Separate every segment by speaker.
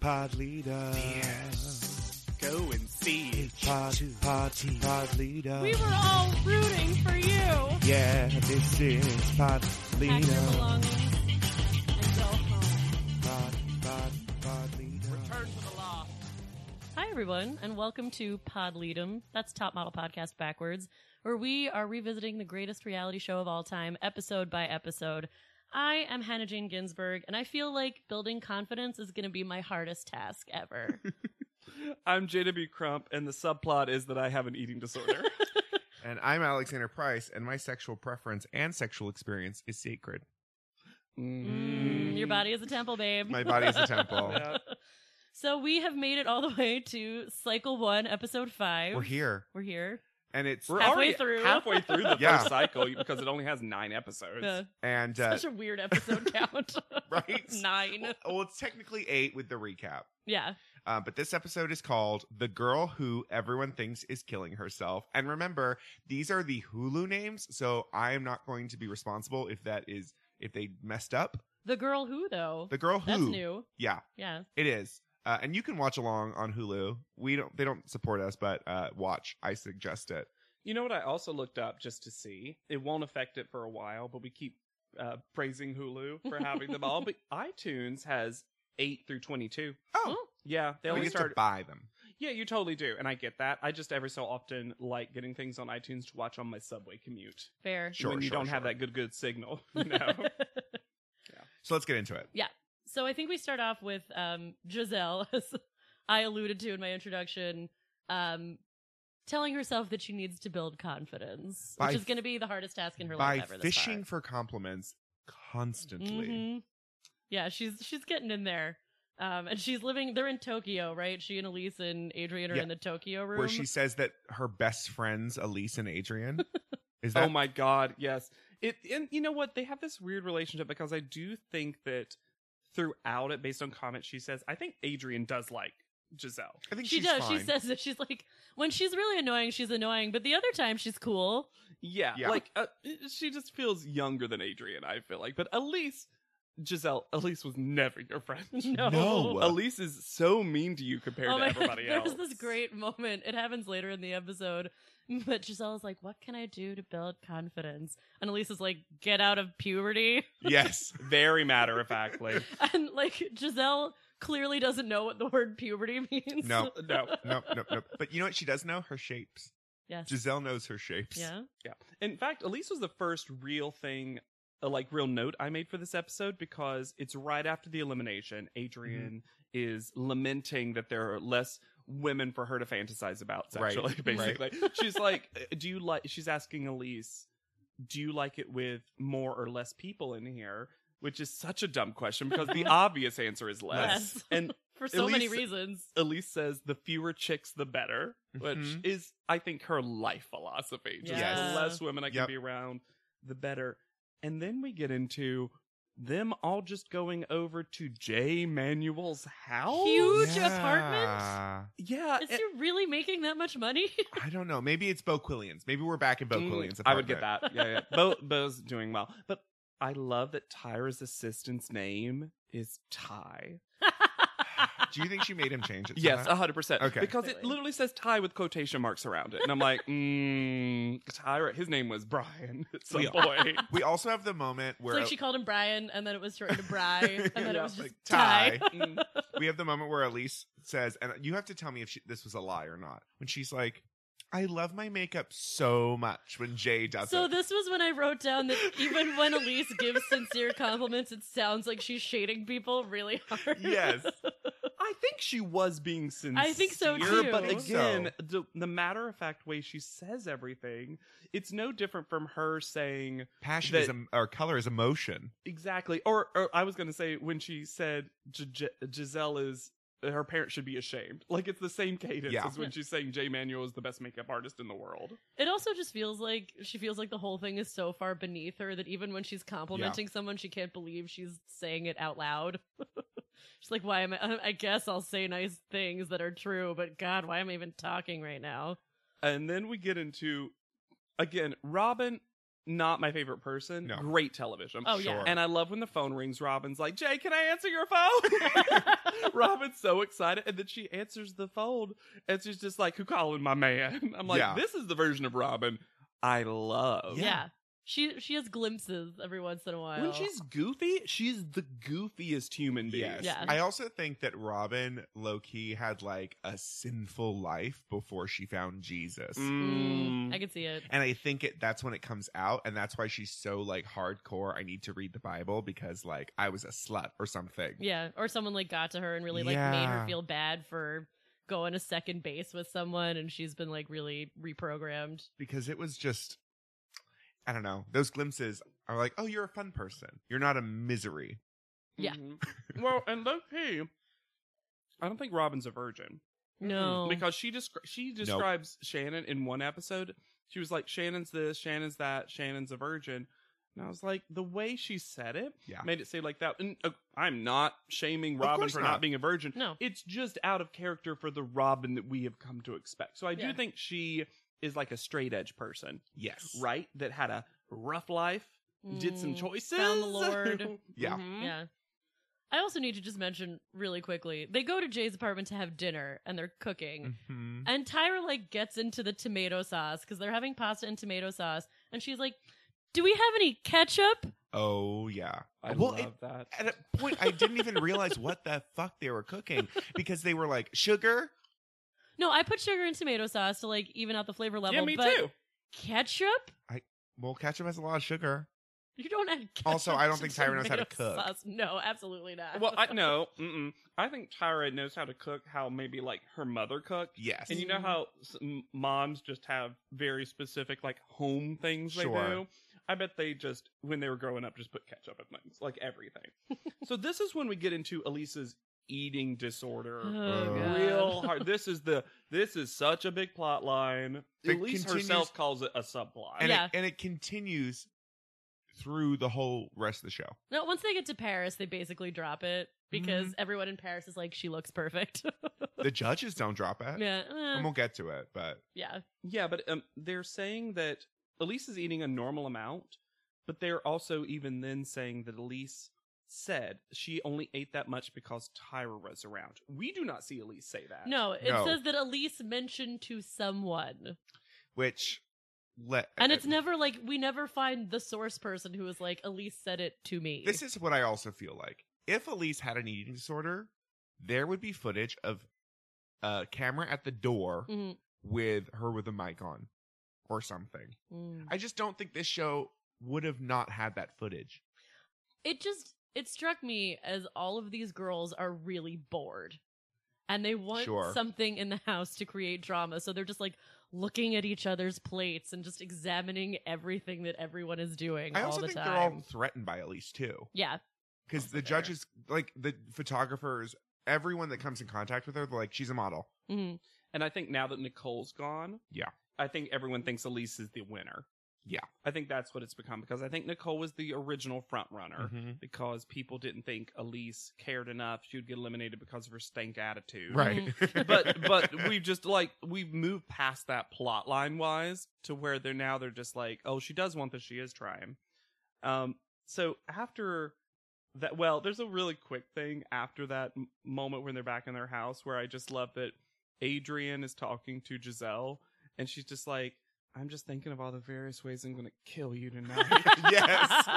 Speaker 1: Pod leader.
Speaker 2: Go and see.
Speaker 1: Pod, pod, pod leader.
Speaker 3: We were all rooting for you.
Speaker 1: Yeah, this is pod
Speaker 3: Pack
Speaker 1: leader.
Speaker 3: your belongings and go home.
Speaker 1: Pod, pod, pod leader. Return to the law.
Speaker 3: Hi, everyone, and welcome to Pod Leadum. That's Top Model Podcast backwards, where we are revisiting the greatest reality show of all time, episode by episode. I am Hannah Jane Ginsburg, and I feel like building confidence is going to be my hardest task ever.
Speaker 4: I'm JW Crump, and the subplot is that I have an eating disorder.
Speaker 5: And I'm Alexander Price, and my sexual preference and sexual experience is sacred.
Speaker 3: Mm, your body is a temple, babe.
Speaker 5: My body is a temple.
Speaker 4: Yeah.
Speaker 3: So we have made it all the way to cycle one, episode five.
Speaker 5: We're here,
Speaker 3: We're here.
Speaker 5: and it's
Speaker 4: We're
Speaker 3: Halfway
Speaker 4: already
Speaker 3: through.
Speaker 4: halfway through the
Speaker 5: Yeah.
Speaker 4: first cycle because it only has nine episodes.
Speaker 3: Yeah.
Speaker 5: and uh,
Speaker 3: Such a weird episode count.
Speaker 5: Right?
Speaker 3: Nine.
Speaker 5: well, it's technically eight with the recap.
Speaker 3: Yeah.
Speaker 5: Uh, but this episode is called "The Girl Who Everyone Thinks Is Killing Herself." And remember, these are the Hulu names, so I am not going to be responsible if that is if they messed up.
Speaker 3: The girl who though.
Speaker 5: The girl who,
Speaker 3: That's new.
Speaker 5: yeah,
Speaker 3: Yeah.
Speaker 5: it is. Uh, and you can watch along on Hulu. We don't they don't support us, but uh, watch. I suggest it.
Speaker 4: You know what? I also looked up just to see. It won't affect it for a while, but we keep uh, praising Hulu for having them all. But iTunes has eight through twenty-two.
Speaker 5: Oh,
Speaker 4: Yeah, they
Speaker 5: we
Speaker 4: only
Speaker 5: get
Speaker 4: start.
Speaker 5: to buy them.
Speaker 4: yeah, you totally do, and I get that. I just every so often like getting things on iTunes to watch on my subway commute
Speaker 3: Fair.
Speaker 5: Sure,
Speaker 4: when you
Speaker 5: sure,
Speaker 4: don't have
Speaker 5: sure.
Speaker 4: that good good signal. You know.
Speaker 5: So let's get into it.
Speaker 3: so I think we start off with um Giselle, as I alluded to in my introduction, um telling herself that she needs to build confidence.
Speaker 5: By
Speaker 3: which is gonna be the hardest task in her
Speaker 5: By
Speaker 3: life ever this
Speaker 5: fishing for compliments constantly.
Speaker 3: hmm Yeah, she's she's getting in there. Um, and she's living. They're in Tokyo, right? She and Elise and Adrian are
Speaker 5: Yeah.
Speaker 3: in the Tokyo room.
Speaker 5: Where she says that her best friends, Elise and Adrian, is that
Speaker 4: Oh my god, yes. It and you know what? They have this weird relationship because I do think that throughout it, based on comments she says, I think Adrian does like Giselle.
Speaker 5: I think
Speaker 3: she
Speaker 5: she's
Speaker 3: does.
Speaker 5: Fine.
Speaker 3: She says that she's like when she's really annoying, she's annoying, but the other time she's cool.
Speaker 4: Yeah,
Speaker 5: Yeah.
Speaker 4: like uh, she just feels younger than Adrian. I feel like, but Elise, Giselle, Elise was never your friend.
Speaker 3: No.
Speaker 5: No.
Speaker 4: Elise is so mean to you compared to everybody
Speaker 3: Oh there's
Speaker 4: else.
Speaker 3: this great moment. It happens later in the episode, but Giselle's like, "What can I do to build confidence?" And Elise is like, "Get out of puberty."
Speaker 5: Yes.
Speaker 4: very matter of factly.
Speaker 3: And like Giselle clearly doesn't know what the word puberty means.
Speaker 5: No.
Speaker 4: No,
Speaker 5: Nope, nope, nope. But you know what? She does know her shapes.
Speaker 3: Yes.
Speaker 5: Giselle knows her shapes.
Speaker 3: yeah.
Speaker 4: Yeah. In fact, Elise was the first real thing, uh, like real note I made for this episode because it's right after the elimination.
Speaker 5: Mm-hmm.
Speaker 4: Adrian is lamenting that there are less women for her to fantasize about
Speaker 5: Right.
Speaker 4: sexually, basically. she's like, uh, Do you like, she's asking Elise, Do you like it with more or less people in here? Which is such a dumb question because the obvious answer is less.
Speaker 3: Less.
Speaker 4: And
Speaker 3: For so many
Speaker 4: Elise-
Speaker 3: reasons.
Speaker 4: Elise says the fewer chicks the better, which
Speaker 5: Mhm.
Speaker 4: is I think her life philosophy. Just
Speaker 3: Yes.
Speaker 4: the less women I can
Speaker 5: Yep.
Speaker 4: be around, the better. And then we get into them all just going over to Jay Manuel's house.
Speaker 3: Huge
Speaker 5: Yeah.
Speaker 3: apartment.
Speaker 4: Yeah.
Speaker 3: Is
Speaker 4: it-
Speaker 3: she really making that much money?
Speaker 5: I don't know. Maybe it's Bo Quillian's. Maybe we're back in Bo
Speaker 4: Mm,
Speaker 5: Quillian's apartment.
Speaker 4: I would get that. Yeah, yeah. Bo Bo's doing well. But I love that Tyra's assistant's name is Ty.
Speaker 5: Do you think she made him change it?
Speaker 4: Yes,
Speaker 5: somehow?
Speaker 4: a hundred percent.
Speaker 5: Uh-huh. Okay.
Speaker 4: because it
Speaker 3: Completely.
Speaker 4: literally says Ty with quotation marks around it, and I'm like, mm, Tyra. His name was Brian at some
Speaker 5: We-
Speaker 4: point.
Speaker 5: We also have the moment
Speaker 3: It's
Speaker 5: where
Speaker 3: like she called him Brian, and then it was shortened to Bry, and then
Speaker 4: Yeah,
Speaker 3: it was just
Speaker 5: like,
Speaker 3: Ty.
Speaker 5: Ty.
Speaker 4: Mm.
Speaker 5: we have the moment where Elise says, and you have to tell me if she, this was a lie or not. When she's like, "I love my makeup so much." When Jay does
Speaker 3: so
Speaker 5: it,
Speaker 3: this was when I wrote down that even when Elise gives sincere compliments, it sounds like she's shading people really hard.
Speaker 5: yes,
Speaker 4: I think she was being sincere.
Speaker 3: I think so, too.
Speaker 4: But
Speaker 3: I think
Speaker 4: again, the, the matter of fact way she says everything, it's no different from her saying
Speaker 5: Passion
Speaker 4: That-
Speaker 5: is em- or color is emotion.
Speaker 4: exactly. Or, or I was going to say when she said Gi- Gi- Giselle is her parents should be ashamed. Like it's the same cadence
Speaker 5: Yeah.
Speaker 4: as when she's saying Jay Manuel is the best makeup artist in the world.
Speaker 3: It also just feels like she feels like the whole thing is so far beneath her that even when she's complimenting someone, she can't believe she's saying it out loud. she's like, "Why am I? I guess I'll say nice things that are true, but God, why am I even talking right now?"
Speaker 4: And then we get into again, Robin, not my favorite person.
Speaker 5: No.
Speaker 4: Great television.
Speaker 3: Oh, yeah.
Speaker 5: Sure.
Speaker 4: And I love when the phone rings. Robin's like, Jay, can I answer your phone? Robin's so excited. And then she answers the phone. And she's just like, Who calling my man? I'm like,
Speaker 5: Yeah.
Speaker 4: This is the version of Robin I love.
Speaker 3: Yeah. she she has glimpses every once in a while.
Speaker 4: When she's goofy, she's the goofiest human being.
Speaker 5: Yes.
Speaker 3: Yeah.
Speaker 5: I also think that Robin low key had like a sinful life before she found Jesus.
Speaker 3: Mm,
Speaker 4: Mm.
Speaker 3: I can see it.
Speaker 5: And I think it that's when it comes out and that's why she's so like hardcore I need to read the Bible because like I was a slut or something.
Speaker 3: Yeah, or someone like got to her and really like made her
Speaker 5: Yeah.
Speaker 3: feel bad for going to second base with someone, and she's been like really reprogrammed.
Speaker 5: Because it was just I don't know. Those glimpses are like, "Oh, you're a fun person. You're not a misery."
Speaker 3: Yeah.
Speaker 4: Mhm. well, and low key, I don't think Robin's a virgin.
Speaker 3: No,
Speaker 4: Mm, because she descri- she describes Shannon in one episode. She was like, "Shannon's this, Shannon's that, Shannon's a virgin," and I was like, the way she said it
Speaker 5: Yeah.
Speaker 4: made it say like that. And uh, I'm not shaming
Speaker 5: Of
Speaker 4: Robin
Speaker 5: course
Speaker 4: for
Speaker 5: not.
Speaker 4: not being a virgin.
Speaker 3: no,
Speaker 4: It's just out of character for the Robin that we have come to expect. So I do
Speaker 3: Yeah.
Speaker 4: think she is like a straight edge person,
Speaker 5: Yes.
Speaker 4: right? That had a rough life, did some
Speaker 3: Mm.
Speaker 4: choices,
Speaker 3: Lord.
Speaker 5: Yeah.
Speaker 4: Mhm.
Speaker 3: Mm-hmm. Yeah. I also need to just mention really quickly. They go to Jay's apartment to have dinner and they're cooking.
Speaker 4: Mm-hmm.
Speaker 5: Mhm.
Speaker 3: And Tyra like gets into the tomato sauce because they're having pasta and tomato sauce and she's like, "Do we have any ketchup?"
Speaker 5: Oh, yeah.
Speaker 4: I
Speaker 5: well,
Speaker 4: love
Speaker 5: it-
Speaker 4: that.
Speaker 5: at a point I didn't even realize what the fuck they were cooking because they were like sugar.
Speaker 3: No, I put sugar in tomato sauce to like even out the flavor level,
Speaker 4: yeah, me
Speaker 3: but
Speaker 4: too.
Speaker 3: ketchup?
Speaker 5: Well, ketchup has a lot of sugar.
Speaker 3: You don't add ketchup.
Speaker 5: Also, I don't
Speaker 3: to
Speaker 5: think Tyra knows how to
Speaker 3: tomato
Speaker 5: cook.
Speaker 3: Sauce. No, absolutely not.
Speaker 4: Well, I no, mm-mm. I think Tyra knows how to cook how maybe like her mother cooked.
Speaker 5: Yes.
Speaker 4: And you know how s- m- moms just have very specific like home things
Speaker 5: Sure.
Speaker 4: they do. I bet they just when they were growing up just put ketchup on things, like everything. so this is when we get into Elisa's eating disorder.
Speaker 3: Oh, God.
Speaker 4: Real hard. This is the this is such a big plot line.
Speaker 5: It
Speaker 4: Elise
Speaker 5: continues-
Speaker 4: herself calls it a subplot.
Speaker 5: and,
Speaker 3: Yeah.
Speaker 5: it, and it continues through the whole rest of the show.
Speaker 3: No, once they get to Paris, they basically drop it because
Speaker 4: Mm-hmm.
Speaker 3: everyone in Paris is like, "She looks perfect."
Speaker 5: The judges don't drop it.
Speaker 3: yeah, eh,
Speaker 5: And we'll get to it, but
Speaker 3: yeah.
Speaker 4: Yeah, but um, they're saying that Elise is eating a normal amount, but they're also even then saying that Elise said she only ate that much because Tyra was around. We do not see Elise say that.
Speaker 3: No, it
Speaker 5: No.
Speaker 3: says that Elise mentioned to someone,
Speaker 5: which uh, let
Speaker 3: and it's never like we never find the source person who was like Elise said it to me.
Speaker 5: This is what I also feel like. If Elise had an eating disorder, there would be footage of a camera at the door
Speaker 3: Mhm.
Speaker 5: with her with a mic on or something.
Speaker 3: Mm.
Speaker 5: I just don't think this show would have not had that footage.
Speaker 3: it just it struck me as all of these girls are really bored, and they want
Speaker 5: Sure.
Speaker 3: something in the house to create drama, so they're just like looking at each other's plates and just examining everything that everyone is doing
Speaker 5: I
Speaker 3: all
Speaker 5: also
Speaker 3: the
Speaker 5: think
Speaker 3: time.
Speaker 5: they're all threatened by Elise too,
Speaker 3: yeah,
Speaker 5: because the judges, like the photographers, everyone that comes in contact with her, they're like, she's a model.
Speaker 3: Mhm.
Speaker 4: And I think now that Nicole's gone,
Speaker 5: Yeah.
Speaker 4: I think everyone thinks Elise is the winner.
Speaker 5: Yeah.
Speaker 4: I think that's what it's become because I think Nicole was the original front runner
Speaker 5: Mm-hmm.
Speaker 4: because people didn't think Elise cared enough. She would get eliminated because of her stank attitude.
Speaker 5: Right,
Speaker 4: Mm-hmm. but but we've just like we've moved past that plot line wise to where they're now they're just like oh she does want this she is trying um so after that well there's a really quick thing after that m- moment when they're back in their house where i just love that adrian is talking to giselle and she's just like i'm just thinking of all the various ways i'm gonna kill you tonight
Speaker 5: yes,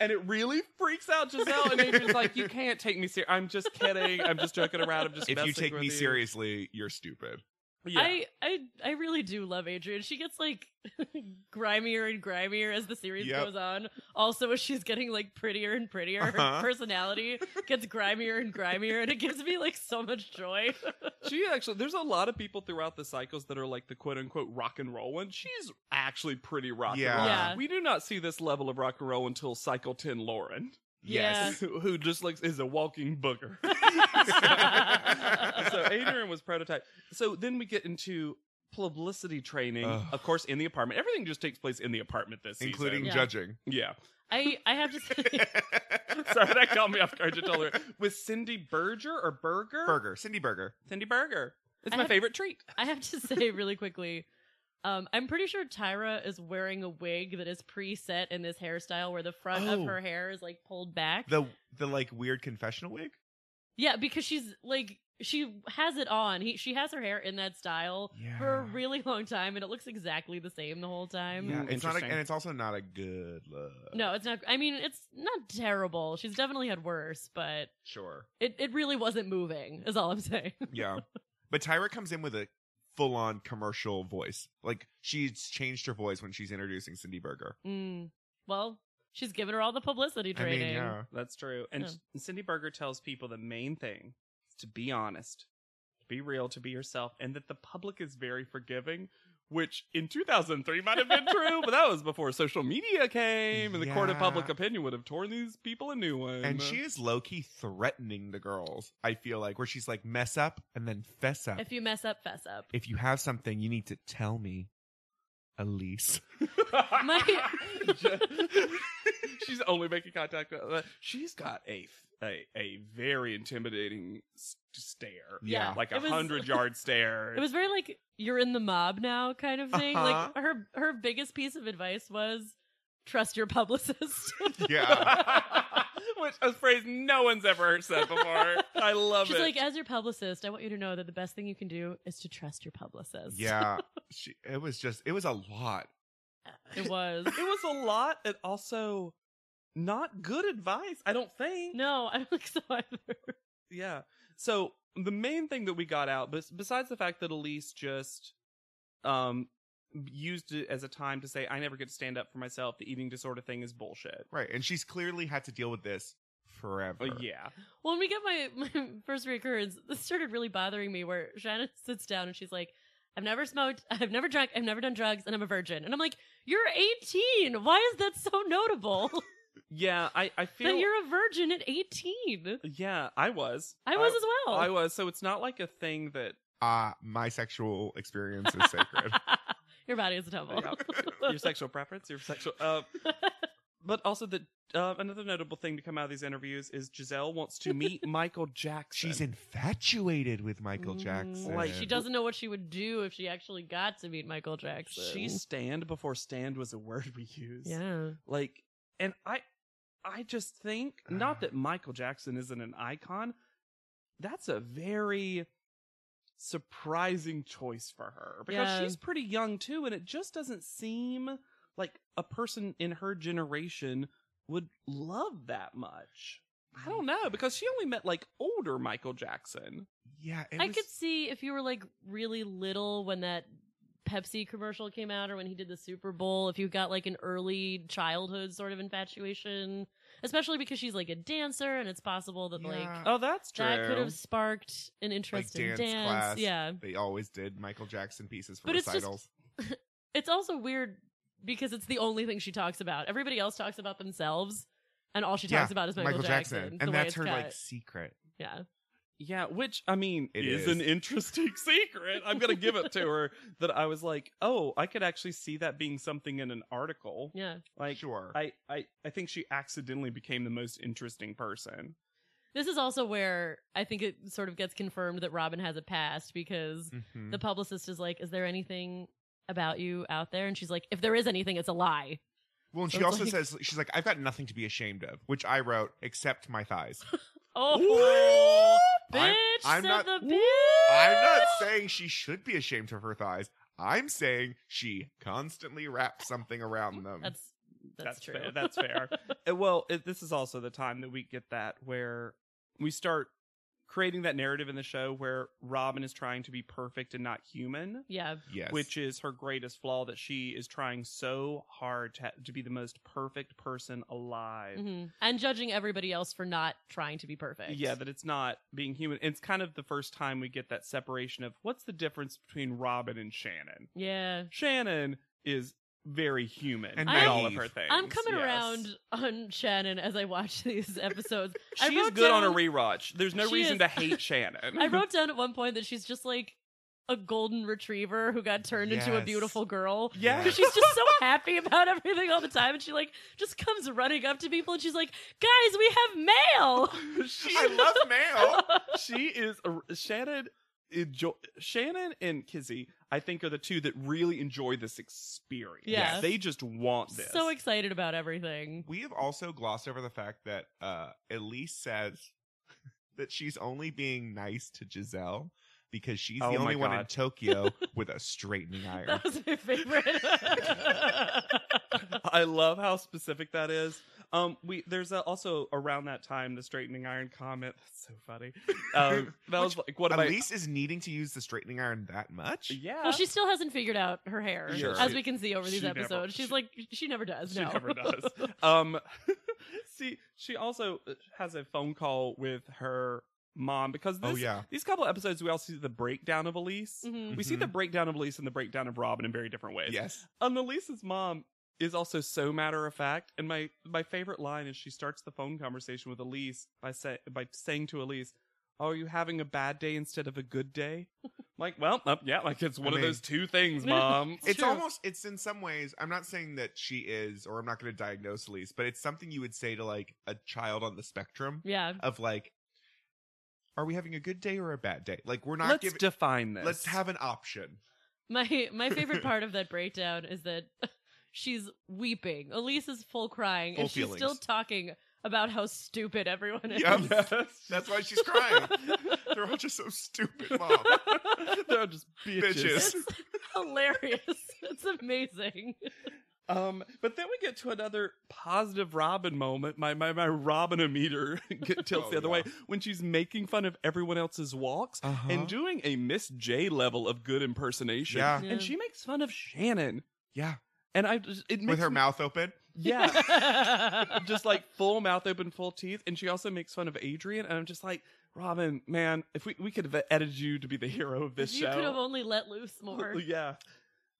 Speaker 4: and it really freaks out giselle and adrian's like you can't take me serious i'm just kidding i'm just joking around i'm just
Speaker 5: if you
Speaker 4: messing
Speaker 5: take
Speaker 4: with
Speaker 5: me
Speaker 4: you."
Speaker 5: seriously, you're stupid.
Speaker 4: Yeah.
Speaker 3: I, I I really do love Adrian. She gets like grimier and grimier as the series
Speaker 5: Yep.
Speaker 3: goes on. Also, as she's getting like prettier and prettier,
Speaker 5: Uh-huh.
Speaker 3: her personality gets grimier and grimier, and it gives me like so much joy.
Speaker 4: she actually there's a lot of people throughout the cycles that are like the quote unquote rock and roll one. She's actually pretty rock and
Speaker 5: Yeah.
Speaker 4: roll.
Speaker 3: Yeah.
Speaker 4: We do not see this level of rock and roll until cycle ten Lauren.
Speaker 3: Yeah.
Speaker 5: Yes.
Speaker 4: who, who just like is a walking booger. so Adrian was prototype. So then we get into publicity training,
Speaker 5: Ugh.
Speaker 4: of course, in the apartment. Everything just takes place in the apartment this season.
Speaker 5: Including
Speaker 3: Yeah.
Speaker 5: judging.
Speaker 4: yeah.
Speaker 3: I I have to say,
Speaker 4: Sorry, that caught me off guard. You told her with Cindy Berger or Berger.
Speaker 5: Burger. Cindy Burger.
Speaker 4: Cindy Berger. It's
Speaker 3: I
Speaker 4: my
Speaker 3: have-
Speaker 4: favorite treat.
Speaker 3: I have to say really quickly. Um, I'm pretty sure Tyra is wearing a wig that is preset in this hairstyle where the front
Speaker 5: Oh.
Speaker 3: of her hair is like pulled back.
Speaker 5: The the like weird confessional wig?
Speaker 3: Yeah, because she's like she has it on. He, she has her hair in that style for a
Speaker 5: Yeah.
Speaker 3: really long time, and it looks exactly the same the whole time.
Speaker 4: Yeah. Ooh,
Speaker 5: it's not a,
Speaker 4: Mm, interesting.
Speaker 5: and it's also not a good look.
Speaker 3: No, it's not. I mean, it's not terrible. She's definitely had worse, but
Speaker 5: Sure.
Speaker 3: it, it really wasn't moving. Is all I'm saying.
Speaker 5: Yeah. But Tyra comes in with a full on commercial voice. Like she's changed her voice when she's introducing Cindy Burger.
Speaker 3: Mm. Well, she's given her all the publicity
Speaker 5: I
Speaker 3: training.
Speaker 5: mean, yeah.
Speaker 4: That's true. And
Speaker 3: Yeah.
Speaker 4: C- Cindy Berger tells people the main thing is to be honest, to be real, to be yourself, and that the public is very forgiving, which in 2003 might have been true, but that was before social media came and the court of
Speaker 5: Yeah.
Speaker 4: public opinion would have torn these people a new one.
Speaker 5: And she is low key threatening the girls, I feel like, where she's like, mess up and then fess up.
Speaker 3: If you mess up, fess up.
Speaker 5: If you have something, you need to tell me, Elise.
Speaker 3: My-
Speaker 4: She's only making contact. with- uh, She's got a f- a, a very intimidating s- stare,
Speaker 3: Yeah.
Speaker 4: like a
Speaker 3: It was-
Speaker 4: hundred yard stare.
Speaker 3: It was very like you're in the mob now kind of thing. Like
Speaker 5: Uh-huh.
Speaker 3: her her biggest piece of advice was trust your publicist.
Speaker 5: yeah.
Speaker 4: Which a phrase no one's ever said before. I love
Speaker 3: She's
Speaker 4: it.
Speaker 3: like, as your publicist, I want you to know that the best thing you can do is to trust your publicist.
Speaker 5: Yeah. She, it was just, it was a lot.
Speaker 3: It was.
Speaker 4: it was a lot and also not good advice, I don't think.
Speaker 3: No, I don't think so either.
Speaker 4: Yeah. So the main thing that we got out, bes- besides the fact that Elise just um used it as a time to say, I never get to stand up for myself, the eating disorder thing is bullshit.
Speaker 5: Right. And she's clearly had to deal with this forever.
Speaker 4: Uh, yeah.
Speaker 3: Well, When we get my, my first reoccurrence, this started really bothering me where Shannon sits down and she's like, I've never smoked, I've never drunk, I've never done drugs, and I'm a virgin. And I'm like, You're 18. Why is that so notable?
Speaker 4: Yeah, I, I feel
Speaker 3: that you're a virgin at 18.
Speaker 4: Yeah, I was.
Speaker 3: I was as well.
Speaker 4: I was, so it's not like a thing that
Speaker 5: Uh, my sexual experience is sacred.
Speaker 3: Your body is a temple.
Speaker 4: Yeah. your sexual preference, your sexual. Uh, but also that uh, another notable thing to come out of these interviews is Giselle wants to meet Michael Jackson.
Speaker 5: She's infatuated with Michael
Speaker 3: Mm,
Speaker 5: Jackson.
Speaker 4: Like-
Speaker 3: she doesn't know what she would do if she actually got to meet Michael Jackson.
Speaker 4: She stand before stand was a word we use.
Speaker 3: yeah.
Speaker 4: Like, and I, I just think not that Michael Jackson isn't an icon. That's a very surprising choice for her because
Speaker 3: Yeah.
Speaker 4: she's pretty young too, and it just doesn't seem like a person in her generation would love that much. I don't know because she only met like older Michael Jackson.
Speaker 5: Yeah. It
Speaker 3: I
Speaker 5: was-
Speaker 3: could see if you were like really little when that Pepsi commercial came out or when he did the Super Bowl, if you got like an early childhood sort of infatuation, especially because she's like a dancer and it's possible that like
Speaker 5: Yeah.
Speaker 4: Oh, that's true.
Speaker 3: that could have sparked an interest
Speaker 5: Like
Speaker 3: in
Speaker 5: dance
Speaker 3: dance.
Speaker 5: class.
Speaker 3: Yeah.
Speaker 5: They always did Michael Jackson pieces for
Speaker 3: But it's just-
Speaker 5: recitals.
Speaker 3: It's also weird because it's the only thing she talks about. Everybody else talks about themselves and all she
Speaker 5: Yeah,
Speaker 3: talks about is Michael, Jackson. the
Speaker 5: And
Speaker 3: way
Speaker 5: that's
Speaker 3: it's
Speaker 5: her
Speaker 3: cut.
Speaker 5: like secret.
Speaker 3: Yeah.
Speaker 4: Yeah, which I mean
Speaker 5: It
Speaker 4: is,
Speaker 5: is.
Speaker 4: an interesting secret. I'm gonna give it to her that I was like, oh, I could actually see that being something in an article.
Speaker 3: Yeah.
Speaker 4: Like,
Speaker 5: sure.
Speaker 4: I, I, I think she accidentally became the most interesting person.
Speaker 3: This is also where I think it sort of gets confirmed that Robin has a past because
Speaker 5: Mhm.
Speaker 3: the publicist is like, "Is there anything about you out there?" And she's like, "If there is anything, it's a lie."
Speaker 5: Well, and
Speaker 3: So
Speaker 5: she
Speaker 3: it's
Speaker 5: also
Speaker 3: like-
Speaker 5: says she's like, I've got nothing to be ashamed of, which I wrote except my thighs.
Speaker 3: Oh,
Speaker 5: I'm-
Speaker 3: bitch!
Speaker 5: I'm
Speaker 3: said
Speaker 5: not-
Speaker 3: the bitch.
Speaker 5: I'm not saying she should be ashamed of her thighs. I'm saying she constantly wraps something around them.
Speaker 3: That's that's, true.
Speaker 4: Fair, Eh, that's fair. Uh, well, it, this is also the time that we get that where we start creating that narrative in the show where Robin is trying to be perfect and not human,
Speaker 3: Yeah.
Speaker 5: Yes.
Speaker 4: which is her greatest flaw that she is trying so hard to, to be the most perfect person alive.
Speaker 3: hmm And judging everybody else for not trying to be perfect.
Speaker 4: Yeah, that it's not being human. It's kind of the first time we get that separation of what's the difference between Robin and Shannon.
Speaker 3: yeah.
Speaker 4: Shannon is very human
Speaker 5: And
Speaker 4: in all of
Speaker 5: naive.
Speaker 4: her things.
Speaker 3: I'm coming
Speaker 4: yes.
Speaker 3: around on Shannon as I watch these episodes. I
Speaker 4: She's
Speaker 3: wrote
Speaker 4: good on a
Speaker 3: down-
Speaker 4: rewatch. There's no
Speaker 3: She
Speaker 4: reason
Speaker 3: is-
Speaker 4: to hate Shannon.
Speaker 3: I wrote down at one point that she's just like a golden retriever who got turned into a
Speaker 5: Yes.
Speaker 3: beautiful girl.
Speaker 4: Yeah.
Speaker 3: Because she's just so happy about everything all the time, and she like just comes running up to people, and she's like, "Guys, we have mail."
Speaker 4: She-
Speaker 5: I love mail.
Speaker 4: she is a- Shannon. Enjoy, Shannon and Kizzy, I think, are the two that really enjoy this experience.
Speaker 3: Yeah.
Speaker 4: they just want this.
Speaker 3: So excited about everything.
Speaker 5: We have also glossed over the fact that uh, Elise says that she's only being nice to Giselle because she's
Speaker 4: Oh
Speaker 5: the
Speaker 4: my
Speaker 5: only one in
Speaker 4: God.
Speaker 5: Tokyo with a straightening iron.
Speaker 3: That was my favorite.
Speaker 4: I love how specific that is. Um, we there's a, also around that time the straightening iron comment. That's so funny. Um, that was like what am I?
Speaker 5: Elise is needing to use the straightening iron that much.
Speaker 4: Yeah,
Speaker 3: Well, she still hasn't figured out her hair,
Speaker 4: Sure.
Speaker 3: as we can see over these
Speaker 4: She never-
Speaker 3: episodes. She's
Speaker 4: she-
Speaker 3: like, she never does.
Speaker 4: she
Speaker 3: no.
Speaker 4: never does. Um, see, she also uh, has a phone call with her mom because this,
Speaker 5: Oh yeah.
Speaker 4: these couple episodes we all see the breakdown of Elise.
Speaker 3: Mhm.
Speaker 4: We see
Speaker 5: Mm-hmm.
Speaker 4: the breakdown of Elise and the breakdown of Robin in very different ways.
Speaker 5: Yes.
Speaker 4: And Elise's mom is also so matter of fact. And my my favorite line is she starts the phone conversation with Elise by say, by saying to Elise, "Oh, are you having a bad day instead of a good day?" I'm like, well, uh, yeah, like it's one
Speaker 5: I
Speaker 4: of
Speaker 5: mean-
Speaker 4: those two things, mom.
Speaker 5: It's
Speaker 3: True.
Speaker 5: almost it's in some ways, I'm not saying that she is or I'm not going to diagnose Elise, but it's something you would say to like a child on the spectrum
Speaker 3: Yeah.
Speaker 5: of like are we having a good day or a bad day? Like we're not
Speaker 4: Let's
Speaker 5: giving
Speaker 4: define this.
Speaker 5: Let's have an option.
Speaker 3: My my favorite part of that breakdown is that she's weeping. Elise is full crying,
Speaker 5: Full
Speaker 3: and she's
Speaker 5: feelings.
Speaker 3: still talking about how stupid everyone is.
Speaker 5: Yep.
Speaker 4: Yes.
Speaker 5: That's why she's crying. They're all just so stupid, mom.
Speaker 4: They're just bitches.
Speaker 5: Bitches.
Speaker 3: It's hilarious. It's amazing.
Speaker 4: Um, but then we get to another positive Robin moment. My my my Robinometer get tilts
Speaker 5: Oh,
Speaker 4: the other
Speaker 5: yeah.
Speaker 4: way when she's making fun of everyone else's walks
Speaker 5: Uh-huh.
Speaker 4: and doing a Miss J level of good impersonation.
Speaker 5: Yeah.
Speaker 3: Yeah.
Speaker 4: And she makes fun of Shannon.
Speaker 5: Yeah.
Speaker 4: And I just, it makes
Speaker 5: With her
Speaker 4: me-
Speaker 5: mouth open.
Speaker 4: yeah, just like full mouth open, full teeth. And she also makes fun of Adrian. And I'm just like, Robin, man, if we we could have edited you to be the hero of this
Speaker 3: you
Speaker 4: show,
Speaker 3: could have only let loose more.
Speaker 4: yeah.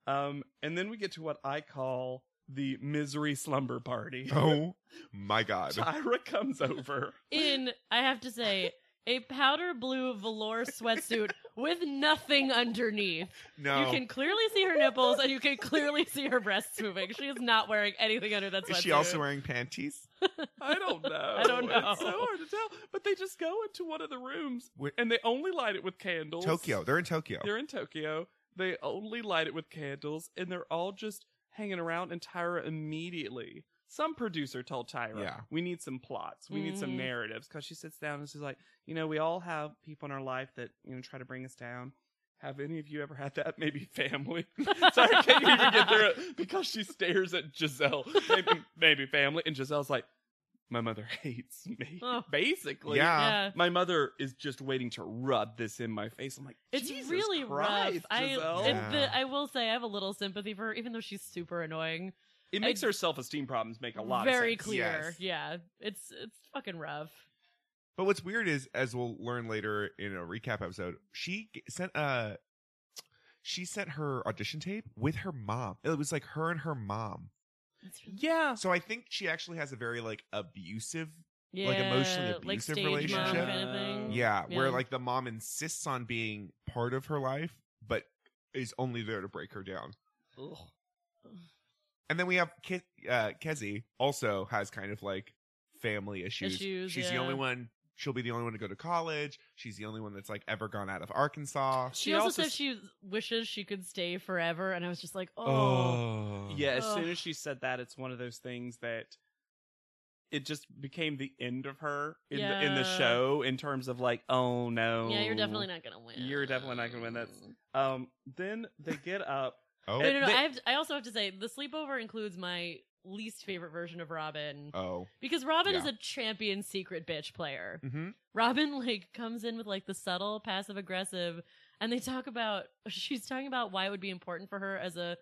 Speaker 4: Um, and then we get to what I call the misery slumber party.
Speaker 5: Oh my god.
Speaker 4: Tyra comes over.
Speaker 3: In I have to say. A powder blue velour sweatsuit with nothing underneath.
Speaker 5: No.
Speaker 3: You can clearly see her nipples and you can clearly see her breasts moving. She is not wearing anything under that sweatshirt.
Speaker 5: is she also wearing panties?
Speaker 4: I don't know.
Speaker 3: I don't know.
Speaker 4: It's so hard to tell. But they just go into one of the rooms
Speaker 5: Wait.
Speaker 4: and they only light it with candles.
Speaker 5: Tokyo. They're in Tokyo.
Speaker 4: They're in Tokyo. They only light it with candles and they're all just hanging around and Tyra immediately. Some producer told Tyra,
Speaker 5: Yeah.
Speaker 4: we need some plots. We need
Speaker 3: Mhm.
Speaker 4: some narratives. Because she sits down and she's like, you know, we all have people in our life that, you know, try to bring us down. Have any of you ever had that? Maybe family. Sorry, can't even get through it because she stares at Giselle. Maybe, maybe family. And Giselle's like, my mother hates me.
Speaker 3: Oh.
Speaker 4: Basically.
Speaker 5: yeah.
Speaker 3: Yeah.
Speaker 4: My mother is just waiting to rub this in my face. I'm like,
Speaker 3: It's
Speaker 4: Jesus
Speaker 3: really
Speaker 4: Christ,
Speaker 3: rough.
Speaker 4: Giselle.
Speaker 3: I,
Speaker 4: It,
Speaker 5: Yeah.
Speaker 3: it- the- I will say I have a little sympathy for her, even though she's super annoying.
Speaker 4: makes
Speaker 3: I-
Speaker 4: her self esteem problems make a lot
Speaker 3: Very
Speaker 4: of sense.
Speaker 3: clear.
Speaker 5: Yes.
Speaker 3: Yeah. It's it's fucking rough.
Speaker 5: But what's weird is, as we'll learn later in a recap episode, she g- sent uh she sent her audition tape with her mom. It was like her and her mom.
Speaker 3: It's-
Speaker 4: Yeah.
Speaker 5: So I think she actually has a very like abusive,
Speaker 3: yeah,
Speaker 5: emotionally
Speaker 3: like
Speaker 5: abusive
Speaker 3: stage mom
Speaker 5: relationship.
Speaker 3: kind of thing.
Speaker 5: yeah, where
Speaker 3: Mm, Yeah.
Speaker 5: like the mom insists on being part of her life, but is only there to break her down.
Speaker 4: Ugh.
Speaker 5: And then we have Ke- uh, Kezi also has kind of like family issues.
Speaker 3: Issues,
Speaker 5: She's the
Speaker 3: yeah.
Speaker 5: only one. She'll be the only one to go to college. She's the only one that's like ever gone out of Arkansas.
Speaker 3: She,
Speaker 4: She
Speaker 3: also,
Speaker 4: also
Speaker 3: said
Speaker 4: s-
Speaker 3: she wishes she could stay forever, and I was just like, oh.
Speaker 5: Oh.
Speaker 4: Yeah, as
Speaker 3: Ugh.
Speaker 4: soon as she said that, it's one of those things that it just became the end of her in the in the
Speaker 3: Yeah.
Speaker 4: show in terms of like, oh no.
Speaker 3: Yeah, you're definitely not gonna win.
Speaker 4: You're definitely not gonna win. That's- Um then they get up.
Speaker 5: Oh.
Speaker 3: No, no, no.
Speaker 4: They-
Speaker 3: I, have to- I also have to say the sleepover includes my least favorite version of Robin
Speaker 5: Oh.
Speaker 3: because Robin
Speaker 5: yeah.
Speaker 3: is a champion secret bitch player.
Speaker 5: Mm-hmm.
Speaker 3: Robin like comes in with like the subtle passive aggressive and they talk about she's talking about why it would be important for her as a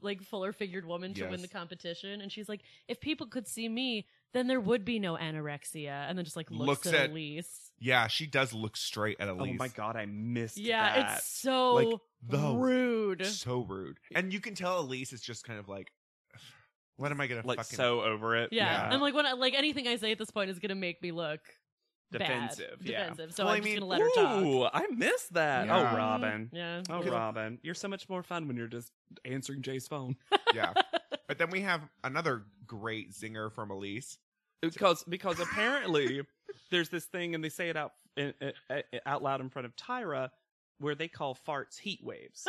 Speaker 3: like fuller figured woman to win
Speaker 5: Yes.
Speaker 3: the competition and she's like if people could see me then there would be no anorexia and then just like looks,
Speaker 5: Looks
Speaker 3: at
Speaker 5: at-
Speaker 3: Elise.
Speaker 5: Yeah, she does look straight at Elise.
Speaker 4: Oh my god, I missed
Speaker 3: Yeah,
Speaker 4: that.
Speaker 3: it's so
Speaker 5: Like, the-
Speaker 3: rude.
Speaker 5: So rude. And you can tell Elise is just kind of like, what am I gonna
Speaker 4: like
Speaker 5: fucking
Speaker 4: so over it.
Speaker 3: Yeah.
Speaker 5: Yeah.
Speaker 3: I'm like when I, like anything I say at this point is gonna make me look bad.
Speaker 4: Defensive, yeah.
Speaker 3: Defensive. So
Speaker 5: Well,
Speaker 3: I'm
Speaker 5: I mean,
Speaker 3: just gonna let her talk.
Speaker 4: Ooh, I missed that.
Speaker 5: Yeah.
Speaker 4: Oh, Robin.
Speaker 3: Yeah.
Speaker 4: Oh,
Speaker 3: Good.
Speaker 4: Robin. You're so much more fun when you're just answering Jay's phone.
Speaker 5: yeah. But then we have another great zinger from Elise.
Speaker 4: because because apparently there's this thing and they say it out in, uh, out loud in front of Tyra where they call farts heat waves.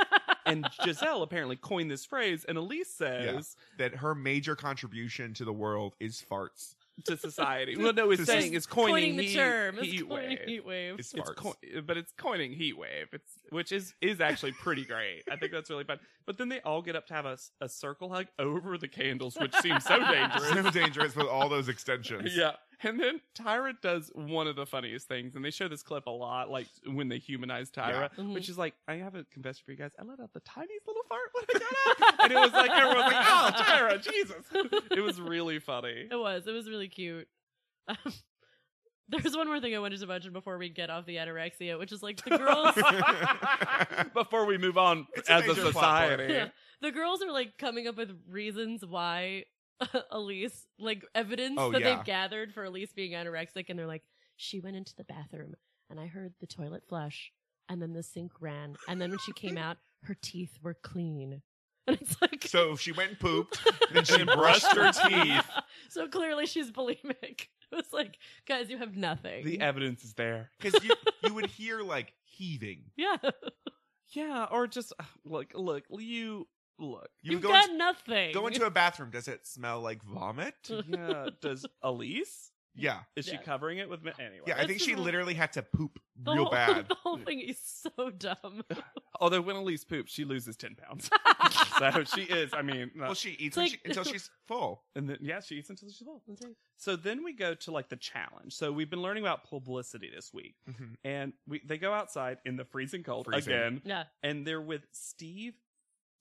Speaker 4: and Giselle apparently coined this phrase and Elise says
Speaker 5: That her major contribution to the world is farts.
Speaker 4: to society. Well no, it's
Speaker 5: To
Speaker 4: saying it's coining,
Speaker 3: Coining the
Speaker 4: heat,
Speaker 3: term. It's
Speaker 4: heat
Speaker 3: coining
Speaker 4: wave.
Speaker 3: heat wave.
Speaker 5: It's
Speaker 4: It's
Speaker 5: farts.
Speaker 4: coi- but it's coining heat wave. It's which is is actually pretty great. I think that's really fun. But then they all get up to have a, s- a circle hug over the candles, which seems so dangerous.
Speaker 5: so dangerous with all those extensions.
Speaker 4: Yeah. And then Tyra does one of the funniest things, and they show this clip a lot, like when they humanize Tyra,
Speaker 3: Yeah. Mhm.
Speaker 4: which is like, I have a confession for you guys. I let out the tiniest little fart when I got up. and it was like, everyone was like, oh, Tyra, Jesus. It was really funny.
Speaker 3: It was. It was really cute. Um, there's one more thing I wanted to mention before we get off the anorexia, which is like the Oh, girls.
Speaker 4: Before we move on
Speaker 5: It's a
Speaker 4: as a
Speaker 5: major plot point.
Speaker 4: society.
Speaker 3: the girls are like coming up with reasons why Elise, like evidence
Speaker 5: Oh,
Speaker 3: that
Speaker 5: yeah.
Speaker 3: they've gathered for Elise being anorexic, and they're like, she went into the bathroom, and I heard the toilet flush, and then the sink ran, and then when she came out, her teeth were clean, and it's like
Speaker 5: So she went and pooped, then she brushed her teeth.
Speaker 3: so clearly she's bulimic. It was like, guys, you have nothing.
Speaker 4: The evidence is there.
Speaker 5: Because you, you would hear like heaving.
Speaker 3: yeah,
Speaker 4: Yeah, or just uh, look, look, you look.
Speaker 5: You
Speaker 3: you've
Speaker 5: would go,
Speaker 3: got
Speaker 5: into,
Speaker 3: nothing.
Speaker 5: go into a bathroom. Does it smell like vomit?
Speaker 4: Yeah, does Elise?
Speaker 5: Yeah.
Speaker 4: Is she
Speaker 3: Yeah.
Speaker 4: covering it with me? Anyway.
Speaker 5: Yeah, I think
Speaker 3: That's
Speaker 5: she
Speaker 3: the-
Speaker 5: literally had to poop
Speaker 3: the
Speaker 5: real
Speaker 3: whole,
Speaker 5: bad.
Speaker 3: The whole thing is so dumb.
Speaker 4: Although when Elise poops, she loses ten pounds. so she is. I mean, uh,
Speaker 5: Well, she eats
Speaker 3: It's
Speaker 5: when
Speaker 3: like-
Speaker 5: she- until she's full.
Speaker 4: and then yeah, she eats until she's full. That's right. So then we go to like the challenge. So we've been learning about publicity this week,
Speaker 5: Mhm.
Speaker 4: and we they go outside in the freezing cold
Speaker 5: Freezing.
Speaker 4: again,
Speaker 3: yeah,
Speaker 4: and they're with Steve.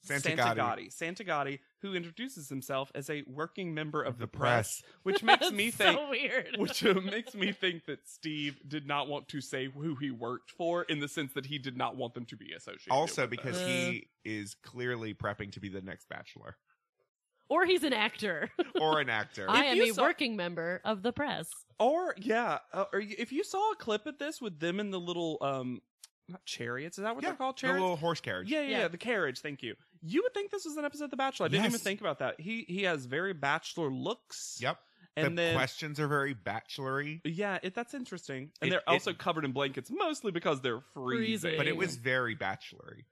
Speaker 5: Santagati.
Speaker 4: Santagati, Santagati, who introduces himself as a working member of
Speaker 5: The
Speaker 4: the, press, which
Speaker 3: That's
Speaker 4: makes me
Speaker 3: so
Speaker 4: think,
Speaker 3: weird.
Speaker 4: which uh, makes me think that Steve did not want to say who he worked for, in the sense that he did not want them to be associated.
Speaker 5: Also,
Speaker 4: with
Speaker 5: because
Speaker 3: Uh.
Speaker 4: us.
Speaker 5: he is clearly prepping to be the next bachelor
Speaker 3: or he's an actor.
Speaker 5: or an actor.
Speaker 3: I
Speaker 4: If
Speaker 3: am
Speaker 4: you
Speaker 3: a
Speaker 4: saw-
Speaker 3: working member of the press.
Speaker 4: Or yeah, uh, or y- if you saw a clip of this with them in the little um, not chariots is that what
Speaker 5: yeah,
Speaker 4: they're called?
Speaker 5: the
Speaker 4: Chariots.
Speaker 5: little horse carriage.
Speaker 4: yeah, yeah,
Speaker 3: Yeah.
Speaker 4: yeah, the carriage. Thank you. You would think this was an episode of The Bachelor. I didn't even
Speaker 5: Yes.
Speaker 4: think about that. He he has very bachelor looks.
Speaker 5: Yep.
Speaker 4: and
Speaker 5: the
Speaker 4: then
Speaker 5: questions are very bachelory,
Speaker 4: yeah, it, that's interesting. And
Speaker 5: It-
Speaker 4: they're
Speaker 5: it-
Speaker 4: also covered in blankets, mostly because they're freezing.
Speaker 3: Freezing.
Speaker 5: but it was very bachelory.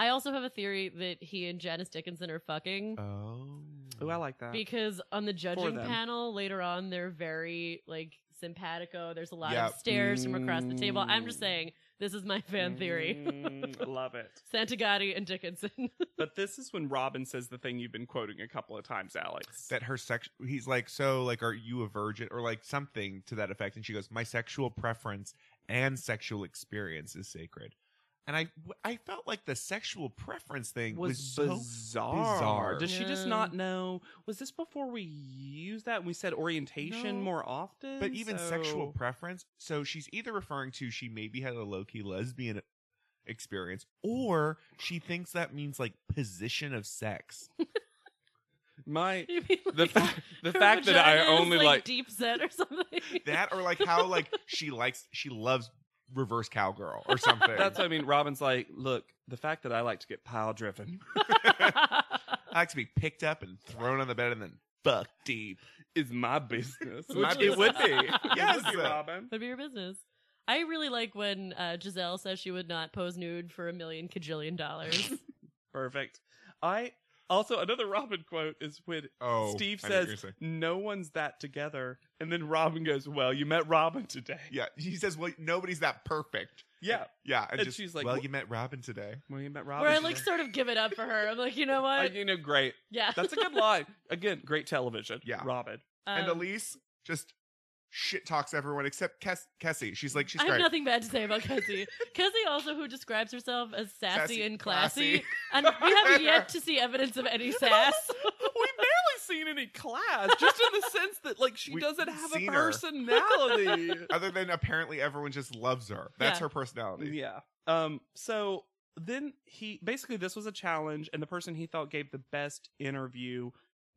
Speaker 3: I also have a theory that he and Janice Dickinson are fucking
Speaker 5: Oh.
Speaker 4: Oh, I like that.
Speaker 3: because on the judging
Speaker 4: them.
Speaker 3: panel later on, they're very like simpatico. There's a lot
Speaker 5: Yep.
Speaker 3: of stares from across the table. I'm just
Speaker 4: Mm.
Speaker 3: saying, this is my fan theory.
Speaker 4: Mm, love it.
Speaker 3: Santagati and Dickinson.
Speaker 4: But this is when Robin says the thing you've been quoting a couple of times, Alex.
Speaker 5: That her sex, he's like, so like, are you a virgin or like something to that effect? And she goes, my sexual preference and sexual experience is sacred. And I, I felt like the sexual preference thing was,
Speaker 4: was
Speaker 5: so
Speaker 4: bizarre.
Speaker 5: bizarre.
Speaker 4: Does she just
Speaker 3: Yeah.
Speaker 4: not know? Was this before we used that? We said orientation
Speaker 5: No.
Speaker 4: more often.
Speaker 5: But even
Speaker 4: So-
Speaker 5: sexual preference. So she's either referring to she maybe had a low key lesbian experience, or she thinks that means like position of sex.
Speaker 4: my
Speaker 3: You mean,
Speaker 4: the
Speaker 3: like,
Speaker 4: fact the
Speaker 3: her
Speaker 4: fact that I
Speaker 3: vagina is,
Speaker 4: only like,
Speaker 3: deep set or something.
Speaker 5: That or like how like she likes she loves reverse cowgirl or something.
Speaker 4: that's what I mean. Robin's like, look, the fact that I like to get pile driven
Speaker 5: I like to be picked up and thrown on the bed and then buck deep.
Speaker 4: is my business.
Speaker 5: My
Speaker 4: Which it would be.
Speaker 3: business.
Speaker 4: It would
Speaker 5: Yes.
Speaker 4: be, Robin.
Speaker 3: That'd be your business. I really like when uh, Giselle says she would not pose nude for a million cajillion dollars.
Speaker 4: Perfect. I Also, another Robin quote is when
Speaker 5: Oh,
Speaker 4: Steve
Speaker 5: I know what
Speaker 4: says,
Speaker 5: you're saying.
Speaker 4: "No one's that together," and then Robin goes, "Well, you met Robin today."
Speaker 5: yeah. He says, "Well, nobody's that perfect."
Speaker 4: Yeah.
Speaker 5: yeah. And,
Speaker 4: And
Speaker 5: just,
Speaker 4: she's like,
Speaker 5: "Well,
Speaker 4: "Wh-
Speaker 5: you met Robin today."
Speaker 4: Well, you met Robin.
Speaker 3: Where I
Speaker 4: today."
Speaker 3: like sort of give it up for her. I'm like, you know
Speaker 4: Uh,
Speaker 3: what?
Speaker 4: you know, great.
Speaker 3: yeah.
Speaker 4: That's a good line. Again, great television.
Speaker 5: Yeah.
Speaker 4: Robin.
Speaker 5: and
Speaker 3: Um,
Speaker 5: Elise just shit talks everyone except Kes- Kessie. She's like, she's
Speaker 3: I have
Speaker 5: great.
Speaker 3: nothing bad to say about Kessie. Kessie also who describes herself as sassy,
Speaker 5: Sassy,
Speaker 3: and classy,
Speaker 5: classy.
Speaker 3: and we have yet to see evidence of any sass.
Speaker 4: We've barely seen any class, just in the sense that like she
Speaker 5: We-
Speaker 4: doesn't
Speaker 5: we've
Speaker 4: have a
Speaker 5: seen her.
Speaker 4: personality.
Speaker 5: Other than apparently everyone just loves her. That's
Speaker 3: Yeah.
Speaker 5: her personality.
Speaker 4: yeah. Um. So then he basically this was a challenge, and the person he thought gave the best interview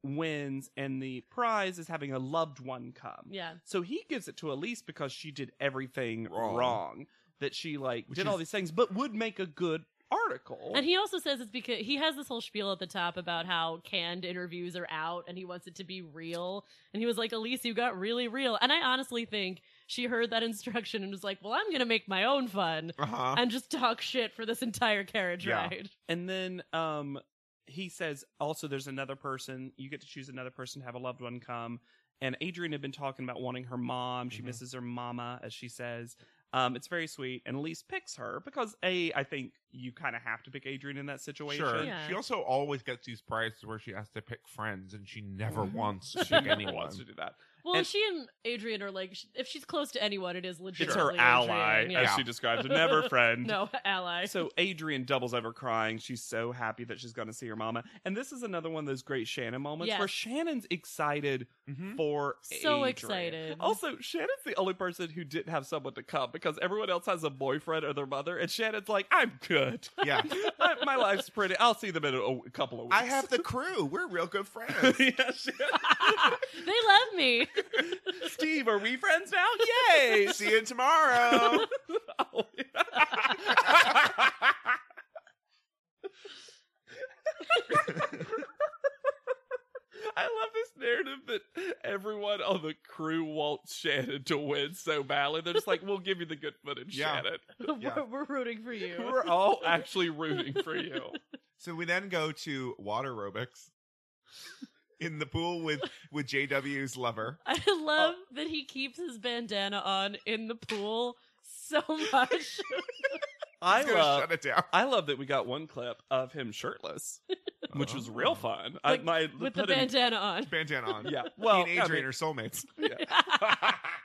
Speaker 4: wins, and the prize is having a loved one come.
Speaker 3: yeah.
Speaker 4: So he gives it to Elise because she did everything
Speaker 5: Wrong.
Speaker 4: wrong. That she like
Speaker 5: Which
Speaker 4: did all
Speaker 5: is-
Speaker 4: these things, but would make a good article.
Speaker 3: And he also says it's because he has this whole spiel at the top about how canned interviews are out and he wants it to be real. And he was like, Elise, you got really real. And I honestly think she heard that instruction and was like, well, I'm going to make my own fun
Speaker 5: Uh huh.
Speaker 4: Uh-huh.
Speaker 3: and just talk shit for this entire carriage
Speaker 5: Yeah.
Speaker 3: ride.
Speaker 4: And then um he says also there's another person, you get to choose another person to have a loved one come. And Adrian had been talking about wanting her mom. She
Speaker 5: Mhm.
Speaker 4: misses her mama, as she says. Um, it's very sweet. And Elise picks her because A, I think you kind of have to pick Adrian in that situation.
Speaker 5: Sure.
Speaker 3: Yeah.
Speaker 5: She also always gets these prizes where she has to pick friends, and she never
Speaker 3: Mm-hmm.
Speaker 4: Mhm.
Speaker 5: wants to
Speaker 4: She
Speaker 5: pick
Speaker 4: never
Speaker 5: anyone.
Speaker 4: wants to do that.
Speaker 3: Well,
Speaker 4: And-
Speaker 3: she and Adrian are like, sh- if she's close to anyone, it is
Speaker 4: It's
Speaker 3: legitimately
Speaker 4: her ally,
Speaker 3: Adrian. Yeah.
Speaker 4: as she describes it. Never friend.
Speaker 3: No, ally.
Speaker 4: So Adrian doubles over crying. She's so happy that she's going to see her mama. And this is another one of those great Shannon moments
Speaker 3: Yes.
Speaker 4: where Shannon's excited
Speaker 5: Mhm.
Speaker 4: for
Speaker 3: So
Speaker 4: Adrian.
Speaker 3: excited.
Speaker 4: Also, Shannon's the only person who didn't have someone to come because everyone else has a boyfriend or their mother, and Shannon's like, "I'm good.
Speaker 5: Yeah.
Speaker 4: I- my life's pretty. I'll see them in a, a couple of weeks."
Speaker 5: I have the crew. We're real good friends.
Speaker 4: yeah, Shannon.
Speaker 3: they love me.
Speaker 4: Steve, are we friends now? Yay!
Speaker 5: See you tomorrow.
Speaker 4: Oh. I love this narrative that everyone on the crew wants Shannon to win so badly. They're just like, we'll give you the good footage,
Speaker 5: Yeah.
Speaker 4: Shannon.
Speaker 5: Yeah.
Speaker 3: we're, we're rooting for you.
Speaker 4: We're all actually rooting for you.
Speaker 5: so we then go to water aerobics in the pool with with JW's lover.
Speaker 3: I love
Speaker 4: Oh.
Speaker 3: that he keeps his bandana on in the pool so much.
Speaker 4: I
Speaker 5: He's gonna
Speaker 4: love,
Speaker 5: shut it down.
Speaker 4: I love that we got one clip of him shirtless, which was
Speaker 5: Oh.
Speaker 4: real fun.
Speaker 3: Like,
Speaker 4: I, my,
Speaker 3: with the
Speaker 4: put him-
Speaker 3: bandana on.
Speaker 5: Bandana on.
Speaker 4: Yeah.
Speaker 5: Well,
Speaker 4: Well,
Speaker 5: and
Speaker 4: I
Speaker 5: Adrian
Speaker 4: mean-
Speaker 5: are soulmates.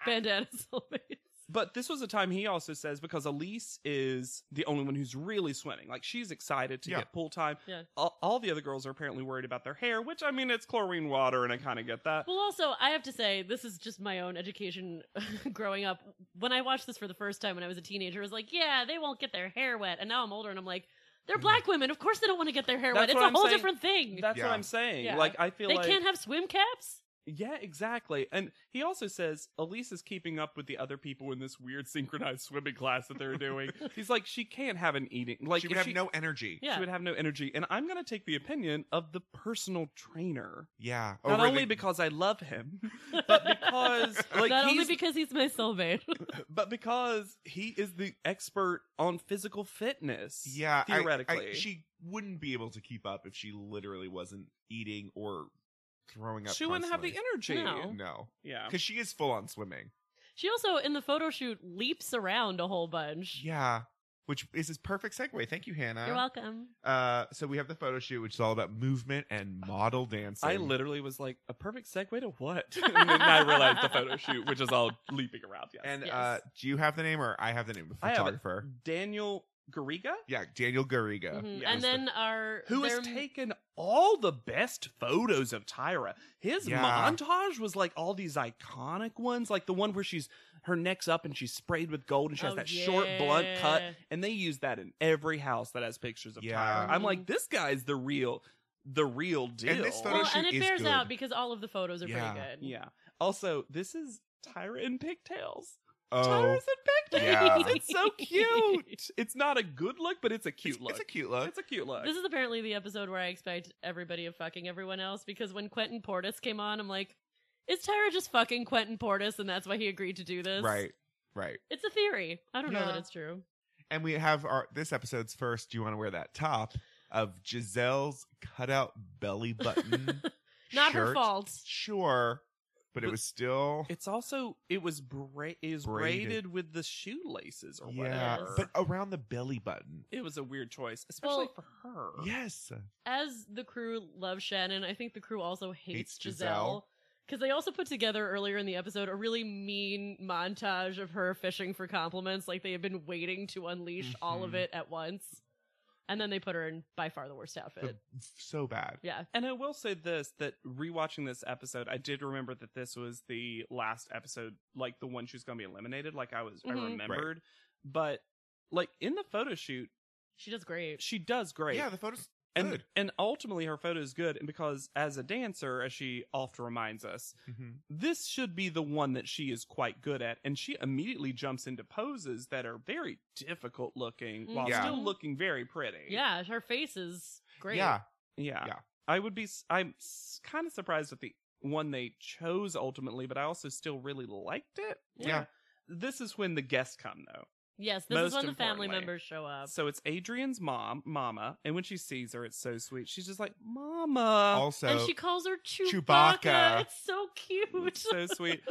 Speaker 3: bandana soulmates.
Speaker 4: But this was a time he also says because Elise is the only one who's really swimming. Like she's excited to
Speaker 5: Yeah.
Speaker 4: get pool time.
Speaker 3: Yeah.
Speaker 4: All, all the other girls are apparently worried about their hair, which I mean, it's chlorine water, and I kind of get that.
Speaker 3: Well, also, I have to say, this is just my own education growing up. When I watched this for the first time when I was a teenager, I was like, yeah, they won't get their hair wet. And now I'm older and I'm like, they're black women. Of course they don't want to get their hair
Speaker 4: That's
Speaker 3: wet. It's
Speaker 4: what
Speaker 3: a
Speaker 4: I'm
Speaker 3: whole
Speaker 4: saying.
Speaker 3: different thing.
Speaker 4: That's
Speaker 5: Yeah.
Speaker 4: what I'm saying.
Speaker 3: Yeah.
Speaker 4: Like I feel
Speaker 3: They
Speaker 4: like
Speaker 3: can't have swim caps?
Speaker 4: yeah, exactly. And he also says Elise is keeping up with the other people in this weird synchronized swimming class that they're doing. He's like she can't have an eating like
Speaker 5: she would
Speaker 4: if
Speaker 5: have no energy.
Speaker 3: Yeah.
Speaker 4: She would have no energy, and I'm gonna take the opinion of the personal trainer.
Speaker 5: Yeah. Oh,
Speaker 3: Oh,
Speaker 4: Not
Speaker 5: Over
Speaker 4: only
Speaker 5: the-
Speaker 4: because I love him, but because like
Speaker 3: Not only
Speaker 4: he's
Speaker 3: because he's my soulmate.
Speaker 4: but because he is the expert on physical fitness.
Speaker 5: yeah, I- I-
Speaker 4: theoretically.
Speaker 5: she wouldn't be able to keep up if she literally wasn't eating or throwing up.
Speaker 4: she wouldn't have the
Speaker 5: constantly.
Speaker 4: energy.
Speaker 3: No. energy.
Speaker 5: No,
Speaker 4: Yeah.
Speaker 5: because she is full on swimming.
Speaker 3: she also, in the photo shoot, leaps around a whole bunch.
Speaker 5: Yeah, which is this perfect segue. Thank you, Hannah.
Speaker 3: You're welcome.
Speaker 5: Uh, so we have the photo shoot, which is all about movement and model dancing.
Speaker 4: I literally was like, a perfect segue to what? and then I realized the photo shoot, which is all leaping around. Yes.
Speaker 5: And
Speaker 3: Yes.
Speaker 5: uh, do you have the name, or I have the name? of the
Speaker 4: I have it.
Speaker 5: Photographer.
Speaker 4: Daniel Garriga,
Speaker 5: Yeah, Daniel Garriga.
Speaker 3: Mhm.
Speaker 4: yeah,
Speaker 3: and
Speaker 5: is the-
Speaker 3: then our
Speaker 4: who has
Speaker 3: their-
Speaker 4: taken all the best photos of Tyra. His
Speaker 5: Yeah.
Speaker 4: montage was like all these iconic ones, like the one where she's her neck's up and she's sprayed with gold and she has
Speaker 3: Oh,
Speaker 4: that short blunt cut
Speaker 3: yeah.
Speaker 4: and they use that in every house that has pictures of
Speaker 5: Yeah.
Speaker 4: Tyra. I'm like,
Speaker 3: Mhm.
Speaker 4: this guy's the real, the real deal.
Speaker 5: And this photo
Speaker 3: Well,
Speaker 5: shoot
Speaker 3: and it
Speaker 5: is
Speaker 3: bears
Speaker 5: good.
Speaker 3: out because all of the photos are
Speaker 5: Yeah.
Speaker 3: pretty good.
Speaker 4: yeah. Also, this is Tyra in pigtails.
Speaker 5: Oh,
Speaker 4: Tyra's in pigtails.
Speaker 5: Yeah.
Speaker 4: It's so cute. It's not a good look, but it's a cute
Speaker 5: it's,
Speaker 4: look.
Speaker 5: it's a cute look.
Speaker 4: It's a cute look.
Speaker 3: This is apparently the episode where I expect everybody of fucking everyone else because when Quentin Portis came on, I'm like, is Tyra just fucking Quentin Portis and that's why he agreed to do this?
Speaker 5: right, right.
Speaker 3: It's a theory. I don't know
Speaker 5: Yeah.
Speaker 3: that it's true.
Speaker 5: And we have our this episode's first. Do you want to wear that top? of Giselle's cutout belly button.
Speaker 4: mm,
Speaker 3: Not her
Speaker 5: shirt.
Speaker 3: fault.
Speaker 5: Sure, but it
Speaker 4: But-
Speaker 5: was still
Speaker 4: It's also it was bra- is braided.
Speaker 5: Braided.
Speaker 4: with the shoelaces or
Speaker 5: yeah,
Speaker 4: whatever.
Speaker 5: but around the belly button.
Speaker 4: it was a weird choice, especially for her.
Speaker 5: Yes,
Speaker 3: As the crew loves Shannon, I think the crew also hates,
Speaker 5: Hates
Speaker 3: Giselle.
Speaker 5: Giselle.
Speaker 3: Because they also put together earlier in the episode a really mean montage of her fishing for compliments, like they have been waiting to unleash all of
Speaker 4: Mhm.
Speaker 3: it at once. And then they put her in by far the worst outfit.
Speaker 5: The- so bad.
Speaker 3: yeah.
Speaker 4: And I will say this that rewatching this episode, I did remember that this was the last episode, like the one she was going to be eliminated. Like I was,
Speaker 3: Mhm.
Speaker 4: I
Speaker 3: Right.
Speaker 4: remembered. But like in the photo shoot,
Speaker 3: She does great.
Speaker 4: she does great.
Speaker 5: Yeah, the photos
Speaker 4: and
Speaker 5: good.
Speaker 4: and ultimately her photo is good. And because as a dancer, as she oft reminds us,
Speaker 5: Mhm.
Speaker 4: this should be the one that she is quite good at. And she immediately jumps into poses that are very difficult looking while
Speaker 5: Yeah.
Speaker 4: still looking very pretty.
Speaker 3: Yeah, her face is great.
Speaker 5: Yeah,
Speaker 4: Yeah.
Speaker 5: Yeah.
Speaker 4: I would be, s- I'm kind of surprised at the one they chose ultimately, but I also still really liked it.
Speaker 5: yeah,
Speaker 4: This is when the guests come though.
Speaker 3: Yes, this is
Speaker 4: Most
Speaker 3: when the family
Speaker 4: importantly.
Speaker 3: members show up.
Speaker 4: So it's Adrian's mom, Mama, and when she sees her, it's so sweet. She's just like, Mama.
Speaker 5: Also,
Speaker 3: Um, and she calls her Chewbacca.
Speaker 5: Chewbacca.
Speaker 3: It's so
Speaker 5: Oh.
Speaker 3: cute.
Speaker 4: so sweet.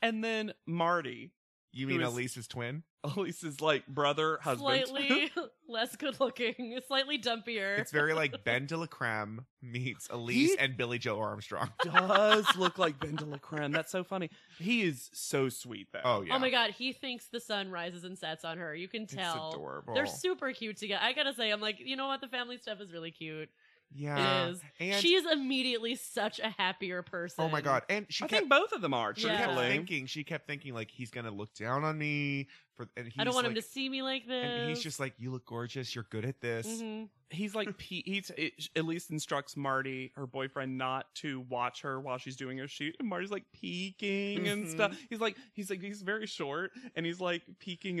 Speaker 4: And then Marty,
Speaker 5: you
Speaker 4: who
Speaker 5: mean
Speaker 4: is-
Speaker 5: Elise's twin?
Speaker 4: Elise's like brother, husband.
Speaker 3: Slightly less good looking, slightly dumpier.
Speaker 5: It's very like Ben de la Creme meets Elise
Speaker 4: He-
Speaker 5: and Billy Joe Armstrong.
Speaker 4: does look like Ben de la Creme. That's so funny. He is so sweet though.
Speaker 5: Oh yeah,
Speaker 3: Oh my god, he thinks the sun rises and sets on her. You can
Speaker 5: it's
Speaker 3: tell.
Speaker 5: adorable.
Speaker 3: They're super cute together. I gotta say, I'm like, you know what? The family stuff is really cute.
Speaker 5: yeah,
Speaker 3: it is.
Speaker 5: and
Speaker 3: she is immediately such a happier person.
Speaker 5: oh my god, and she
Speaker 4: I
Speaker 5: kept
Speaker 4: think both of them are.
Speaker 5: she
Speaker 3: Yeah.
Speaker 4: truthfully.
Speaker 5: kept thinking she kept thinking like he's gonna look down on me for, and he's
Speaker 3: I don't want him
Speaker 5: like-
Speaker 3: to see me like this.
Speaker 5: And he's just like, you look gorgeous. You're good at this.
Speaker 3: Mhm.
Speaker 4: he's like P- he's it, at least instructs Marty, her boyfriend, not to watch her while she's doing her shoot. And Marty's like peeking and
Speaker 3: Mm-hmm.
Speaker 5: Mhm.
Speaker 4: stuff. He's like he's like he's very short, and he's like peeking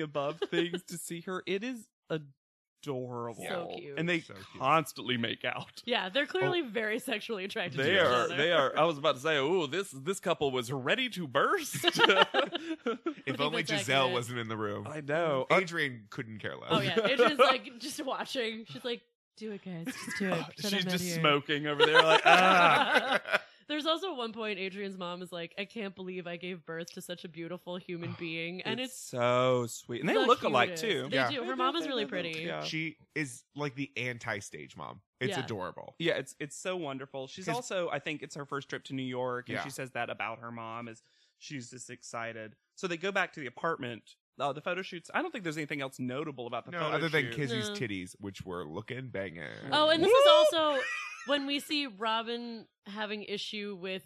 Speaker 4: above things to see her. It is adorable,
Speaker 3: So cute.
Speaker 4: and they
Speaker 5: So cute.
Speaker 4: constantly make out.
Speaker 3: Yeah,
Speaker 5: Oh.
Speaker 3: they're clearly very sexually attracted to
Speaker 4: They
Speaker 3: each
Speaker 4: are
Speaker 3: other.
Speaker 4: they are. I was about to say, oh, this this couple was ready to burst.
Speaker 5: If
Speaker 3: think
Speaker 5: only
Speaker 3: that's
Speaker 5: Giselle
Speaker 3: accurate.
Speaker 5: wasn't in the room.
Speaker 4: I know.
Speaker 5: Adrian couldn't care less.
Speaker 3: Oh yeah, Adrian's like just watching. She's like, "Do it, guys. Just
Speaker 5: Oh,
Speaker 3: do it." Pretend
Speaker 4: She's
Speaker 3: I'm not
Speaker 4: just
Speaker 3: here."
Speaker 4: smoking over there, like ah.
Speaker 3: Oh, There's also one point Adrian's mom is like, "I can't believe I gave birth to such a beautiful human being," and it's,
Speaker 4: so sweet, and they
Speaker 3: the
Speaker 4: look alike
Speaker 3: cutest.
Speaker 4: too.
Speaker 3: They
Speaker 5: Yeah.
Speaker 3: do. Her mom is really pretty.
Speaker 4: Yeah.
Speaker 5: She is like the anti-stage mom. It's
Speaker 3: Yeah.
Speaker 5: adorable.
Speaker 4: Yeah, it's it's so wonderful. She's
Speaker 5: 'Cause-
Speaker 4: also, I think, it's her first trip to New York, and
Speaker 5: Yeah.
Speaker 4: she says that about her mom is she's just excited. So they go back to the apartment. Uh, the photo shoots. I don't think there's anything else notable about the
Speaker 5: no,
Speaker 4: photo
Speaker 5: other than
Speaker 4: shoot.
Speaker 5: Kizzy's
Speaker 3: No.
Speaker 5: titties, which were looking banging.
Speaker 3: Oh, and this
Speaker 4: Woo!
Speaker 3: is also when we see Robin having issue with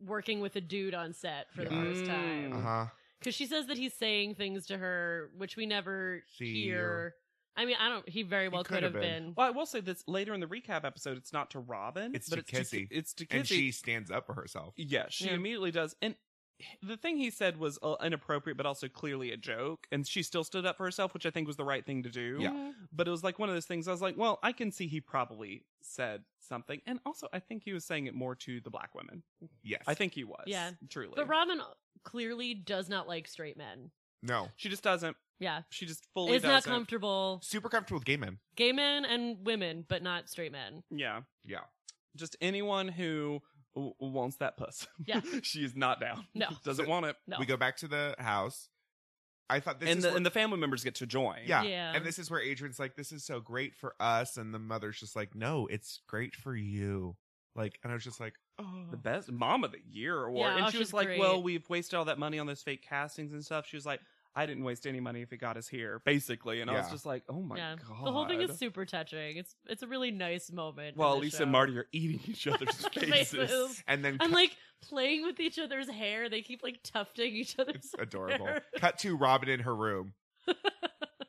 Speaker 3: working with a dude on set for the
Speaker 5: Yeah.
Speaker 3: first time
Speaker 5: uh
Speaker 4: Mm.
Speaker 5: huh.
Speaker 3: because she says that he's saying things to her which we never
Speaker 5: See,
Speaker 3: hear.
Speaker 5: or-
Speaker 3: I mean, I don't. He very
Speaker 5: He
Speaker 3: well
Speaker 5: could
Speaker 3: could have
Speaker 5: have
Speaker 3: been.
Speaker 5: been.
Speaker 4: Well, I will say this later in the recap episode. It's not to Robin.
Speaker 5: It's
Speaker 4: but
Speaker 5: to
Speaker 4: it's Ki-
Speaker 5: Kizzy.
Speaker 4: It's to Kizzy.
Speaker 5: And she stands up for herself.
Speaker 4: Yeah, she
Speaker 3: Yeah.
Speaker 4: immediately does. And the thing he said was uh, inappropriate, but also clearly a joke. And she still stood up for herself, which I think was the right thing to do.
Speaker 5: Yeah.
Speaker 3: Mhm.
Speaker 4: But it was like one of those things I was like, well, I can see he probably said something. And also, I think he was saying it more to the black women.
Speaker 5: Yes.
Speaker 4: I think he was.
Speaker 3: Yeah.
Speaker 4: Truly.
Speaker 3: But Robin clearly does not like straight men.
Speaker 5: No.
Speaker 4: she just doesn't.
Speaker 3: Yeah,
Speaker 4: She just fully
Speaker 3: is not
Speaker 4: doesn't.
Speaker 3: comfortable.
Speaker 5: Super comfortable with gay men.
Speaker 3: Gay men and women, but not straight men.
Speaker 4: yeah.
Speaker 5: Yeah.
Speaker 4: Just anyone who w- wants that puss.
Speaker 3: Yeah.
Speaker 4: she is not down.
Speaker 3: No.
Speaker 4: Doesn't want it.
Speaker 3: No.
Speaker 5: We go back to the house. I thought this
Speaker 4: and
Speaker 5: is
Speaker 4: the
Speaker 5: where-
Speaker 4: and the family members get to join.
Speaker 5: Yeah.
Speaker 3: Yeah.
Speaker 5: And this is where Adrian's like, this is so great for us. And the mother's just like, no, it's great for you. Like, and I was just like, oh.
Speaker 4: The best mom of the year award.
Speaker 3: Yeah,
Speaker 4: and
Speaker 3: oh,
Speaker 4: she was
Speaker 3: she's
Speaker 4: like,
Speaker 3: great.
Speaker 4: Well, we've wasted all that money on those fake castings and stuff. She was like, I didn't waste any money if it got us here, basically. And I was
Speaker 5: Yeah.
Speaker 4: just like, Oh my
Speaker 3: yeah.
Speaker 4: god.
Speaker 3: The whole thing is super touching. It's it's a really nice moment. in
Speaker 4: While
Speaker 3: the
Speaker 4: Lisa
Speaker 3: show.
Speaker 4: and Marty are eating each other's faces.
Speaker 3: Faces.
Speaker 5: And then
Speaker 3: And
Speaker 5: cut-
Speaker 3: like playing with each other's hair. They keep like tufting each other's
Speaker 5: it's adorable.
Speaker 3: hair.
Speaker 5: Cut to Robin in her room.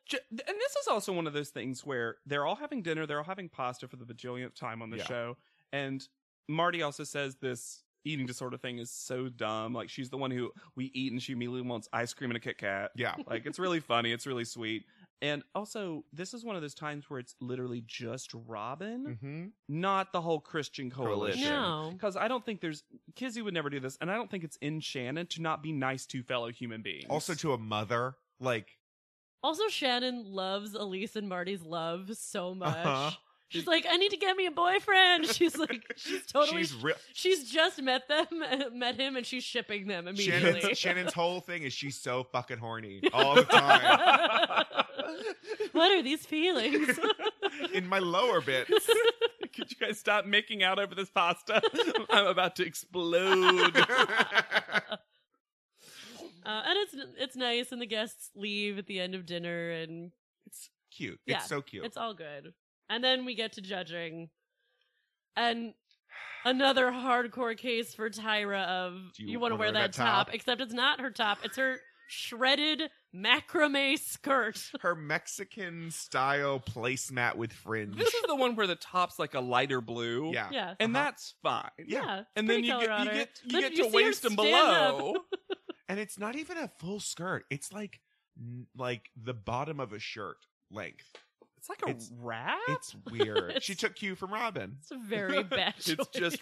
Speaker 4: Ju- And this is also one of those things where they're all having dinner, they're all having pasta for the bajillionth time on the
Speaker 5: Yeah.
Speaker 4: show. And Marty also says this eating disorder thing is so dumb. Like, she's the one who we eat and she immediately wants ice cream and a Kit Kat.
Speaker 5: Yeah.
Speaker 4: Like it's really funny. It's really sweet. And also, this is one of those times where it's literally just Robin,
Speaker 5: Mm-hmm.
Speaker 4: not the whole Christian coalition.
Speaker 5: Coalition.
Speaker 3: No.
Speaker 4: Because I don't think there's Kizzy would never do this, and I don't think it's in Shannon to not be nice to fellow human beings.
Speaker 5: Also to a mother. Like,
Speaker 3: Also, Shannon loves Elise and Marty's love so much.
Speaker 5: Uh-huh.
Speaker 3: She's like, I need to get me a boyfriend. She's like, she's totally.
Speaker 5: She's
Speaker 3: She's,
Speaker 5: real.
Speaker 3: just met them, met him, and she's shipping them immediately.
Speaker 5: Shannon's, Shannon's whole thing is she's so fucking horny all the time.
Speaker 3: what are these feelings?
Speaker 5: In my lower bits.
Speaker 4: Could you guys stop making out over this pasta? I'm about to explode.
Speaker 3: Uh, and it's it's nice, and the guests leave at the end of dinner, and
Speaker 5: It's cute.
Speaker 3: Yeah,
Speaker 5: it's so cute.
Speaker 3: it's all good. And then we get to judging, and another hardcore case for Tyra of
Speaker 5: Do
Speaker 3: you,
Speaker 5: you
Speaker 3: want to
Speaker 5: wanna
Speaker 3: wear that, top? except it's not her top; it's her shredded macrame skirt.
Speaker 5: Her Mexican style placemat with fringe.
Speaker 4: this is the one where the top's like a lighter blue.
Speaker 5: Yeah.
Speaker 3: Yeah,
Speaker 4: And
Speaker 5: Uh-huh.
Speaker 4: that's fine.
Speaker 5: yeah.
Speaker 3: it's
Speaker 4: And then
Speaker 3: pretty
Speaker 4: you get, you
Speaker 3: Colorado.
Speaker 4: get you
Speaker 3: But
Speaker 4: get
Speaker 3: you
Speaker 4: to
Speaker 3: see her
Speaker 4: waist and
Speaker 3: stand up.
Speaker 4: below.
Speaker 5: And it's not even a full skirt. It's like n- like the bottom of a shirt length.
Speaker 4: It's like a
Speaker 5: It's-
Speaker 4: wrap.
Speaker 5: It's weird.
Speaker 3: It's-
Speaker 5: she took cue from Robin.
Speaker 3: It's a very bad.
Speaker 4: It's just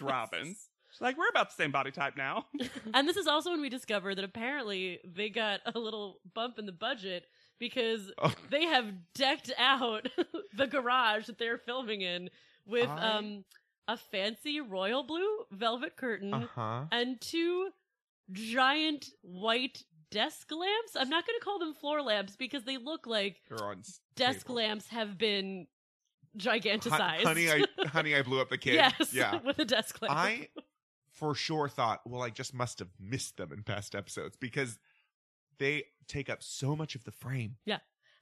Speaker 3: choice.
Speaker 4: Robin's. Like we're about the same body type now.
Speaker 3: And this is also when we discover that apparently they got a little bump in the budget because
Speaker 5: Oh.
Speaker 3: they have decked out the garage that they're filming in with
Speaker 5: I-
Speaker 3: um a fancy royal blue velvet curtain
Speaker 4: Mm-hmm.
Speaker 5: Uh huh.
Speaker 3: and two giant white desk lamps. I'm not going to call them floor lamps because they look like
Speaker 5: They're on s-
Speaker 3: desk
Speaker 5: table.
Speaker 3: lamps have been
Speaker 5: Hon-
Speaker 3: giganticized.
Speaker 5: honey, I honey, I blew up the kid.
Speaker 3: yes,
Speaker 5: Yeah.
Speaker 3: with a desk lamp.
Speaker 5: I for sure thought, well, I just must have missed them in past episodes because they take up so much of the frame.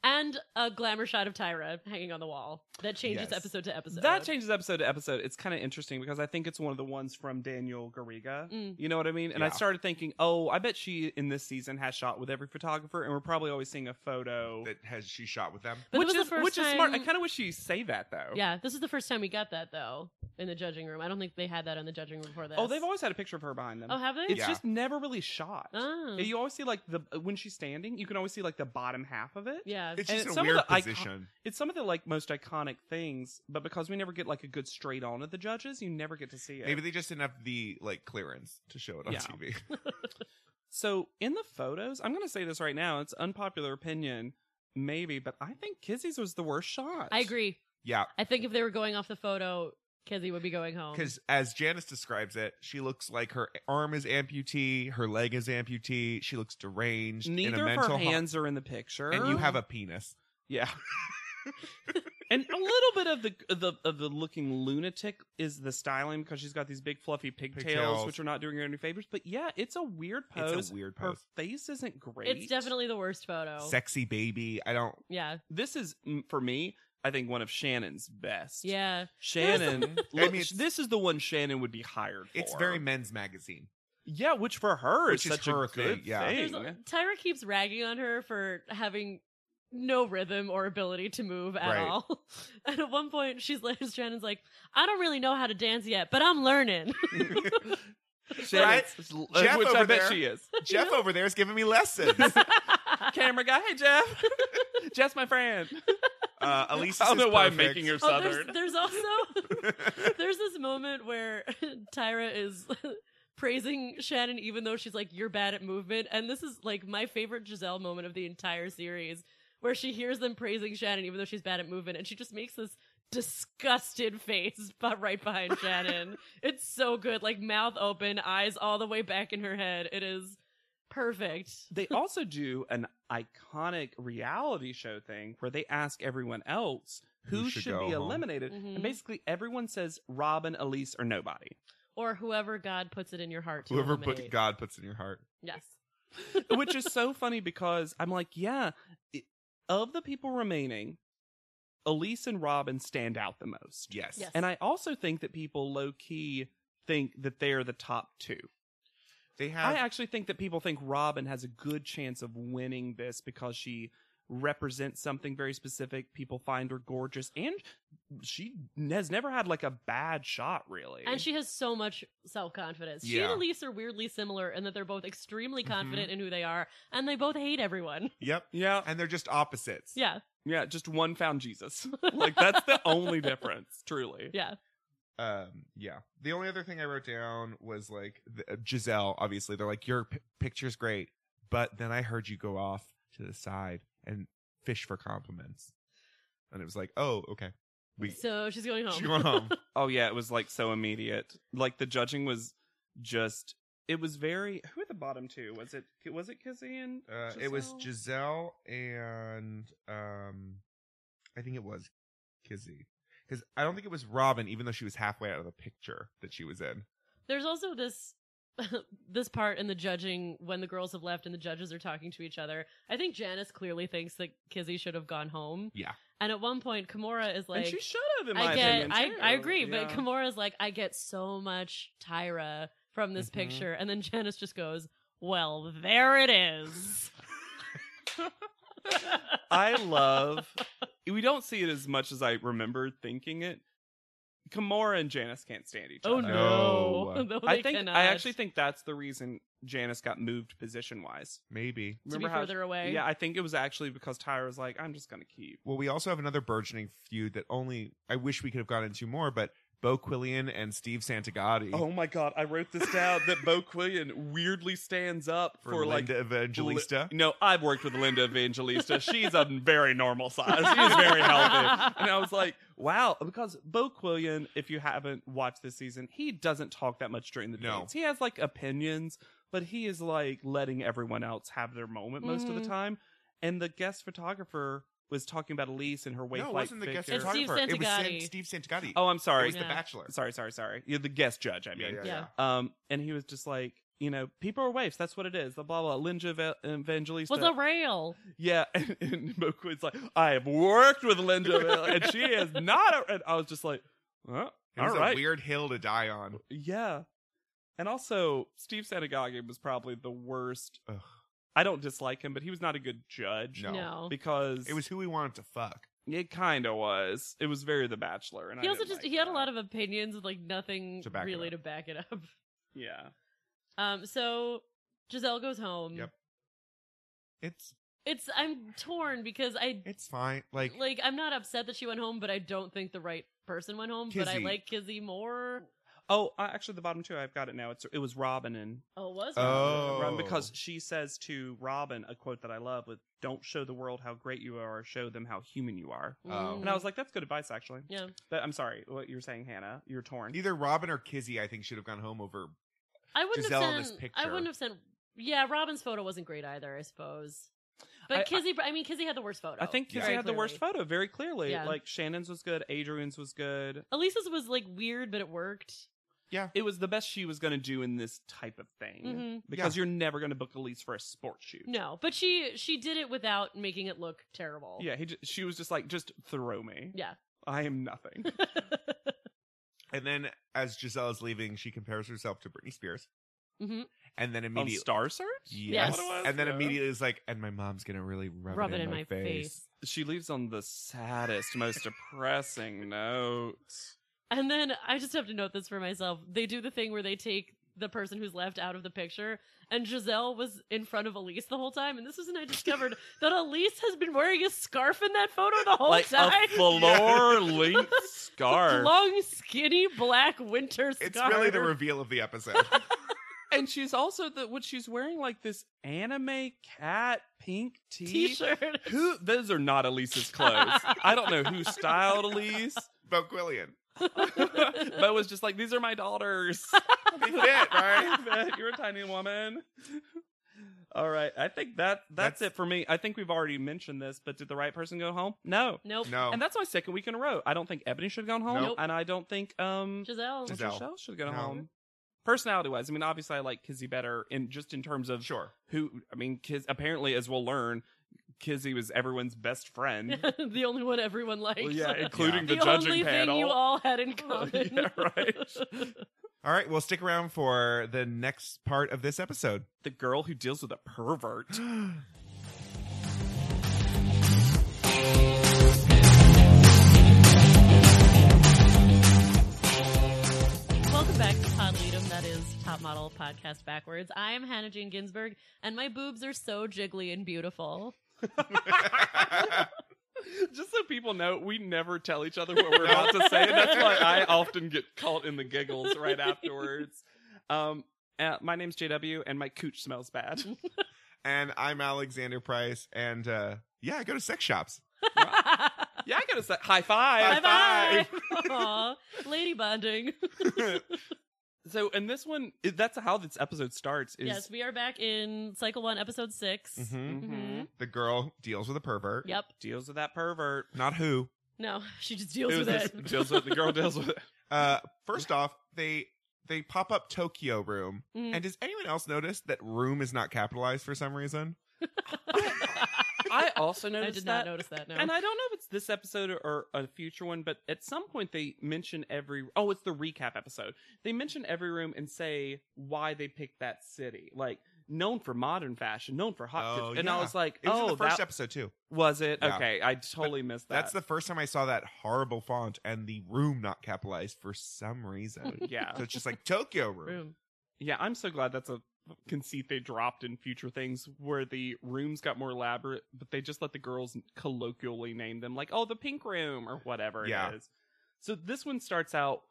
Speaker 3: and a glamour shot of Tyra hanging on the wall that changes
Speaker 5: Yes.
Speaker 3: episode to episode.
Speaker 4: That changes episode to episode. It's kind of interesting because I think it's one of the ones from Daniel Garriga.
Speaker 3: Mm.
Speaker 4: You know what I mean? And I
Speaker 5: Yeah.
Speaker 4: started thinking, oh, I bet she in this season has shot with every photographer, and we're probably always seeing a photo.
Speaker 5: That has she shot with them?
Speaker 3: But it
Speaker 4: which
Speaker 3: was the
Speaker 4: is
Speaker 3: first
Speaker 4: which is smart. I
Speaker 3: time-
Speaker 4: kind of wish she say that though.
Speaker 3: Yeah, this is the first time we got that though in the judging room. I don't think they had that in the judging room before this.
Speaker 4: Oh, they've always had a picture of her behind them.
Speaker 3: Oh, have they?
Speaker 4: It's
Speaker 5: Yeah.
Speaker 4: just never really shot.
Speaker 3: Oh.
Speaker 4: You always see like the when she's standing, you can always see like the bottom half of it.
Speaker 3: yeah.
Speaker 5: It's
Speaker 4: And
Speaker 5: just a
Speaker 4: some of
Speaker 5: weird
Speaker 4: the icon-
Speaker 5: position.
Speaker 4: It's some of the like most iconic things, but because we never get like a good straight on of the judges, you never get to see it.
Speaker 5: Maybe they just didn't have the like clearance to show it on
Speaker 4: Yeah.
Speaker 5: TV.
Speaker 4: So in the photos, I'm gonna say this right now. It's unpopular opinion, maybe, but I think Kizzy's was the worst shot.
Speaker 3: I agree.
Speaker 5: yeah,
Speaker 3: I think if they were going off the photo, Kizzy would be going
Speaker 4: Um,
Speaker 3: home.
Speaker 5: because as Janice describes it, she looks like her arm is amputee, her leg is amputee. She looks deranged. in a
Speaker 4: Neither of
Speaker 5: mental
Speaker 4: her
Speaker 5: ho-
Speaker 4: hands are in the picture,
Speaker 5: and you have a penis.
Speaker 4: yeah. and a little bit of the of the of the looking lunatic is the styling because she's got these big fluffy pigtails,
Speaker 5: Pigtails.
Speaker 4: which are not doing her any favors. But yeah, it's a weird pose.
Speaker 5: It's a weird
Speaker 4: Her
Speaker 5: pose.
Speaker 4: face isn't great.
Speaker 3: It's definitely the worst photo.
Speaker 5: Sexy baby. I don't.
Speaker 3: yeah,
Speaker 4: this is mm, for me. I think one of Shannon's best.
Speaker 3: yeah.
Speaker 4: Shannon.
Speaker 5: I
Speaker 4: look,
Speaker 5: mean, it's-
Speaker 4: this is the one Shannon would be hired for.
Speaker 5: It's very men's magazine.
Speaker 4: Yeah, which for her
Speaker 5: Which
Speaker 4: is
Speaker 5: is
Speaker 4: such
Speaker 5: her
Speaker 4: a good
Speaker 5: thing, yeah.
Speaker 4: thing.
Speaker 3: There's, Tyra keeps ragging on her for having no rhythm or ability to move at
Speaker 5: Right.
Speaker 3: all. And at one point, she's like, Shannon's like, "I don't really know how to dance yet, but I'm learning."
Speaker 4: Shannon's- uh,
Speaker 5: Jeff
Speaker 4: which I
Speaker 5: over
Speaker 4: bet
Speaker 5: there.
Speaker 4: she is.
Speaker 5: Jeff over there is giving me lessons.
Speaker 4: Camera guy, hey Jeff. Jeff's my friend.
Speaker 5: uh, Elise.
Speaker 4: I don't
Speaker 5: is
Speaker 4: know why I'm
Speaker 5: perfect.
Speaker 4: making her
Speaker 3: Oh,
Speaker 4: southern.
Speaker 3: there's, there's also there's this moment where Tyra is praising Shannon, even though she's like, "You're bad at movement," and this is like my favorite Giselle moment of the entire series, where she hears them praising Shannon, even though she's bad at movement, and she just makes this disgusted face, but right behind Shannon. It's so good, like mouth open, eyes all the way back in her head. It is perfect.
Speaker 4: they also do an iconic reality show thing where they ask everyone else who, should,
Speaker 5: go
Speaker 4: be
Speaker 5: home?
Speaker 4: eliminated.
Speaker 3: Mhm.
Speaker 4: And basically everyone says Robin, Elise, or nobody.
Speaker 3: Or whoever God puts it in your heart. To
Speaker 5: Whoever
Speaker 3: eliminate.
Speaker 5: put God puts in your heart.
Speaker 3: Yes.
Speaker 4: Which is so funny because I'm like, yeah, it, of the people remaining, Elise and Robin stand out the most.
Speaker 5: Yes.
Speaker 3: Yes.
Speaker 4: And I also think that people low key think that they're the top two.
Speaker 5: They have.
Speaker 4: I actually think that people think Robin has a good chance of winning this because she represents something very specific. People find her gorgeous, and she has never had like a bad shot, really.
Speaker 3: And she has so much self confidence. She and
Speaker 5: Yeah.
Speaker 3: Elise are weirdly similar in that they're both extremely confident in who they are and they both hate everyone.
Speaker 5: yep.
Speaker 4: yeah,
Speaker 5: And they're just opposites.
Speaker 3: Yeah,
Speaker 4: yeah, just one found Jesus. like that's the only difference, truly.
Speaker 3: yeah.
Speaker 5: um yeah the only other thing i wrote down was like the, uh, giselle obviously they're like your p- picture's great but then i heard you go off to the side and fish for compliments and it was like oh okay We
Speaker 3: So she's going home.
Speaker 5: she going home.
Speaker 4: Oh yeah, it was like so immediate. Like the judging was just it was very who at the bottom two? Was it was it Kizzy and
Speaker 5: Uh, it was Giselle
Speaker 4: Giselle?
Speaker 5: and um, I think it was Kizzy because I don't think it was Robin, even though she was halfway out of the picture that she was in.
Speaker 3: There's also this this part in the judging when the girls have left and the judges are talking to each other. I think Janice clearly thinks that Kizzy should have gone home.
Speaker 5: Yeah.
Speaker 3: And at one point, Kimura is like,
Speaker 4: and she should have in my
Speaker 3: I get,
Speaker 4: opinion.
Speaker 3: I,
Speaker 4: too.
Speaker 3: I agree, but
Speaker 4: Yeah.
Speaker 3: Kimura's like, I get so much Tyra from this
Speaker 4: Mhm.
Speaker 5: Mm-hmm.
Speaker 3: picture, and then Janice just goes, "Well, there it is."
Speaker 4: I love we don't see it as much as I remember thinking it. Kimora and Janice can't stand each
Speaker 3: oh
Speaker 4: other.
Speaker 3: no!
Speaker 5: No.
Speaker 3: No,
Speaker 4: I
Speaker 3: they
Speaker 4: think
Speaker 3: cannot.
Speaker 4: I actually think that's the reason Janice got moved position wise.
Speaker 5: Maybe.
Speaker 3: to be further away.
Speaker 4: Yeah, I think it was actually because Tyra was like, I'm just gonna keep.
Speaker 5: Well, we also have another burgeoning feud that only I wish we could have gotten into more, but Bo Quillian and Steve Santagati
Speaker 4: Oh my god, I wrote this down that Bo Quillian weirdly stands up for,
Speaker 5: for,
Speaker 4: like
Speaker 5: Linda Evangelista.
Speaker 4: No, I've worked with Linda Evangelista. She's a very normal size. She's very healthy. And I was like, wow, because Bo Quillian, if you haven't watched this season, he doesn't talk that much during the
Speaker 5: No.
Speaker 4: debates. He has like opinions, but he is like letting everyone else have their moment most of
Speaker 3: Mhm.
Speaker 4: the time. And the guest photographer was talking about Elise and her weight.
Speaker 5: no, it
Speaker 4: like
Speaker 5: wasn't the guest
Speaker 4: figure.
Speaker 3: photographer. Steve
Speaker 5: photographer. It was San-
Speaker 3: Santagati.
Speaker 5: Steve Santagati.
Speaker 4: Oh, I'm
Speaker 5: it
Speaker 4: sorry.
Speaker 5: was The
Speaker 3: Yeah.
Speaker 5: Bachelor.
Speaker 4: Sorry, sorry, sorry. You're the guest judge, I mean.
Speaker 5: yeah, yeah,
Speaker 3: Yeah.
Speaker 5: yeah.
Speaker 4: Um, and he was just like, you know, people are waifs. That's what it is. The blah blah. Linda Eva- Evangelista
Speaker 3: was a rail.
Speaker 4: yeah, and, and Mo Quinn's like, I have worked with Linda, Miller, and she is not. A, and I was just like, well,
Speaker 5: It was
Speaker 4: all right,
Speaker 5: a weird hill to die on.
Speaker 4: yeah. And also, Steve Sanagagi was probably the worst.
Speaker 5: Ugh.
Speaker 4: I don't dislike him, but he was not a good judge
Speaker 5: No.
Speaker 3: No.
Speaker 4: because
Speaker 5: It was who we wanted to fuck.
Speaker 4: It kind of was. It was very The Bachelor, and
Speaker 3: He
Speaker 4: I
Speaker 3: also
Speaker 4: didn't
Speaker 3: just
Speaker 4: like
Speaker 3: he had a
Speaker 4: that.
Speaker 3: lot of opinions with like nothing
Speaker 5: To back it
Speaker 3: really
Speaker 5: up.
Speaker 3: to back it up.
Speaker 4: yeah.
Speaker 3: Um, so Giselle goes home.
Speaker 5: Yep. It's
Speaker 3: It's I'm torn because I
Speaker 5: it's fine. Like,
Speaker 3: like, I'm not upset that she went home, but I don't think the right person went home. But I
Speaker 5: Kizzy.
Speaker 3: like Kizzy more.
Speaker 4: Oh, I, actually, the bottom two, I've got it now. It's it was Robin and
Speaker 3: Oh, was it?
Speaker 5: oh,
Speaker 4: Robin, because she says to Robin a quote that I love: "With don't show the world how great you are, show them how human you are."
Speaker 3: Mm.
Speaker 5: Oh.
Speaker 4: And I was like, that's good advice, actually.
Speaker 3: Yeah.
Speaker 4: But I'm sorry, what you're saying, Hannah. You're torn.
Speaker 5: Either Robin or Kizzy, I think, should have gone home over.
Speaker 3: I wouldn't
Speaker 5: Giselle
Speaker 3: have
Speaker 5: in
Speaker 3: sent.
Speaker 5: this
Speaker 3: I
Speaker 5: picture.
Speaker 3: wouldn't have sent. Yeah, Robin's photo wasn't great either, I suppose. But
Speaker 4: I-
Speaker 3: Kizzy, I, mean, Kizzy had the worst photo.
Speaker 4: I think Kizzy
Speaker 3: very
Speaker 4: had the worst
Speaker 3: clearly.
Speaker 4: photo, very clearly.
Speaker 3: Yeah.
Speaker 4: Like Shannon's was good, Adrian's was good.
Speaker 3: Elisa's was like weird, but it worked.
Speaker 4: It was the best she was gonna do in this type of
Speaker 3: Mhm.
Speaker 4: thing. Because you're never gonna book Elise for a sports shoot.
Speaker 3: No, but she she did it without making it look terrible.
Speaker 4: Yeah, he j- she was just like, just throw me.
Speaker 3: Yeah.
Speaker 4: I am nothing.
Speaker 5: And then, as Giselle is leaving, she compares herself to Britney Spears.
Speaker 3: Mhm.
Speaker 5: And then
Speaker 4: On
Speaker 5: immediately,
Speaker 4: Star Search?
Speaker 3: Yes.
Speaker 5: yes.
Speaker 3: Is that what it was?
Speaker 5: And then
Speaker 4: Yeah.
Speaker 5: immediately is like, and my mom's gonna really rub, it in, my, face.
Speaker 4: She leaves on the saddest, most depressing note.
Speaker 3: And then I just have to note this for myself. They do the thing where they take the person who's left out of the picture, and Giselle was in front of Elise the whole time. And this is when I discovered that Elise has been wearing a scarf in that photo the whole
Speaker 4: like
Speaker 3: time.
Speaker 4: a velour length scarf.
Speaker 3: Long, skinny, black winter scarf.
Speaker 5: It's really the reveal of the episode.
Speaker 4: And she's also the what she's wearing like this anime cat pink tee.
Speaker 3: t-shirt.
Speaker 4: Who those are not Elise's clothes. I don't know who styled Elise.
Speaker 5: Bo Quillian.
Speaker 4: Bo was just like, these are my daughters.
Speaker 5: They fit, right?
Speaker 4: But You're a tiny woman. All right. I think that that's,
Speaker 5: That's-
Speaker 4: it for me. I think we've already mentioned this, but did the right person go home? No.
Speaker 3: Nope.
Speaker 5: No.
Speaker 4: And that's my second week in a row. I don't think Ebony should have gone home.
Speaker 3: Nope.
Speaker 4: And I don't think um
Speaker 3: Giselle.
Speaker 5: Giselle.
Speaker 4: Michelle should have gone
Speaker 5: No.
Speaker 4: home. Personality wise, I mean, obviously, I like Kizzy better, in just in terms of
Speaker 5: sure.
Speaker 4: who I mean, Kiz apparently, as we'll learn, Kizzy was everyone's best friend.
Speaker 3: the only one everyone likes.
Speaker 4: Well, yeah, including
Speaker 3: the,
Speaker 4: the, judging
Speaker 3: only
Speaker 4: panel.
Speaker 3: thing you all had in common.
Speaker 4: yeah, right.
Speaker 5: All right. Well, stick around for the next part of this episode.
Speaker 4: the girl who deals with a pervert.
Speaker 3: Welcome back to Podleadum, that is Top Model Podcast Backwards. I am Hannah Jane Ginsburg, and my boobs are so jiggly and beautiful.
Speaker 4: Just so people know, we never tell each other what we're about to say. That's why I often get caught in the giggles right afterwards. Um, uh, my name's JW, and my cooch smells bad.
Speaker 5: and I'm Alexander Price. And uh, yeah, go to sex shops.
Speaker 4: Yeah, I gotta say high five.
Speaker 3: Bye bye. Aw, lady bonding.
Speaker 4: So, and this one, i- that's how this episode starts. Is
Speaker 3: yes, we are back in cycle one, episode 6
Speaker 4: Mm-hmm.
Speaker 5: Mhm.
Speaker 3: Mhm.
Speaker 5: The girl deals with a pervert.
Speaker 3: Yep.
Speaker 4: deals with that pervert.
Speaker 5: Not who.
Speaker 3: No, she just deals with
Speaker 4: this-
Speaker 3: it.
Speaker 4: deals with the girl deals with it.
Speaker 5: Uh, first off, they they pop up Tokyo Room.
Speaker 3: Mm.
Speaker 5: And does anyone else notice that room is not capitalized for some reason?
Speaker 4: I also
Speaker 3: I
Speaker 4: noticed
Speaker 3: did
Speaker 4: that.
Speaker 3: not notice that. No.
Speaker 4: And I don't know if it's this episode or- or a future one, but at some point they mention every. Oh, it's the recap episode. They mention every room and say why they picked that city. Like known for modern fashion, known for hot.
Speaker 5: Oh,
Speaker 4: kitchen. and
Speaker 5: yeah.
Speaker 4: I was like,
Speaker 5: It was
Speaker 4: oh,
Speaker 5: in the first
Speaker 4: that
Speaker 5: episode too.
Speaker 4: was it.
Speaker 5: Yeah.
Speaker 4: Okay, I totally missed that.
Speaker 5: That's the first time I saw that horrible font and the room not capitalized for some reason.
Speaker 4: yeah,
Speaker 5: so it's just like Tokyo Room.
Speaker 3: Room.
Speaker 4: yeah. I'm so glad that's a conceit they dropped in future things where the rooms got more elaborate, but they just let the girls colloquially name them like, oh, the pink room or whatever
Speaker 5: Yeah.
Speaker 4: it is. So this one starts out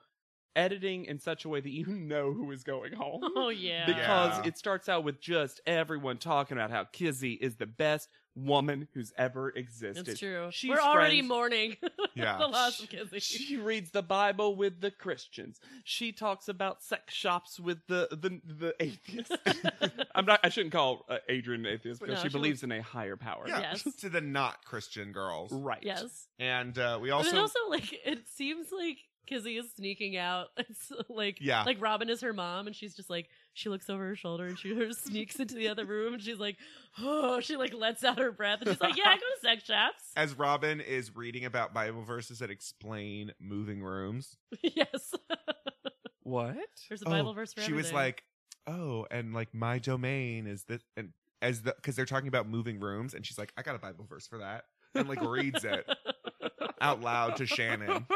Speaker 4: editing in such a way that you know who is going home.
Speaker 3: Oh yeah.
Speaker 4: Because
Speaker 5: Yeah.
Speaker 4: it starts out with just everyone talking about how Kizzy is the best woman who's ever existed.
Speaker 3: It's true.
Speaker 4: She's
Speaker 3: We're already
Speaker 4: friends-
Speaker 3: mourning
Speaker 5: Yeah.
Speaker 3: the loss of Kizzy.
Speaker 4: She reads the Bible with the Christians. She talks about sex shops with the the, the atheists. I'm not. I shouldn't call uh, Adrian an atheist because
Speaker 3: No,
Speaker 4: she
Speaker 3: she
Speaker 4: believes in a higher power.
Speaker 5: Yeah,
Speaker 3: Yes.
Speaker 5: to the not Christian girls.
Speaker 4: Right.
Speaker 3: yes.
Speaker 5: And uh, we
Speaker 3: But
Speaker 5: also,
Speaker 3: then also like it seems like Kizzy is sneaking out. It's like
Speaker 5: Yeah.
Speaker 3: like Robin is her mom and she's just like she looks over her shoulder and she just sneaks into the other room and she's like, Oh she like lets out her breath and she's like, Yeah, I go to sex shops.
Speaker 5: as Robin is reading about Bible verses that explain moving rooms,
Speaker 3: yes.
Speaker 4: What?
Speaker 3: There's a Bible
Speaker 5: Oh,
Speaker 3: verse for
Speaker 5: She was
Speaker 3: everything.
Speaker 5: like, "Oh, and like my domain is this," and as the because they're talking about moving rooms, and she's like, "I got a Bible verse for that," and like reads it out loud to Shannon.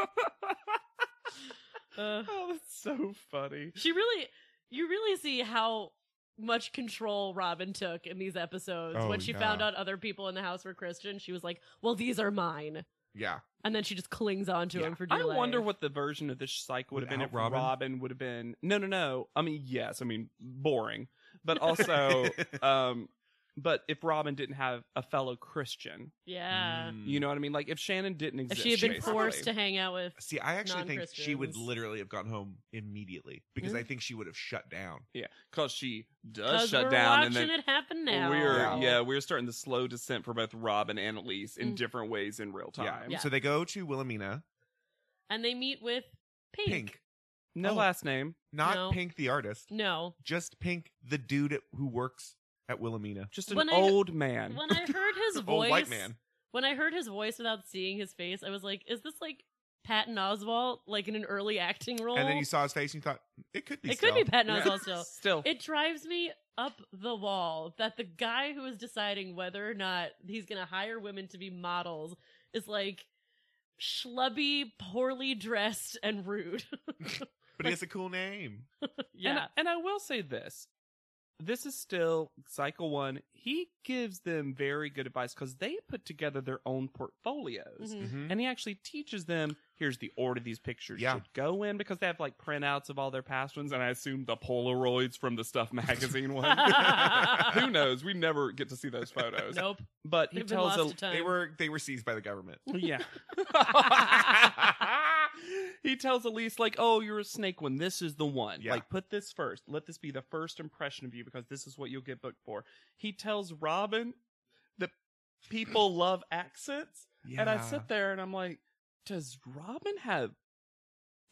Speaker 3: Uh,
Speaker 4: Oh, that's so funny.
Speaker 3: she really you really see how much control Robin took in these episodes.
Speaker 5: Oh,
Speaker 3: when she found
Speaker 5: yeah.
Speaker 3: out other people in the house were Christian, she was like, Well, these are mine.
Speaker 5: Yeah,
Speaker 3: And then she just clings on to him for dear
Speaker 4: I wonder
Speaker 3: life.
Speaker 4: what the version of this cycle would have been
Speaker 5: Without
Speaker 4: if
Speaker 5: Robin?
Speaker 4: Robin? would have been. No, no, no. I mean, yes. I mean, boring, but also, um, but if Robin didn't have a fellow Christian,
Speaker 3: Yeah.
Speaker 5: Mm.
Speaker 4: you know what I mean? Like if Shannon didn't
Speaker 3: If
Speaker 4: exist,
Speaker 3: she had been
Speaker 4: basically.
Speaker 3: forced to hang out with
Speaker 5: See, I actually think she would
Speaker 3: Non-Christians.
Speaker 5: literally have gone home immediately because I
Speaker 3: Yeah.
Speaker 5: think she would have shut down.
Speaker 4: Yeah, because she does
Speaker 3: because we're
Speaker 4: shut down, and
Speaker 3: watching
Speaker 4: then
Speaker 3: it happen now.
Speaker 4: we're
Speaker 5: Yeah.
Speaker 4: yeah we're starting the slow descent for both Rob and Annalise in
Speaker 3: Mm.
Speaker 4: different ways in real
Speaker 5: Yeah.
Speaker 4: time.
Speaker 3: Yeah.
Speaker 5: So they go to Wilhelmina.
Speaker 3: And they meet with Pink.
Speaker 5: Pink,
Speaker 4: No
Speaker 5: Oh.
Speaker 4: last name,
Speaker 5: not
Speaker 3: No.
Speaker 5: Pink the artist,
Speaker 3: No.
Speaker 5: just Pink the dude at, who works at Wilhelmina.
Speaker 4: just an
Speaker 3: When I-
Speaker 4: old man.
Speaker 3: When I heard his
Speaker 5: Old
Speaker 3: voice
Speaker 5: white man.
Speaker 3: when I heard his voice without seeing his face, I was like, is this like Patton Oswalt, like in an early acting role?
Speaker 5: And then you saw his face and you thought it could be.
Speaker 3: it could be
Speaker 5: stealth."
Speaker 3: Patton Oswalt still.
Speaker 4: Still,
Speaker 3: It drives me up the wall that the guy who is deciding whether or not he's going to hire women to be models is like schlubby, poorly dressed, and rude.
Speaker 5: but he has a cool name.
Speaker 4: And-
Speaker 3: yeah.
Speaker 4: And, I will say this. This is still cycle one. He gives them very good advice because they put together their own portfolios.
Speaker 3: Mhm.
Speaker 5: Mhm.
Speaker 4: And he actually teaches them here's the order these pictures
Speaker 5: Yeah.
Speaker 4: should go in because they have like printouts of all their past ones. And I assume the Polaroids from the Stuff magazine one. Who knows? We never get to see those photos.
Speaker 3: Nope.
Speaker 4: But he
Speaker 3: They've been
Speaker 4: tells
Speaker 3: lost
Speaker 4: a,
Speaker 3: to time.
Speaker 5: They were they were seized by the government.
Speaker 4: yeah. he tells Elise, like, oh, you're a snake when this is the one.
Speaker 5: Yeah.
Speaker 4: Like, put this first. Let this be the first impression of you because this is what you'll get booked for. He tells Robin that people love accents. And I sit there and I'm like, does Robin have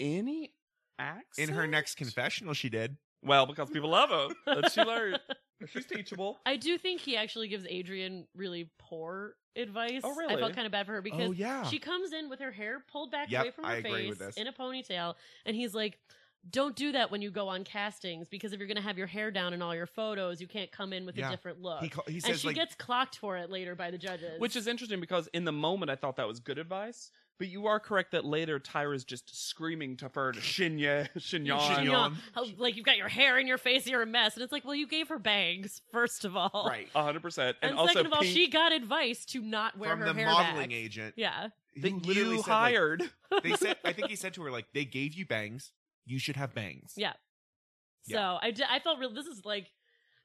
Speaker 4: any accent?
Speaker 5: in her next confessional, she did.
Speaker 4: Well, because people love him. But she learned. She's teachable.
Speaker 3: I do think he actually gives Adrian really poor advice.
Speaker 4: Oh,
Speaker 3: I
Speaker 4: really?
Speaker 3: felt kind of bad for her because
Speaker 5: oh yeah,
Speaker 3: she comes in with her hair pulled back
Speaker 5: Yep,
Speaker 3: away from her
Speaker 5: I agree
Speaker 3: face
Speaker 5: with this.
Speaker 3: in a ponytail, and he's like, "Don't do that when you go on castings because if you're going to have your hair down in all your photos, you can't come in with
Speaker 5: Yeah.
Speaker 3: a different look."
Speaker 5: he, call, he
Speaker 3: and
Speaker 5: says
Speaker 3: she
Speaker 5: like
Speaker 3: gets clocked for it later by the judges,
Speaker 4: Which is interesting because in the moment I thought that was good advice, but you are correct that later Tyra's just screaming to her to Shinya, Shinyan.
Speaker 5: Shinyan.
Speaker 3: Yeah, how- like you've got your hair in your face, you're a mess, and it's like, well, you gave her bangs first of all,
Speaker 5: right
Speaker 4: 100%. And,
Speaker 3: And,
Speaker 4: also
Speaker 3: second of all,
Speaker 4: Pink,
Speaker 3: she got advice to not wear
Speaker 5: from
Speaker 3: her
Speaker 5: the
Speaker 3: hair
Speaker 5: modeling
Speaker 3: back.
Speaker 5: agent.
Speaker 3: Yeah,
Speaker 5: who
Speaker 4: that
Speaker 5: literally
Speaker 4: you
Speaker 5: said, like,
Speaker 4: hired.
Speaker 5: they said I think he said to her like they gave you bangs. You should have bangs.
Speaker 3: Yeah. So
Speaker 5: Yeah.
Speaker 3: I, d- I felt real. This is like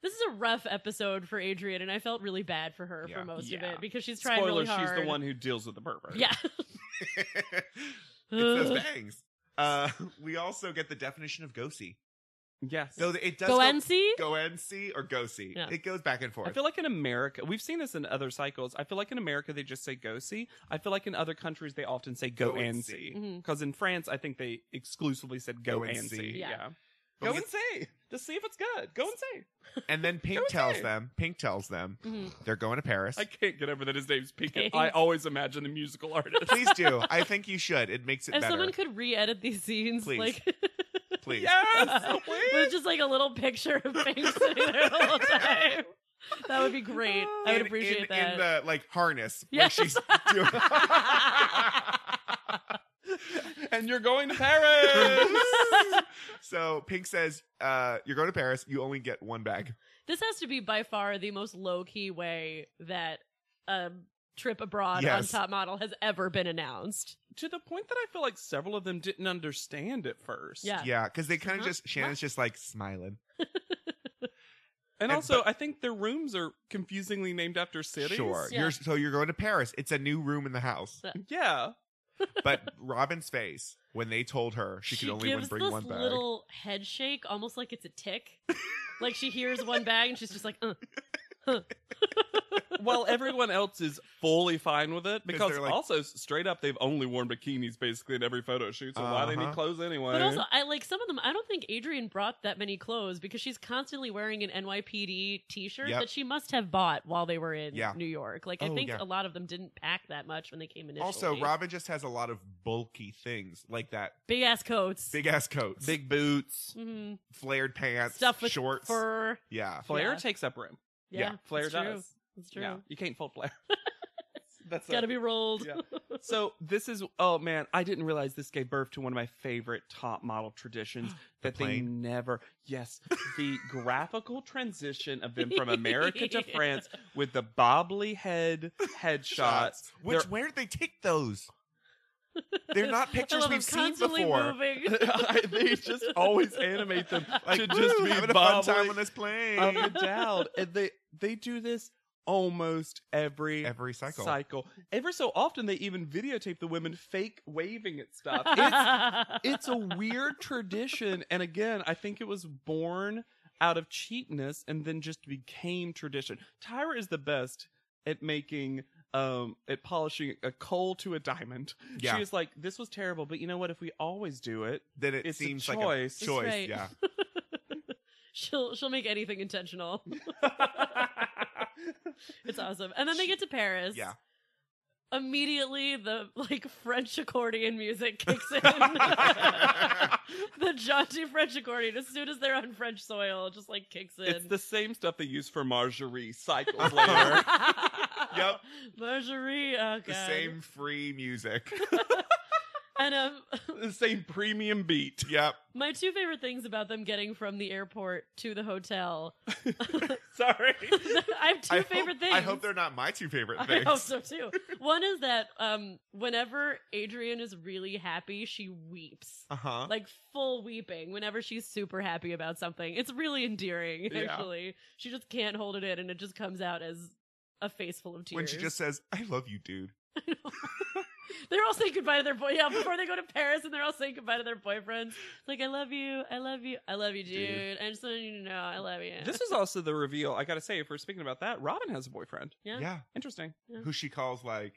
Speaker 3: this is a rough episode for Adrian, and I felt really bad for her
Speaker 5: Yeah.
Speaker 3: for most of
Speaker 4: Yeah.
Speaker 3: it because she's trying
Speaker 4: Spoiler,
Speaker 3: really
Speaker 4: she's
Speaker 3: hard.
Speaker 4: the one who deals with the pervert.
Speaker 3: Yeah,
Speaker 5: it's those bangs. Uh, we also get the definition of goesy.
Speaker 4: Yes.
Speaker 5: So it does
Speaker 3: Go NC?
Speaker 5: goency or goesy.
Speaker 3: Yeah.
Speaker 5: It goes back and forth.
Speaker 4: I feel like in America, we've seen this in other cycles. I feel like in America they just say go see. I feel like in other countries they often say go,
Speaker 5: Go and
Speaker 4: and
Speaker 5: see.
Speaker 4: see.
Speaker 3: Mhm.
Speaker 4: Because in France, I think they exclusively said go,
Speaker 5: Go and
Speaker 4: and,
Speaker 5: see.
Speaker 4: see.
Speaker 3: Yeah.
Speaker 4: Yeah.
Speaker 5: But
Speaker 4: Go
Speaker 5: we
Speaker 4: and see. Just see if it's good. Go and see.
Speaker 5: get- and then Pink
Speaker 4: Go
Speaker 5: tells
Speaker 4: there.
Speaker 5: them. Pink tells them
Speaker 3: Mhm.
Speaker 5: they're going to Paris.
Speaker 4: I can't get over that his name's Pink.
Speaker 3: Thanks.
Speaker 4: I always imagine the musical artist.
Speaker 5: Please do. I think you should. It makes it
Speaker 3: If
Speaker 5: better.
Speaker 3: someone could re-edit these scenes,
Speaker 5: Please.
Speaker 3: like
Speaker 5: Please.
Speaker 4: yes.
Speaker 3: with just like a little picture of Pink sitting there the whole time, that would be great. I would
Speaker 5: In-
Speaker 3: appreciate
Speaker 5: in,
Speaker 3: that.
Speaker 5: in the like harness
Speaker 3: Yes.
Speaker 5: where she's doing.
Speaker 4: and you're going to Paris.
Speaker 5: so Pink says, uh, "You're going to Paris. You only get one bag."
Speaker 3: this has to be by far the most low key way that a trip abroad
Speaker 5: Yes.
Speaker 3: on Top Model has ever been announced.
Speaker 4: to the point that I feel like several of them didn't understand at first.
Speaker 3: Yeah.
Speaker 5: Yeah, because they kind of
Speaker 3: Uh-huh.
Speaker 5: just Shannon's just like smiling. And-
Speaker 4: And, also, I think their rooms are confusingly named after cities.
Speaker 5: Sure,
Speaker 3: Yeah.
Speaker 5: you're so you're going to Paris. It's a new room in the house.
Speaker 4: Yeah.
Speaker 5: But Robin's face when they told her she, could only win
Speaker 3: gives
Speaker 5: bring
Speaker 3: this
Speaker 5: one bag.
Speaker 3: little head shake, almost like it's a tick. like she hears one bag and she's just like, uh.
Speaker 4: While everyone else is fully fine with it, because
Speaker 5: they're like-
Speaker 4: also straight up, they've only worn bikinis basically in every photo shoot. So why they
Speaker 5: Uh-huh.
Speaker 4: need clothes anyway?
Speaker 3: But also, I like some of them. I don't think Adrian brought that many clothes because she's constantly wearing an NYPD T-shirt
Speaker 5: Yep.
Speaker 3: that she must have bought while they were in
Speaker 5: Yeah.
Speaker 3: New York. Like
Speaker 5: Oh,
Speaker 3: I think
Speaker 5: yeah.
Speaker 3: a lot of them didn't pack that much when they came initially.
Speaker 5: also, Robin just has a lot of bulky things like that
Speaker 3: big ass coats,
Speaker 5: big ass coats,
Speaker 4: big boots.
Speaker 3: Mhm.
Speaker 5: flared pants,
Speaker 3: stuff with
Speaker 5: shorts.
Speaker 3: fur.
Speaker 5: Yeah,
Speaker 4: Flair
Speaker 3: Yeah.
Speaker 4: takes up room.
Speaker 3: Yeah,
Speaker 4: Flair
Speaker 3: it's True.
Speaker 4: does.
Speaker 3: It's true.
Speaker 4: Yeah, you can't fold Flair. That's
Speaker 3: It's got to
Speaker 4: a-
Speaker 3: be rolled.
Speaker 4: Yeah. So this is oh man, I didn't realize this gave birth to one of my favorite top model traditions that they
Speaker 5: plane?
Speaker 4: never yes, the graphical transition of them from America to France with the bobbly head headshots.
Speaker 5: Which
Speaker 4: They're-
Speaker 5: where did they take those? They're not
Speaker 3: I
Speaker 5: pictures
Speaker 3: love
Speaker 5: we've
Speaker 3: them
Speaker 5: seen
Speaker 3: constantly
Speaker 5: before.
Speaker 3: moving.
Speaker 4: they just always animate them
Speaker 5: Like
Speaker 4: to just
Speaker 5: "Woo,
Speaker 4: be
Speaker 5: having a fun time
Speaker 4: bobbly
Speaker 5: on this plane.
Speaker 4: of a down. And they they do this almost every
Speaker 5: Every cycle.
Speaker 4: cycle. Ever so often they even videotape the women fake waving at stuff. It's it's a weird tradition and again i think it was born out of cheapness and then just became tradition tyra is the best at making um at polishing a coal to a diamond
Speaker 5: Yeah.
Speaker 4: she was like this was terrible but you know what if we always do it
Speaker 5: then it
Speaker 4: it's a
Speaker 5: seems like a
Speaker 4: choice. That's
Speaker 5: choice.
Speaker 3: right.
Speaker 5: Yeah.
Speaker 3: she'll she'll make anything intentional. It's awesome. And then they get to Paris.
Speaker 5: Yeah.
Speaker 3: Immediately the like French accordion music kicks in. the jaunty French accordion as soon as they're on French soil just like kicks in.
Speaker 4: it's the same stuff they use for marjorie cycles
Speaker 5: Uh-huh.
Speaker 4: later
Speaker 5: Yep.
Speaker 3: Marjorie. Oh,
Speaker 5: The
Speaker 3: God.
Speaker 5: same free music.
Speaker 3: And um,
Speaker 4: the same premium beat
Speaker 5: yep.
Speaker 3: my two favorite things about them getting from the airport to the hotel.
Speaker 4: sorry
Speaker 3: I have two
Speaker 5: I
Speaker 3: favorite
Speaker 5: hope,
Speaker 3: things.
Speaker 5: I hope they're not my two favorite
Speaker 3: I
Speaker 5: things.
Speaker 3: hope so too. One is that um, whenever Adrian is really happy, she weeps.
Speaker 5: Uh-huh.
Speaker 3: Like full weeping whenever she's super happy about something. It's really endearing,
Speaker 4: Yeah.
Speaker 3: actually. She just can't hold it in and it just comes out as a face full of tears.
Speaker 5: when she just says, I love you, dude.
Speaker 3: They're all saying goodbye to their boy yeah, before they go to Paris and they're all saying goodbye to their boyfriends. It's like I love you, I love you, I love you, dude.
Speaker 5: Dude.
Speaker 3: I just want you to know I love you.
Speaker 4: this is also the reveal i gotta say if we're speaking about that robin has a boyfriend
Speaker 3: Yeah.
Speaker 5: Yeah.
Speaker 4: interesting
Speaker 5: Who she calls like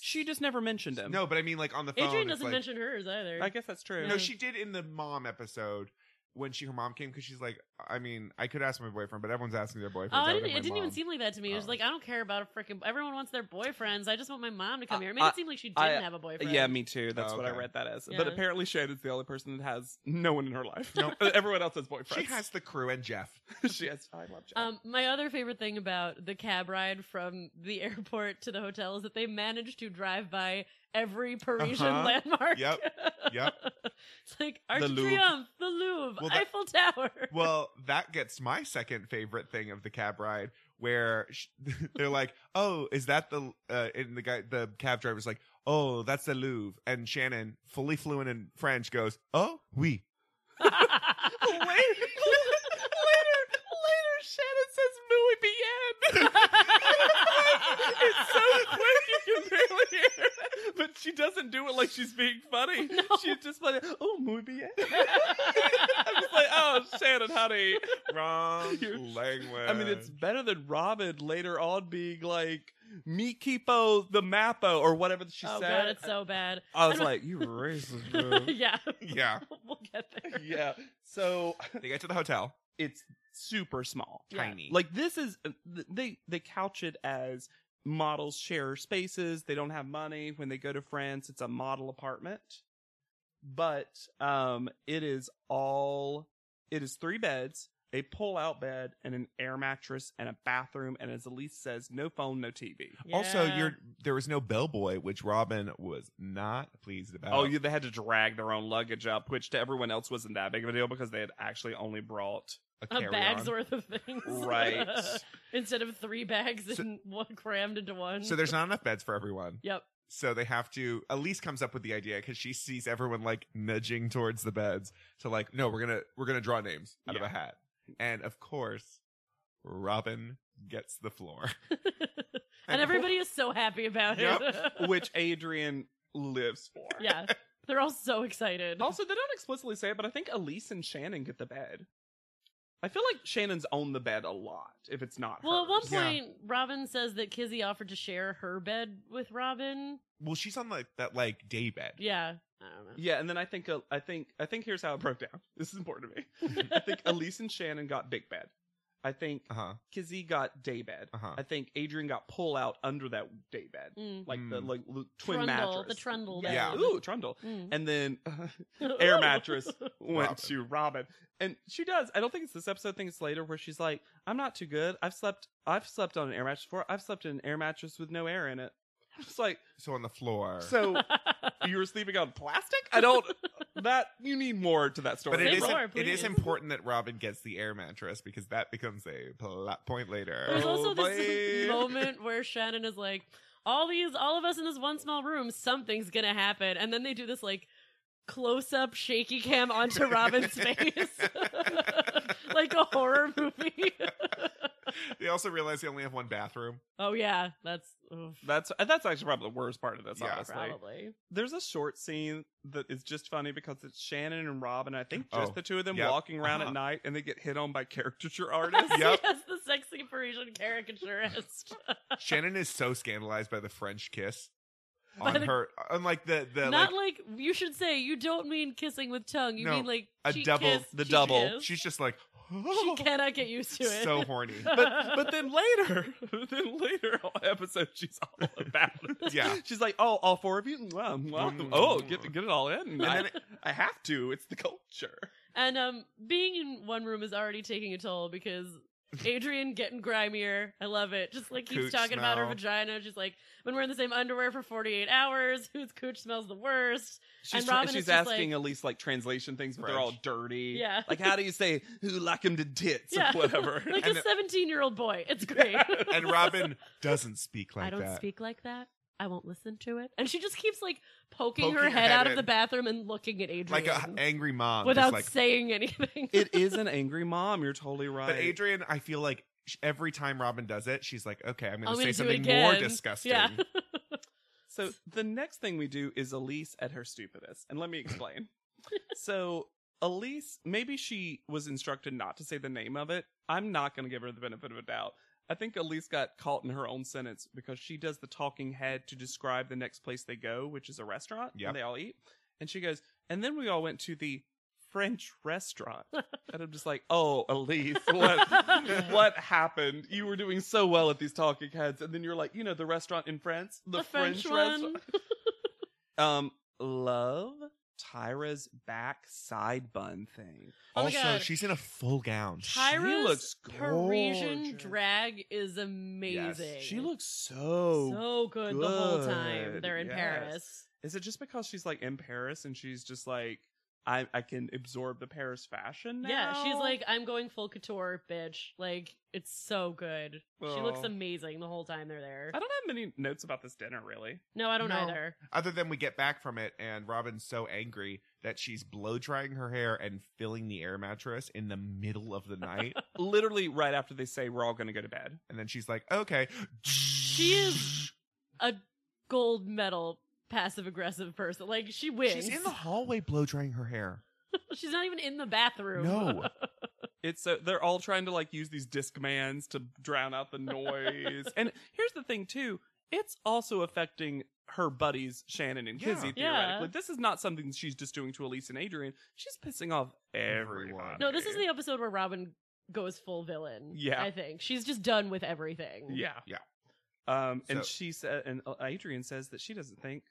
Speaker 4: she just never mentioned him
Speaker 5: No, but I mean like on the phone.
Speaker 3: Adrian
Speaker 5: it's
Speaker 3: doesn't
Speaker 5: like-
Speaker 3: mention hers either.
Speaker 4: I guess that's true.
Speaker 3: Mm-hmm.
Speaker 5: No, she did in the mom episode when she her mom came because she's like, I mean, I could ask my boyfriend, but everyone's asking their boyfriend.
Speaker 3: Oh, I
Speaker 5: so
Speaker 3: didn't,
Speaker 5: think
Speaker 3: it
Speaker 5: my
Speaker 3: didn't even
Speaker 5: mom.
Speaker 3: seem like that to me. It was
Speaker 5: Oh.
Speaker 3: like, I don't care about a freaking. Everyone wants their boyfriends. I just want my mom to come
Speaker 4: I-
Speaker 3: here. It made
Speaker 4: I-
Speaker 3: it seem like she didn't
Speaker 4: I-
Speaker 3: have a boyfriend.
Speaker 4: Yeah, me too. That's
Speaker 5: Oh,
Speaker 4: what I
Speaker 5: okay.
Speaker 4: read that as.
Speaker 3: Yeah.
Speaker 4: But apparently, Shannon's the only person that has no one in her life.
Speaker 5: No.
Speaker 4: Everyone else has boyfriends.
Speaker 5: She has the crew and Jeff.
Speaker 4: she has. I love Jeff.
Speaker 3: Um, my other favorite thing about the cab ride from the airport to the hotel is that they managed to drive by every Parisian
Speaker 5: Uh-huh.
Speaker 3: landmark.
Speaker 5: Yep. Yep.
Speaker 3: it's like Arc
Speaker 5: The
Speaker 3: de
Speaker 5: Louvre.
Speaker 3: Triomphe, the Louvre,
Speaker 5: Well, that-
Speaker 3: Eiffel Tower.
Speaker 5: Well, that gets my second favorite thing of the cab ride, where sh they're like, "Oh, is that the?" Uh, and the guy, the cab driver's like, "Oh, that's the Louvre." And Shannon, fully fluent in French, goes, "Oh, oui."
Speaker 4: later, later, later, Shannon says "muy bien." it's so quick you can barely hear it, but she doesn't do it like she's being funny.
Speaker 3: No.
Speaker 4: She's just like, oh, muy bien. I'm just like, oh, Shannon, honey.
Speaker 5: Wrong
Speaker 4: You're-
Speaker 5: language.
Speaker 4: I mean, it's better than Robin later on being like, me kipo the mapo or whatever she
Speaker 3: oh
Speaker 4: said.
Speaker 3: god, it's so bad.
Speaker 4: I was like, you racist, bro.
Speaker 3: yeah,
Speaker 5: yeah.
Speaker 3: we'll get there.
Speaker 4: yeah. So
Speaker 5: They get to the hotel.
Speaker 4: it's super small.
Speaker 3: Yeah.
Speaker 5: Tiny.
Speaker 4: Like this is uh, they they couch it as models share spaces. They don't have money when they go to France. It's a model apartment, but um, it is all it is three beds, a pull out bed, and an air mattress, and a bathroom. And as Elise says, no phone, no TV.
Speaker 5: Also,
Speaker 3: Yeah.
Speaker 5: you're there was no bellboy, which Robin was not pleased about.
Speaker 4: Oh, you, they had to drag their own luggage up, which to everyone else wasn't that big of a deal because they had actually only brought
Speaker 3: a
Speaker 5: carry-on.
Speaker 3: bag's worth of things,
Speaker 4: right.
Speaker 3: Instead of three bags
Speaker 5: So-
Speaker 3: and one crammed into one.
Speaker 5: So there's not enough beds for everyone.
Speaker 3: Yep.
Speaker 5: So they have to. Elise comes up with the idea because she sees everyone like nudging towards the beds. So like, no, we're gonna we're gonna draw names out
Speaker 4: Yeah.
Speaker 5: of a hat, and of course, Robin gets the floor.
Speaker 3: and everybody is so happy about it.
Speaker 4: which Adrian lives for.
Speaker 3: yeah, they're all so excited.
Speaker 4: Also, they don't explicitly say it, but I think Elise and Shannon get the bed. I feel like Shannon's on the bed a lot if it's not.
Speaker 3: well, at one
Speaker 4: hers.
Speaker 5: Yeah.
Speaker 3: point, Robin says that Kizzy offered to share her bed with Robin.
Speaker 5: Well, she's on like that like day bed.
Speaker 3: Yeah, I don't know.
Speaker 4: Yeah, and then I think uh, I think I think here's how it broke down. This is important to me. I think Elise and Shannon got big bed. I think
Speaker 5: Uh huh.
Speaker 4: Kizzy got day bed.
Speaker 5: Uh huh.
Speaker 4: I think Adrian got pull out under that day bed,
Speaker 3: Mm.
Speaker 4: like the
Speaker 5: Mm.
Speaker 4: like l- twin
Speaker 3: trundle,
Speaker 4: mattress.
Speaker 3: the trundle.
Speaker 4: yeah,
Speaker 3: bed.
Speaker 4: ooh, trundle.
Speaker 3: Mm.
Speaker 4: And then air mattress went
Speaker 5: Robin.
Speaker 4: to Robin. And she does. I don't think it's this episode. I think it's later where she's like, "I'm not too good. I've slept. I've slept on an air mattress before. I've slept in an air mattress with no air in it." I'm just like,
Speaker 5: So on the floor.
Speaker 4: so you were sleeping on plastic? I don't. That you need more to that story.
Speaker 5: but it
Speaker 3: Say
Speaker 5: is
Speaker 3: more,
Speaker 5: it is
Speaker 3: please.
Speaker 5: important that Robin gets the air mattress because that becomes a plot point later.
Speaker 3: There's also
Speaker 4: Oh,
Speaker 3: this
Speaker 4: boy.
Speaker 3: moment where Shannon is like, all these, all of us in this one small room, something's gonna happen. And then they do this like close up shaky cam onto Robin's face. like a horror movie.
Speaker 5: they also realize they only have one bathroom.
Speaker 3: oh yeah, that's oof,
Speaker 4: That's that's actually probably the worst part of this.
Speaker 5: Yeah.
Speaker 4: honestly,
Speaker 3: probably.
Speaker 4: there's a short scene that is just funny because it's Shannon and Robin. I think just
Speaker 5: Oh,
Speaker 4: the two of them
Speaker 5: yep.
Speaker 4: walking around
Speaker 5: Uh-huh.
Speaker 4: at night, and they get hit on by caricature artists.
Speaker 5: Yep.
Speaker 3: Yes, the sexy Parisian caricaturist.
Speaker 5: Shannon is so scandalized by the French kiss on
Speaker 3: By the-
Speaker 5: her, on like the the
Speaker 3: Not
Speaker 5: like,
Speaker 3: like, you should say you don't mean kissing with tongue. You
Speaker 5: No,
Speaker 3: mean like
Speaker 5: a
Speaker 3: cheek
Speaker 5: double-
Speaker 3: kiss,
Speaker 4: the
Speaker 3: cheek
Speaker 4: double.
Speaker 3: kiss.
Speaker 5: she's just like
Speaker 3: She cannot get used to it.
Speaker 5: so horny.
Speaker 4: but but then later, then later on episode, she's all about it.
Speaker 5: Yeah.
Speaker 4: she's like, oh, all four of you, Mwah, mwah. oh, get get it all in. I,
Speaker 5: then
Speaker 4: I have to. It's the culture.
Speaker 3: And um, being in one room is already taking a toll because Adrian getting grimier. I love it. Just like keeps
Speaker 5: Cooch
Speaker 3: talking about her
Speaker 5: smell.
Speaker 3: vagina. She's like, when we're in the same underwear for 48 hours, whose cooch smells the worst?
Speaker 4: She's
Speaker 3: And
Speaker 4: try-
Speaker 3: Robin is
Speaker 4: she's
Speaker 3: just
Speaker 4: asking
Speaker 3: like-
Speaker 4: at least like translation things, but they're all
Speaker 5: French.
Speaker 4: dirty.
Speaker 3: Yeah.
Speaker 4: like how do you say who like him to tits
Speaker 3: Yeah.
Speaker 4: or whatever?
Speaker 3: Like
Speaker 5: And
Speaker 3: a
Speaker 5: the-
Speaker 3: 17 year old boy. It's great.
Speaker 5: and Robin doesn't speak like
Speaker 3: I don't
Speaker 5: that.
Speaker 3: speak like that. I won't listen to it. And she just keeps like poking,
Speaker 5: Poking
Speaker 3: her
Speaker 5: her head
Speaker 3: head out of
Speaker 5: in.
Speaker 3: the bathroom and looking at Adrian
Speaker 5: like an angry mom. just
Speaker 3: without
Speaker 5: like,
Speaker 3: saying anything.
Speaker 4: it is an angry mom. You're totally right.
Speaker 5: but Adrian, I feel like sh- every time Robin does it, she's like, okay, I'm
Speaker 3: I'm
Speaker 5: going to
Speaker 3: gonna
Speaker 5: say
Speaker 3: do it
Speaker 5: something more
Speaker 3: again.
Speaker 5: disgusting.
Speaker 3: Yeah. Oh
Speaker 4: So the next thing we do is Elise at her stupidest. And let me explain. so Elise, maybe she was instructed not to say the name of it. I'm not going to give her the benefit of a doubt. I think Elise got caught in her own sentence because she does the talking head to describe the next place they go, which is a restaurant.
Speaker 5: Yep.
Speaker 4: And they all eat. And she goes, and then we all went to the French restaurant. and I'm just like, oh, Elise, what? what happened? You were doing so well at these talking heads, and then you're like, you know, the restaurant in France, the,
Speaker 3: The French one.
Speaker 4: restaurant. Um, love Tyra's back side bun thing.
Speaker 3: Oh my
Speaker 5: also,
Speaker 3: God.
Speaker 5: she's in a full gown.
Speaker 3: Tyra's
Speaker 4: she looks
Speaker 3: Parisian
Speaker 4: gorgeous.
Speaker 3: drag is amazing.
Speaker 4: She looks so.
Speaker 3: so good, the whole time
Speaker 4: good,
Speaker 3: they're in
Speaker 4: yes.
Speaker 3: Paris.
Speaker 4: Is it just because she's like in Paris and she's just like, I I can absorb the Paris fashion now?
Speaker 3: Yeah, she's like, I'm going full couture, bitch. Like, it's so good. She looks
Speaker 4: Oh.
Speaker 3: amazing the whole time they're there.
Speaker 4: I don't have many notes about this dinner really.
Speaker 3: No, I don't
Speaker 5: No.
Speaker 3: either.
Speaker 5: Other than we get back from it, and Robin's so angry that she's blow drying her hair and filling the air mattress in the middle of the night.
Speaker 4: Literally right after they say we're all going to go to bed.
Speaker 5: and then she's like, okay.
Speaker 3: She is a gold medal passive aggressive person. Like she wins.
Speaker 5: She's in the hallway blow drying her hair.
Speaker 3: She's not even in the bathroom.
Speaker 5: No.
Speaker 4: It's so they're all trying to like use these discmans to drown out the noise. and here's the thing too, it's also affecting her buddies Shannon and
Speaker 5: Yeah.
Speaker 4: Kizzy
Speaker 3: Yeah.
Speaker 4: theoretically. This is not something she's just doing to Elise and Adrian. She's pissing off everyone.
Speaker 5: Everyone.
Speaker 3: No, this is the episode where Robin goes full villain.
Speaker 4: Yeah.
Speaker 3: I think she's just done with everything.
Speaker 4: Yeah.
Speaker 5: Yeah.
Speaker 4: Um and
Speaker 5: So-
Speaker 4: she said and uh, Adrian says that she doesn't think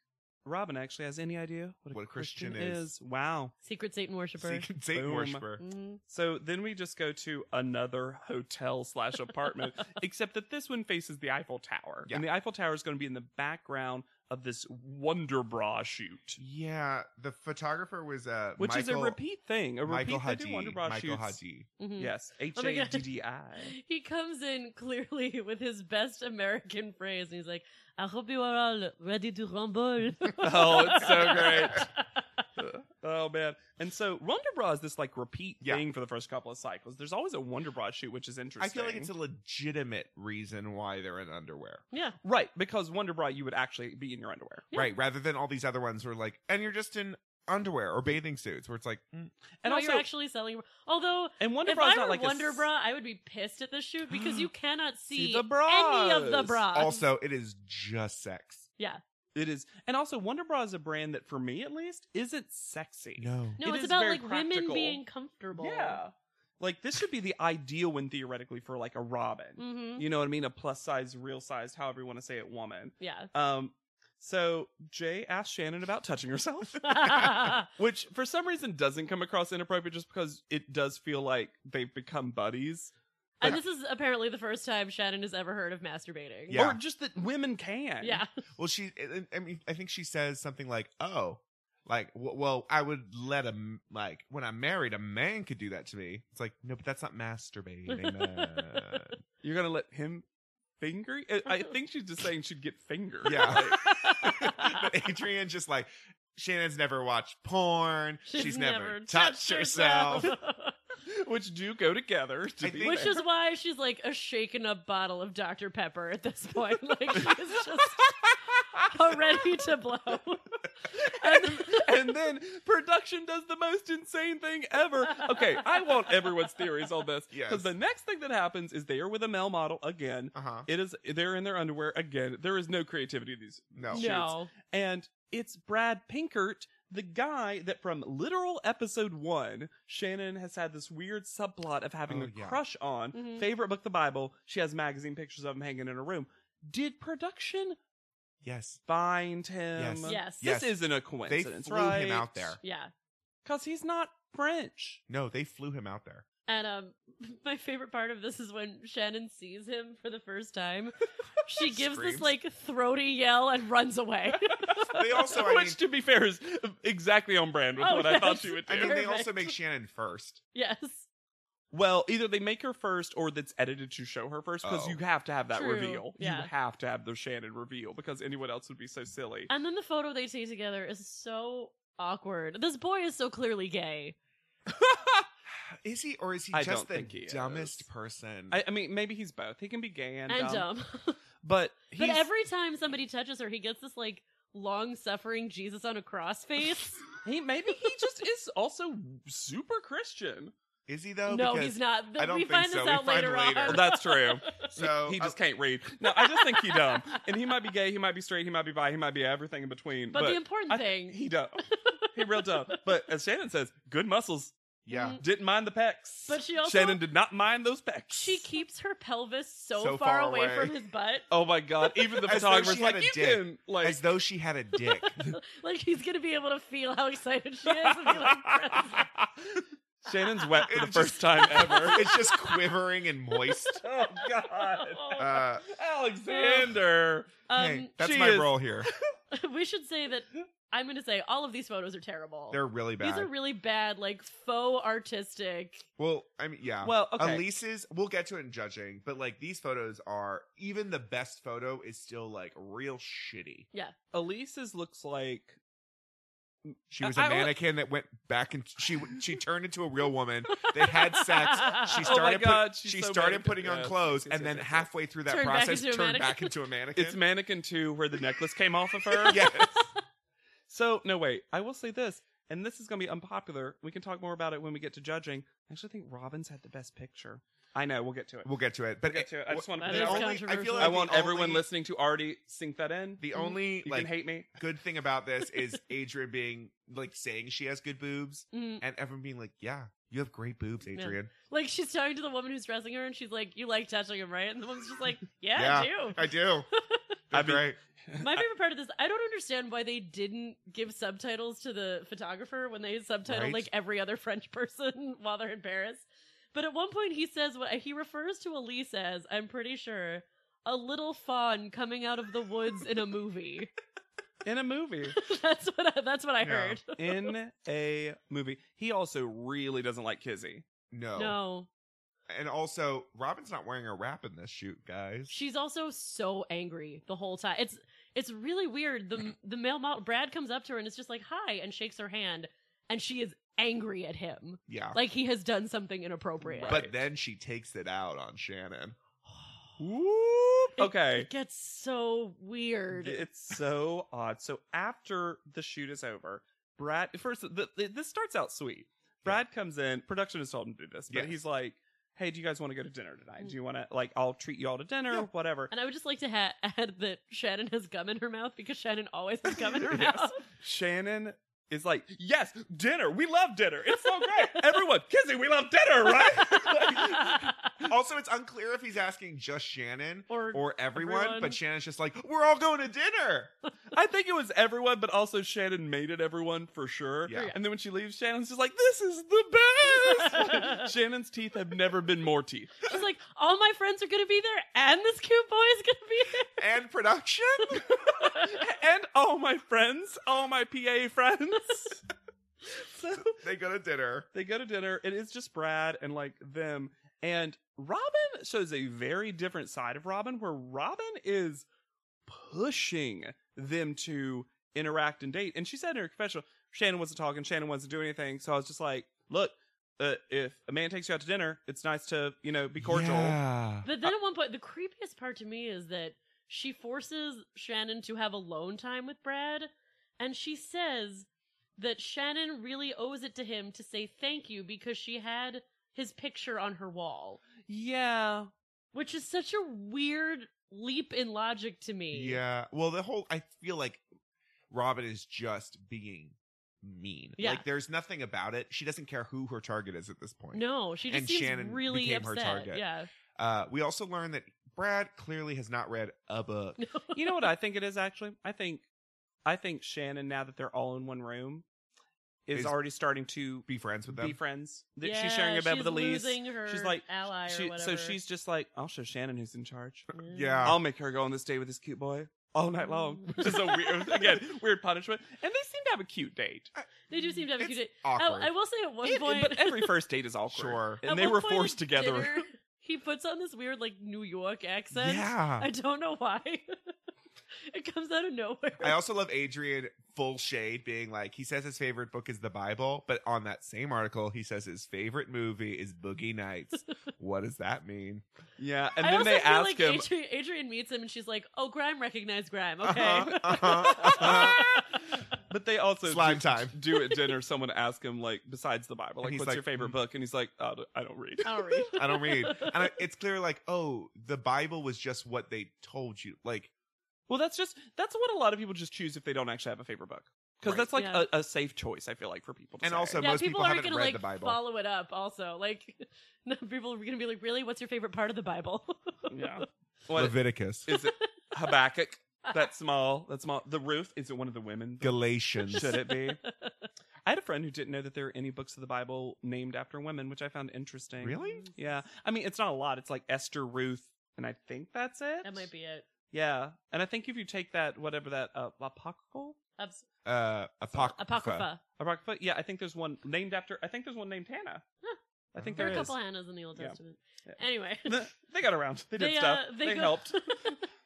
Speaker 4: Robin actually has any idea what a, Christian, is. Wow.
Speaker 3: Secret Satan worshiper.
Speaker 5: Secret Satan
Speaker 4: Boom.
Speaker 5: worshiper.
Speaker 3: Mhm.
Speaker 4: So then we just go to another hotel slash apartment, except that this one faces the Eiffel Tower,
Speaker 5: Yeah.
Speaker 4: and the Eiffel Tower is going to be in the background of this Wonder Bra shoot,
Speaker 5: Yeah, the photographer was uh,
Speaker 4: which is a
Speaker 5: Michael-
Speaker 4: repeat thing. A repeat
Speaker 5: Michael
Speaker 4: they do
Speaker 5: Hadi.
Speaker 4: Wonder Bra
Speaker 5: Michael
Speaker 4: shoots. Hmm.
Speaker 5: Hadi.
Speaker 3: Mhm.
Speaker 4: Yes, H
Speaker 3: Oh my
Speaker 4: A
Speaker 3: God.
Speaker 4: D D I.
Speaker 3: He comes in clearly with his best American phrase, and he's like, "I hope you are all ready to rumble."
Speaker 4: Oh, it's so great. Oh man! And so Wonder Bra is this like repeat
Speaker 5: Yeah.
Speaker 4: thing for the first couple of cycles. There's always a Wonder Bra shoot, which is
Speaker 5: I
Speaker 4: interesting.
Speaker 5: feel like it's a legitimate reason why they're in underwear.
Speaker 3: yeah,
Speaker 4: right because Wonder Bra you would actually be in your underwear.
Speaker 3: Yeah.
Speaker 5: Right, rather than all these other ones where like, and you're just in underwear or bathing suits where it's like, mm,
Speaker 4: And
Speaker 3: no,
Speaker 4: also,
Speaker 3: you're actually selling. Although,
Speaker 4: and Wonder
Speaker 3: if
Speaker 4: Bra
Speaker 3: I
Speaker 4: is
Speaker 3: were
Speaker 4: not like a
Speaker 3: Wonder
Speaker 4: s-
Speaker 3: Bra, I would be pissed at this shoot because you cannot see,
Speaker 4: See the
Speaker 3: any of the
Speaker 4: bras.
Speaker 3: bras.
Speaker 5: also it is just sex.
Speaker 3: yeah,
Speaker 4: It is, and also Wonder Bra is a brand that, for me at least, isn't sexy.
Speaker 5: No.
Speaker 3: no,
Speaker 4: It
Speaker 3: it's
Speaker 4: is
Speaker 3: about
Speaker 4: very
Speaker 3: like women
Speaker 4: practical.
Speaker 3: being comfortable.
Speaker 4: Yeah, like this should be the ideal one theoretically for like a Robin.
Speaker 5: Mm-hmm.
Speaker 3: hmm
Speaker 4: You know what I mean? A plus size, real size, however you want to say it, woman.
Speaker 3: yeah.
Speaker 4: Um, so Jay asked Shannon about touching herself, which for some reason doesn't come across inappropriate, just because it does feel like they've become buddies,
Speaker 3: and this is apparently the first time Shannon has ever heard of masturbating.
Speaker 5: Yeah.
Speaker 4: or just that women can.
Speaker 3: yeah.
Speaker 5: Well, she, I- I mean, I think she says something like, "Oh, like, w- well, I would let a m- like when I'm married, a man could do that to me." It's like, no, but that's not masturbating. uh." man.
Speaker 4: you're gonna let him finger. you? I I think she's just saying she'd get fingered.
Speaker 5: Yeah. but Adrian just like Shannon's never watched porn. She's, never, touched herself.
Speaker 4: which do go together. To
Speaker 5: I
Speaker 4: be
Speaker 5: think-
Speaker 3: Which
Speaker 4: fair.
Speaker 3: is why she's like a shaken up bottle of Dr. Pepper at this point. Like she's just a ready to blow. And-
Speaker 4: and then production does the most insane thing ever. Okay, I want everyone's theories on this because
Speaker 5: Yes.
Speaker 4: the next thing that happens is they are with a male model again.
Speaker 5: Uh huh.
Speaker 4: It is they're in their underwear again. There is no creativity in these,
Speaker 5: No.
Speaker 3: no.
Speaker 4: and it's Brad Pinkert. The guy that from literal episode one, Shannon has had this weird subplot of having
Speaker 5: Oh,
Speaker 4: a
Speaker 5: yeah.
Speaker 4: crush on,
Speaker 3: Mhm.
Speaker 4: favorite book, the Bible. She has magazine pictures of him hanging in her room. Did production
Speaker 5: Yes.
Speaker 4: find him.
Speaker 5: Yes.
Speaker 3: Yes.
Speaker 5: Yes.
Speaker 4: This isn't a
Speaker 5: They
Speaker 4: coincidence,
Speaker 5: flew
Speaker 4: right?
Speaker 5: him out there.
Speaker 3: Yeah.
Speaker 4: because he's not French.
Speaker 5: No, they flew him out there.
Speaker 3: And um my favorite part of this is when Shannon sees him for the first time. She gives this
Speaker 5: Screams.
Speaker 3: like throaty yell and runs away.
Speaker 5: They also, I mean,
Speaker 4: Which, to be fair, is exactly on brand with
Speaker 3: Oh,
Speaker 4: what I
Speaker 3: yes.
Speaker 4: thought she would do.
Speaker 5: I mean, they
Speaker 3: Perfect.
Speaker 5: also make Shannon first.
Speaker 3: yes.
Speaker 4: well, either they make her first, or that's edited to show her first, because
Speaker 5: Oh.
Speaker 4: you have to have that
Speaker 3: True.
Speaker 4: reveal.
Speaker 3: Yeah.
Speaker 4: You have to have the Shannon reveal because anyone else would be so silly.
Speaker 3: And then the photo they take together is so awkward. This boy is so clearly gay.
Speaker 5: Is he, or is he
Speaker 4: I
Speaker 5: just
Speaker 4: don't
Speaker 5: the
Speaker 4: think he
Speaker 5: dumbest
Speaker 4: is.
Speaker 5: person?
Speaker 4: I, I mean, maybe he's both. He can be gay and,
Speaker 3: And,
Speaker 4: dumb,
Speaker 3: dumb. But
Speaker 4: but he's
Speaker 3: every time somebody touches her, he gets this like long suffering Jesus on a cross face.
Speaker 4: he maybe he just is also super Christian.
Speaker 5: is he though?
Speaker 3: no,
Speaker 5: Because-
Speaker 3: he's not.
Speaker 5: I don't
Speaker 3: we
Speaker 5: think
Speaker 3: find
Speaker 5: so.
Speaker 3: this
Speaker 5: We
Speaker 3: out
Speaker 5: find
Speaker 3: later,
Speaker 5: later.
Speaker 3: on.
Speaker 4: Well, that's true.
Speaker 5: So
Speaker 4: he just can't read. No, I just think he dumb, and he might be gay, he might be straight, he might be bi, he might be everything in between.
Speaker 3: but,
Speaker 4: But,
Speaker 3: the important
Speaker 4: I
Speaker 3: thing,
Speaker 4: think he dumb. He real dumb. But as Shannon says, good muscles.
Speaker 5: Yeah.
Speaker 3: Mhm.
Speaker 4: Didn't mind the pecs.
Speaker 3: But she also-
Speaker 4: Shannon did not mind those pecs.
Speaker 3: she keeps her pelvis so,
Speaker 5: So far
Speaker 3: far, away,
Speaker 5: away.
Speaker 3: from his butt,
Speaker 4: Oh my god! Even the
Speaker 5: As though
Speaker 4: photographer's
Speaker 5: she had
Speaker 4: like,
Speaker 5: a
Speaker 4: you
Speaker 5: dick.
Speaker 4: can like.
Speaker 5: as though she had a dick.
Speaker 3: like he's gonna be able to feel how excited she is. And be like, "Present."
Speaker 4: Shannon's wet for
Speaker 5: It
Speaker 4: the
Speaker 5: just-
Speaker 4: first time ever.
Speaker 5: it's just quivering and moist.
Speaker 4: oh god,
Speaker 5: Uh,
Speaker 4: Alexander.
Speaker 3: um,
Speaker 5: hey, that's
Speaker 4: she
Speaker 5: my
Speaker 4: is-
Speaker 5: role here.
Speaker 3: we should say that I'm gonna say all of these photos are terrible.
Speaker 5: They're really bad.
Speaker 3: These are really bad, like faux artistic.
Speaker 5: well, I mean, yeah.
Speaker 4: Well, okay.
Speaker 5: Elise's, we'll get to it in judging, but like these photos are, even the best photo is still like real shitty.
Speaker 4: Elise's looks like
Speaker 5: She
Speaker 3: Uh,
Speaker 5: was a
Speaker 4: I- I-
Speaker 5: mannequin that went back and she she turned into a real woman. They had sex. She
Speaker 4: Oh my
Speaker 5: started put-
Speaker 4: God, she's
Speaker 5: she
Speaker 4: so
Speaker 5: started
Speaker 4: mannequin.
Speaker 5: putting on
Speaker 4: Yes,
Speaker 5: clothes
Speaker 4: yes, yes,
Speaker 5: and then
Speaker 4: yes, yes.
Speaker 5: halfway through that
Speaker 3: Turned back
Speaker 5: process
Speaker 3: into a
Speaker 5: turned back
Speaker 3: mannequin.
Speaker 5: into a mannequin.
Speaker 4: it's mannequin two where the necklace came off of her.
Speaker 5: yes.
Speaker 4: So no wait, I will say this, and this is going to be unpopular. We can talk more about it when we get to judging. I actually think Robbins had the best picture. I know we'll get to it.
Speaker 5: We'll get to it. But
Speaker 4: We'll get to it. I just want to.
Speaker 3: That
Speaker 5: the
Speaker 3: is
Speaker 5: only- I feel
Speaker 3: controversial.
Speaker 5: like
Speaker 4: I
Speaker 5: the
Speaker 4: want everyone
Speaker 5: only-
Speaker 4: listening to already sync that in.
Speaker 5: The only
Speaker 4: you
Speaker 5: like
Speaker 4: can hate me.
Speaker 5: good thing about this is Adrian being like saying she has good boobs,
Speaker 3: Mm.
Speaker 5: and everyone being like, "Yeah, you have great boobs,
Speaker 3: Yeah.
Speaker 5: Adrian."
Speaker 3: Like she's talking to the woman who's dressing her, and she's like, "You like touching him, right?" And the woman's just like, "Yeah, I do."
Speaker 5: I do.
Speaker 4: I
Speaker 5: That's
Speaker 4: mean-
Speaker 5: right.
Speaker 3: My favorite part of this, I don't understand why they didn't give subtitles to the photographer when they subtitled
Speaker 5: Right?
Speaker 3: like every other French person while they're in Paris. But at one point, he says what he refers to Elise as, I'm pretty sure, a little fawn coming out of the woods in a movie.
Speaker 4: in a movie.
Speaker 3: that's what I, that's what I
Speaker 5: No.
Speaker 3: heard.
Speaker 4: in a movie. He also really doesn't like Kizzy.
Speaker 5: No.
Speaker 3: No,
Speaker 5: And also, Robin's not wearing a wrap in this shoot, guys.
Speaker 3: she's also so angry the whole time. It's it's really weird. the The male model Brad comes up to her and is just like hi and shakes her hand, and she is angry at him,
Speaker 5: yeah.
Speaker 3: like he has done something inappropriate.
Speaker 5: But then she takes it out on Shannon.
Speaker 3: It-
Speaker 4: Okay.
Speaker 3: It gets so weird.
Speaker 4: It's so odd. So after the shoot is over, Brad first the, the, this starts out sweet. Brad comes in. Production has told him to do this, but
Speaker 5: Yes.
Speaker 4: he's like, "Hey, do you guys want to go to dinner tonight? Do you want to like I'll treat you all to dinner, whatever."
Speaker 3: and I would just like to ha- add that Shannon has gum in her mouth because Shannon always has gum in her
Speaker 4: Yes.
Speaker 3: mouth.
Speaker 4: Shannon is like, "Yes, dinner. We love dinner. It's so great. Everyone, Kizzy, we love dinner, right?"
Speaker 5: Also, it's unclear if he's asking just Shannon
Speaker 3: Or
Speaker 5: everyone,
Speaker 3: everyone.
Speaker 5: but Shannon's just like, we're all going to dinner.
Speaker 4: I think it was everyone, but also Shannon made it everyone for sure.
Speaker 5: Yeah.
Speaker 4: And then when she leaves, Shannon's just like, "This is the best." Shannon's teeth have never been more teeth.
Speaker 3: She's like, all my friends are gonna be there, and this cute boy is gonna be there.
Speaker 5: and production?
Speaker 4: and all my friends, all my PA friends. so
Speaker 5: they go to dinner.
Speaker 4: they go to dinner. It is just Brad and like them. And Robin shows a very different side of Robin where Robin is pushing them to interact and date. And she said in her confessional, Shannon wasn't talking, Shannon wasn't doing anything. So I was just like, look, uh, if a man takes you out to dinner, it's nice to, you know, be cordial.
Speaker 5: Yeah.
Speaker 3: But then at one point, the creepiest part to me is that she forces Shannon to have alone time with Brad, and she says that Shannon really owes it to him to say thank you because she had his picture on her wall.
Speaker 4: Yeah.
Speaker 3: which is such a weird leap in logic to me.
Speaker 5: Yeah. Well, the whole I feel like Robin is just being mean.
Speaker 3: Yeah.
Speaker 5: Like there's nothing about it. She doesn't care who her target is at this point.
Speaker 3: No, she just
Speaker 5: And
Speaker 3: seems
Speaker 5: Shannon
Speaker 3: really
Speaker 5: became her
Speaker 3: upset.
Speaker 5: target.
Speaker 3: Yeah.
Speaker 5: Uh, we also learned that Brad clearly has not read a book.
Speaker 4: you know what I think it is actually? I think I think Shannon, now that they're all in one room, is,
Speaker 5: Is-
Speaker 4: already starting to
Speaker 5: Be friends with them.
Speaker 4: be friends. That
Speaker 3: yeah,
Speaker 4: she's sharing a bed with
Speaker 3: she's
Speaker 4: Elise.
Speaker 3: losing her
Speaker 4: She's like-
Speaker 3: ally or
Speaker 4: She, so
Speaker 3: whatever.
Speaker 4: she's just like, I'll show Shannon who's in charge.
Speaker 5: yeah.
Speaker 4: I'll make her go on this date with this cute boy all night long. Which is a weird, again, weird punishment. And they seem to have a cute date.
Speaker 3: They do seem to have a
Speaker 5: It's
Speaker 3: cute date.
Speaker 5: awkward.
Speaker 3: Oh, I, I will say at one
Speaker 4: It- it-
Speaker 3: point,
Speaker 4: but every first date is awkward.
Speaker 5: Sure.
Speaker 4: And
Speaker 3: at
Speaker 4: they
Speaker 3: one
Speaker 4: were
Speaker 3: point at
Speaker 4: forced together.
Speaker 3: dinner, he puts on this weird like New York accent.
Speaker 5: yeah.
Speaker 3: I don't know why. it comes out of nowhere.
Speaker 5: I also love Adrian full shade being like he says his favorite book is the Bible, but on that same article he says his favorite movie is Boogie Nights. what does that mean?
Speaker 4: Yeah. And
Speaker 3: I
Speaker 4: then
Speaker 3: also
Speaker 4: they
Speaker 3: feel
Speaker 4: ask
Speaker 3: like
Speaker 4: him,
Speaker 3: Adrian, Adrian meets him and she's like, "Oh, Grime recognized Grime." Okay.
Speaker 5: Uh-huh, uh-huh, uh-huh.
Speaker 4: but they also
Speaker 5: Slime
Speaker 4: do,
Speaker 5: time.
Speaker 4: do at dinner, someone ask him, like, besides the Bible,
Speaker 5: And
Speaker 4: like,
Speaker 5: he's
Speaker 4: what's
Speaker 5: like,
Speaker 4: your favorite
Speaker 5: "Mm."
Speaker 4: book? And he's like, oh, I don't read.
Speaker 3: I don't read.
Speaker 5: I don't read. And I, it's clear like, oh, the Bible was just what they told you. Like
Speaker 4: Well, that's just that's what a lot of people just choose if they don't actually have a favorite book, because
Speaker 5: Right.
Speaker 4: that's like
Speaker 3: Yeah.
Speaker 4: a, a safe choice. I feel like for people, to
Speaker 5: And
Speaker 4: say.
Speaker 5: also- most people
Speaker 3: aren't
Speaker 5: haven't
Speaker 3: gonna,
Speaker 5: read
Speaker 3: like,
Speaker 5: the Bible.
Speaker 3: Follow it up, also. Like, no, people are gonna be like, "Really? What's your favorite part of the Bible?"
Speaker 4: yeah, what
Speaker 5: Leviticus,
Speaker 4: is it? Habakkuk. That's small. That's small. The roof. Is it one of the women?
Speaker 5: Galatians.
Speaker 4: Should it be? I had a friend who didn't know that there were any books of the Bible named after women, which I found interesting.
Speaker 5: Really?
Speaker 4: Yeah. I mean, it's not a lot. It's like Esther, Ruth, and I think that's it.
Speaker 3: that might be it.
Speaker 4: Yeah, and I think if you take that whatever that uh, apocryphal.
Speaker 3: Abs-
Speaker 5: Uh, apocrypha.
Speaker 3: Apocrypha.
Speaker 4: Apocrypha, yeah, I think there's one named after. I think there's one named Hannah. I think
Speaker 3: There are a
Speaker 4: there is.
Speaker 3: couple Hannahs in the Old
Speaker 4: Yeah.
Speaker 3: Testament.
Speaker 4: Yeah.
Speaker 3: Anyway,
Speaker 4: they got around. They did
Speaker 3: uh,
Speaker 4: stuff. They,
Speaker 3: go-
Speaker 4: helped.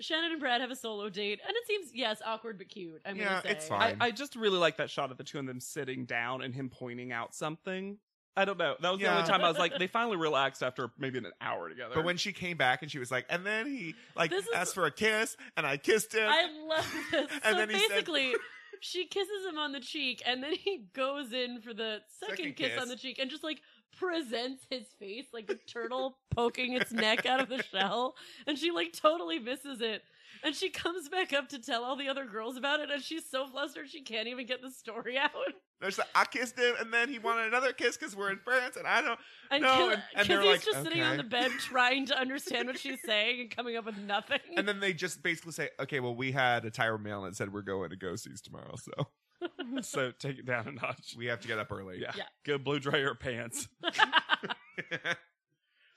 Speaker 3: Shannon and Brad have a solo date, and it seems yes, awkward but cute. I'm
Speaker 5: Yeah,
Speaker 3: gonna say
Speaker 5: it's fine.
Speaker 4: I, I just really like that shot of the two of them sitting down and him pointing out something. I don't know. That was the
Speaker 5: Yeah.
Speaker 4: only time I was like, they finally relaxed after maybe an hour together.
Speaker 5: But when she came back and she was like, and then he like
Speaker 3: This is-
Speaker 5: asked for a kiss and I kissed him.
Speaker 3: I love this.
Speaker 5: And
Speaker 3: so
Speaker 5: then he said-
Speaker 3: basically, she kisses him on the cheek, and then he goes in for the second,
Speaker 5: Second
Speaker 3: kiss,
Speaker 5: kiss.
Speaker 3: on the cheek and just like presents his face like a turtle poking its neck out of the shell. And she like totally misses it. And she comes back up to tell all the other girls about it, and she's so flustered she can't even get the story out.
Speaker 5: They're just like, I kissed him, and then he wanted another kiss because we're in France, and I don't.
Speaker 3: And
Speaker 5: No,
Speaker 3: Kill-
Speaker 5: and- and they're
Speaker 3: Kizzy's
Speaker 5: like,
Speaker 3: just sitting on
Speaker 5: "Okay."
Speaker 3: the bed trying to understand what she's saying and coming up with nothing.
Speaker 5: And then they just basically say, okay, well, we had a tire mail and it said we're going to go sees tomorrow, so
Speaker 4: so take it down a notch.
Speaker 5: we have to get up early.
Speaker 4: Yeah.
Speaker 3: Yeah.
Speaker 4: Go blow dry your pants.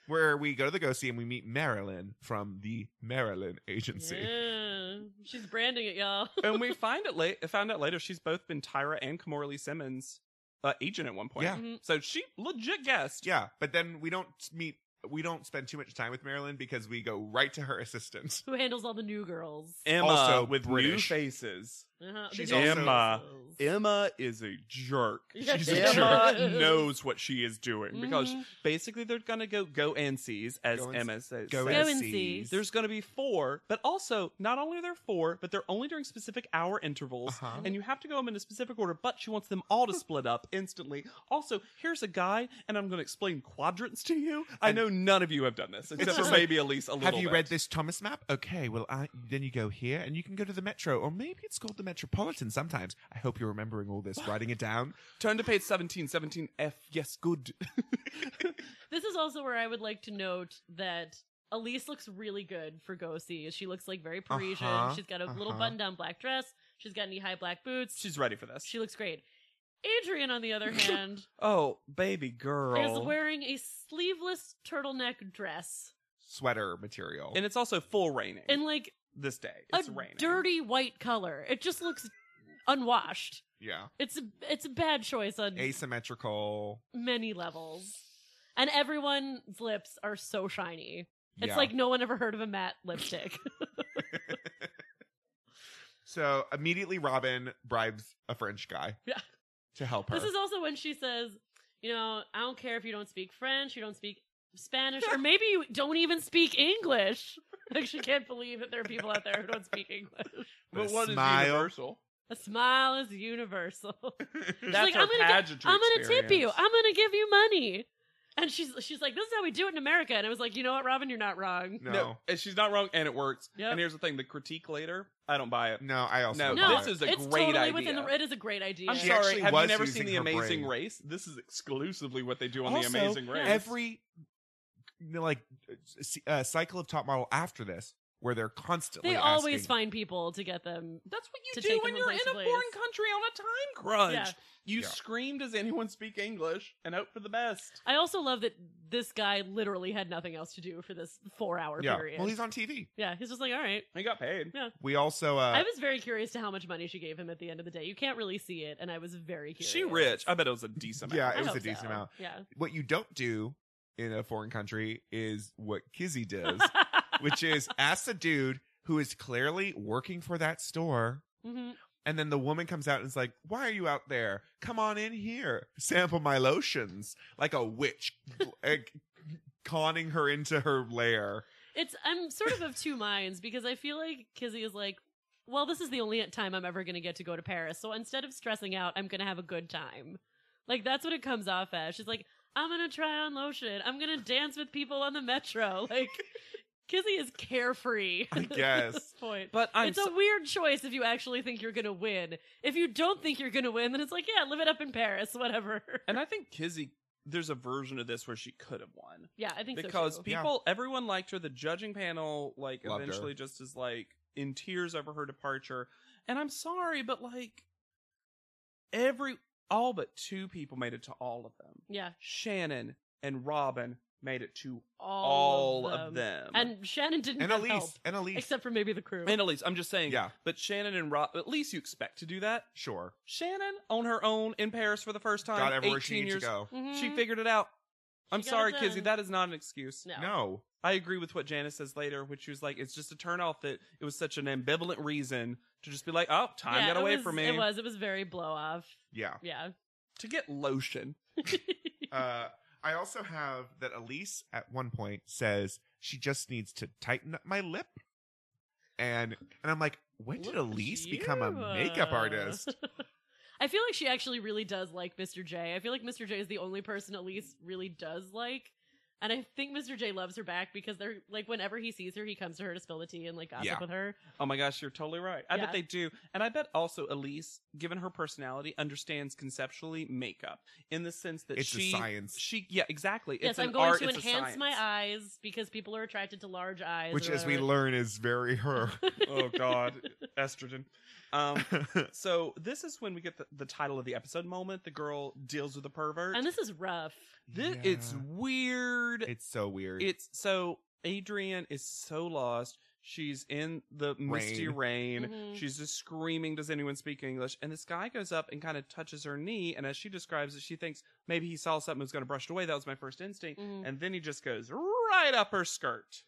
Speaker 5: Where we go to the go see and we meet Marilyn from the Marilyn agency.
Speaker 3: yeah. She's branding it, y'all.
Speaker 4: and we find it late found out later she's both been Tyra and Kamora Lee Simmons uh, agent at one point.
Speaker 5: Yeah.
Speaker 3: Mhm.
Speaker 4: So she legit guessed.
Speaker 5: Yeah, but then we don't meet, we don't spend too much time with Marilyn because we go right to her assistant.
Speaker 3: Who handles all the new girls?
Speaker 4: Emma
Speaker 5: Also
Speaker 4: with new
Speaker 5: British.
Speaker 4: faces.
Speaker 3: Uh-huh, the
Speaker 5: She's
Speaker 3: new
Speaker 4: Emma.
Speaker 3: girls.
Speaker 4: Emma is a jerk.
Speaker 3: Yeah,
Speaker 5: She's
Speaker 3: she
Speaker 5: a
Speaker 4: Emma
Speaker 3: is.
Speaker 4: knows what she is doing because
Speaker 3: Mhm.
Speaker 4: basically they're gonna go go and sees as
Speaker 5: Go and-
Speaker 4: Emma says.
Speaker 5: Go
Speaker 4: says.
Speaker 3: and
Speaker 5: and
Speaker 3: see.
Speaker 5: see.
Speaker 4: There's going to be four, but also not only are there four, but they're only during specific hour intervals,
Speaker 5: Uh-huh.
Speaker 4: and you have to go them in a specific order. But she wants them all to split up instantly. Also, here's a guy, and I'm going to explain quadrants to you. I
Speaker 5: And-
Speaker 4: know none of you have done this, except for
Speaker 5: just
Speaker 4: maybe Elise a little.
Speaker 5: Have you
Speaker 4: bit.
Speaker 5: read this Thomas map? Okay, well, I, then you go here and you can go to the metro, or maybe it's called the Metropolitan sometimes. I hope you're remembering all this, writing it down.
Speaker 4: Turn to page 17, 17 F. Yes, good.
Speaker 3: This is also where I would like to note that Elise looks really good for Gosi. She looks like very Parisian.
Speaker 5: Uh-huh,
Speaker 3: She's got a little
Speaker 5: uh-huh.
Speaker 3: button down black dress. She's got knee high black boots.
Speaker 4: She's ready for this.
Speaker 3: she looks great. Adrian, on the other hand,
Speaker 4: oh, baby
Speaker 3: is
Speaker 4: girl.
Speaker 3: wearing a sleeveless turtleneck dress
Speaker 5: Sweater material.
Speaker 4: and it's also full raining
Speaker 3: in like
Speaker 4: this day. It's
Speaker 3: a
Speaker 4: raining.
Speaker 3: dirty white color. It just looks unwashed.
Speaker 5: yeah.
Speaker 3: It's a, it's a bad choice on
Speaker 5: Asymmetrical.
Speaker 3: many levels. And everyone's lips are so shiny. It's
Speaker 5: yeah.
Speaker 3: like no one ever heard of a matte lipstick.
Speaker 5: So immediately, Robin bribes a French guy
Speaker 3: Yeah.
Speaker 5: to help her.
Speaker 3: This is also when she says, you know, I don't care if you don't speak French, you don't speak Spanish, or maybe you don't even speak English. Like she can't believe that there are people out there who don't speak English.
Speaker 4: But
Speaker 5: The
Speaker 4: what is
Speaker 5: smile.
Speaker 4: universal?
Speaker 3: A smile is universal.
Speaker 4: That's
Speaker 3: like,
Speaker 4: her
Speaker 3: "I'm gonna get-
Speaker 4: pageantry
Speaker 3: I'm gonna tip you.
Speaker 4: experience.
Speaker 3: I'm gonna give you money. And she's she's like, this is how we do it in America. And I was like, you know what, Robin, you're not wrong.
Speaker 5: no,
Speaker 4: No.
Speaker 5: no,
Speaker 4: and she's not wrong, and it works.
Speaker 3: Yep.
Speaker 4: And here's the thing: the critique later, I don't buy it.
Speaker 5: I also
Speaker 4: No,
Speaker 5: don't
Speaker 3: No,
Speaker 5: buy
Speaker 4: this
Speaker 5: it.
Speaker 4: is a
Speaker 3: it's
Speaker 4: great
Speaker 3: totally
Speaker 4: idea.
Speaker 3: within the. It is a great idea.
Speaker 4: I'm
Speaker 5: She
Speaker 4: sorry,
Speaker 5: actually
Speaker 4: have you
Speaker 5: was
Speaker 4: never
Speaker 5: using
Speaker 4: seen The
Speaker 5: her
Speaker 4: Amazing
Speaker 5: brain.
Speaker 4: Race? This is exclusively what they do on
Speaker 5: Also,
Speaker 4: The Amazing Race.
Speaker 5: every you know, like uh, cycle of top model after this, where they're constantly
Speaker 3: They always
Speaker 5: asking-
Speaker 3: find people to get them.
Speaker 4: that's what
Speaker 3: to
Speaker 4: you
Speaker 3: take
Speaker 4: do
Speaker 3: them
Speaker 4: when
Speaker 3: from
Speaker 4: you're in
Speaker 3: place
Speaker 4: a
Speaker 3: to
Speaker 4: foreign
Speaker 3: place.
Speaker 4: country on a time crunch.
Speaker 3: Yeah.
Speaker 4: You
Speaker 5: Yeah.
Speaker 4: scream, "Does anyone speak English?" and hope for the best.
Speaker 3: I also love that this guy literally had nothing else to do for this four hour
Speaker 5: Yeah,
Speaker 3: period.
Speaker 5: well, he's on TV.
Speaker 3: yeah, he's just like, all right.
Speaker 4: I got paid.
Speaker 5: We also uh,
Speaker 3: I was very curious to how much money she gave him at the end of the day. You can't really see it, and I was very curious.
Speaker 4: She rich. I bet it was a decent.
Speaker 5: Yeah,
Speaker 3: I
Speaker 4: amount.
Speaker 5: it was
Speaker 3: hope
Speaker 5: a decent
Speaker 3: so.
Speaker 5: amount.
Speaker 3: Yeah.
Speaker 5: what you don't do in a foreign country is what Kizzy does, which is ask the dude who is clearly working for that store.
Speaker 3: Mhm.
Speaker 5: And then the woman comes out and is like, Why are you out there? Come on in here. Sample my lotions. Like a witch like, conning her into her lair.
Speaker 3: It's I'm sort of of two minds because I feel like Kizzy is like, well, this is the only time I'm ever going to get to go to Paris. So instead of stressing out, I'm going to have a good time. Like that's what it comes off as. She's like, I'm going to try on lotion. I'm going to dance with people on the metro. Like Kizzy is carefree
Speaker 5: I
Speaker 3: at this
Speaker 5: guess.
Speaker 3: point.
Speaker 4: But I'm
Speaker 3: it's a weird choice if you actually think you're going to win. If you don't think you're going to win, then it's like, yeah, live it up in Paris, whatever.
Speaker 4: and I think Kizzy. There's a version of this where she could have won.
Speaker 3: yeah, I think
Speaker 4: because
Speaker 3: so too.
Speaker 4: people everyone liked her the judging panel like
Speaker 5: Loved her.
Speaker 4: eventually just is like in tears over her departure and i'm sorry but like every all but two people made it to all of them
Speaker 3: yeah,
Speaker 4: shannon and robin made it to
Speaker 3: all,
Speaker 4: all, of them,
Speaker 3: And Shannon didn't
Speaker 5: And
Speaker 3: have help,
Speaker 5: Elise. And Elise.
Speaker 3: except for maybe the crew.
Speaker 4: and elise i'm just saying
Speaker 5: Yeah.
Speaker 4: but shannon and rob at least you expect to do that
Speaker 5: sure.
Speaker 4: shannon on her own in paris for the first time
Speaker 5: Got everywhere
Speaker 4: 18
Speaker 5: she needs
Speaker 4: years
Speaker 5: to go.
Speaker 3: Mhm.
Speaker 4: she figured it out i'm
Speaker 3: got it
Speaker 4: sorry
Speaker 3: done.
Speaker 4: kizzy that is not an excuse
Speaker 3: no.
Speaker 5: No.
Speaker 4: I agree with what Janice says later, which she was like, it's just a turnoff that it was such an ambivalent reason to just be like, oh, time
Speaker 3: Yeah,
Speaker 4: got
Speaker 3: it
Speaker 4: away
Speaker 3: was-
Speaker 4: from me.
Speaker 3: It was. It was very blow off.
Speaker 5: Yeah.
Speaker 3: Yeah.
Speaker 4: To get lotion.
Speaker 5: Uh, I also have that Elise at one point says she just needs to tighten up my lip. And and I'm like, When did
Speaker 3: Look at
Speaker 5: Elise become a
Speaker 3: you.
Speaker 5: makeup artist?
Speaker 3: I feel like she actually really does like Mr. J. I feel like Mr. J is the only person Elise really does like. And I think Mr. J loves her back because they're like whenever he sees her, he comes to her to spill the tea and like gossip
Speaker 5: Yeah.
Speaker 3: with her.
Speaker 4: Oh my gosh, you're totally right. I
Speaker 3: Yeah.
Speaker 4: bet they do. And I bet also Elise, given her personality, understands conceptually makeup in the sense that
Speaker 5: It's
Speaker 4: she
Speaker 5: a science,
Speaker 4: She yeah, exactly.
Speaker 3: yes,
Speaker 4: it's an
Speaker 3: I'm going
Speaker 4: art,
Speaker 3: to
Speaker 4: it's a
Speaker 3: enhance my
Speaker 4: science.
Speaker 3: eyes because people are attracted to large eyes.
Speaker 5: which,
Speaker 3: or
Speaker 5: as we
Speaker 3: whatever.
Speaker 5: learn, is very her.
Speaker 4: Oh god, estrogen. Um so this is when we get the, the title of the episode moment. The girl deals with the pervert.
Speaker 3: and this is rough.
Speaker 4: Thi- it's
Speaker 5: Yeah.
Speaker 4: weird.
Speaker 5: it's so weird.
Speaker 4: It's so Adrian is so lost. She's in the misty rain.
Speaker 3: Mhm.
Speaker 4: She's just screaming, Does anyone speak English? And this guy goes up and kind of touches her knee. And as she describes it, she thinks maybe he saw something that was going to brush it away. That was my first instinct.
Speaker 3: Mhm.
Speaker 4: And then he just goes right up her skirt.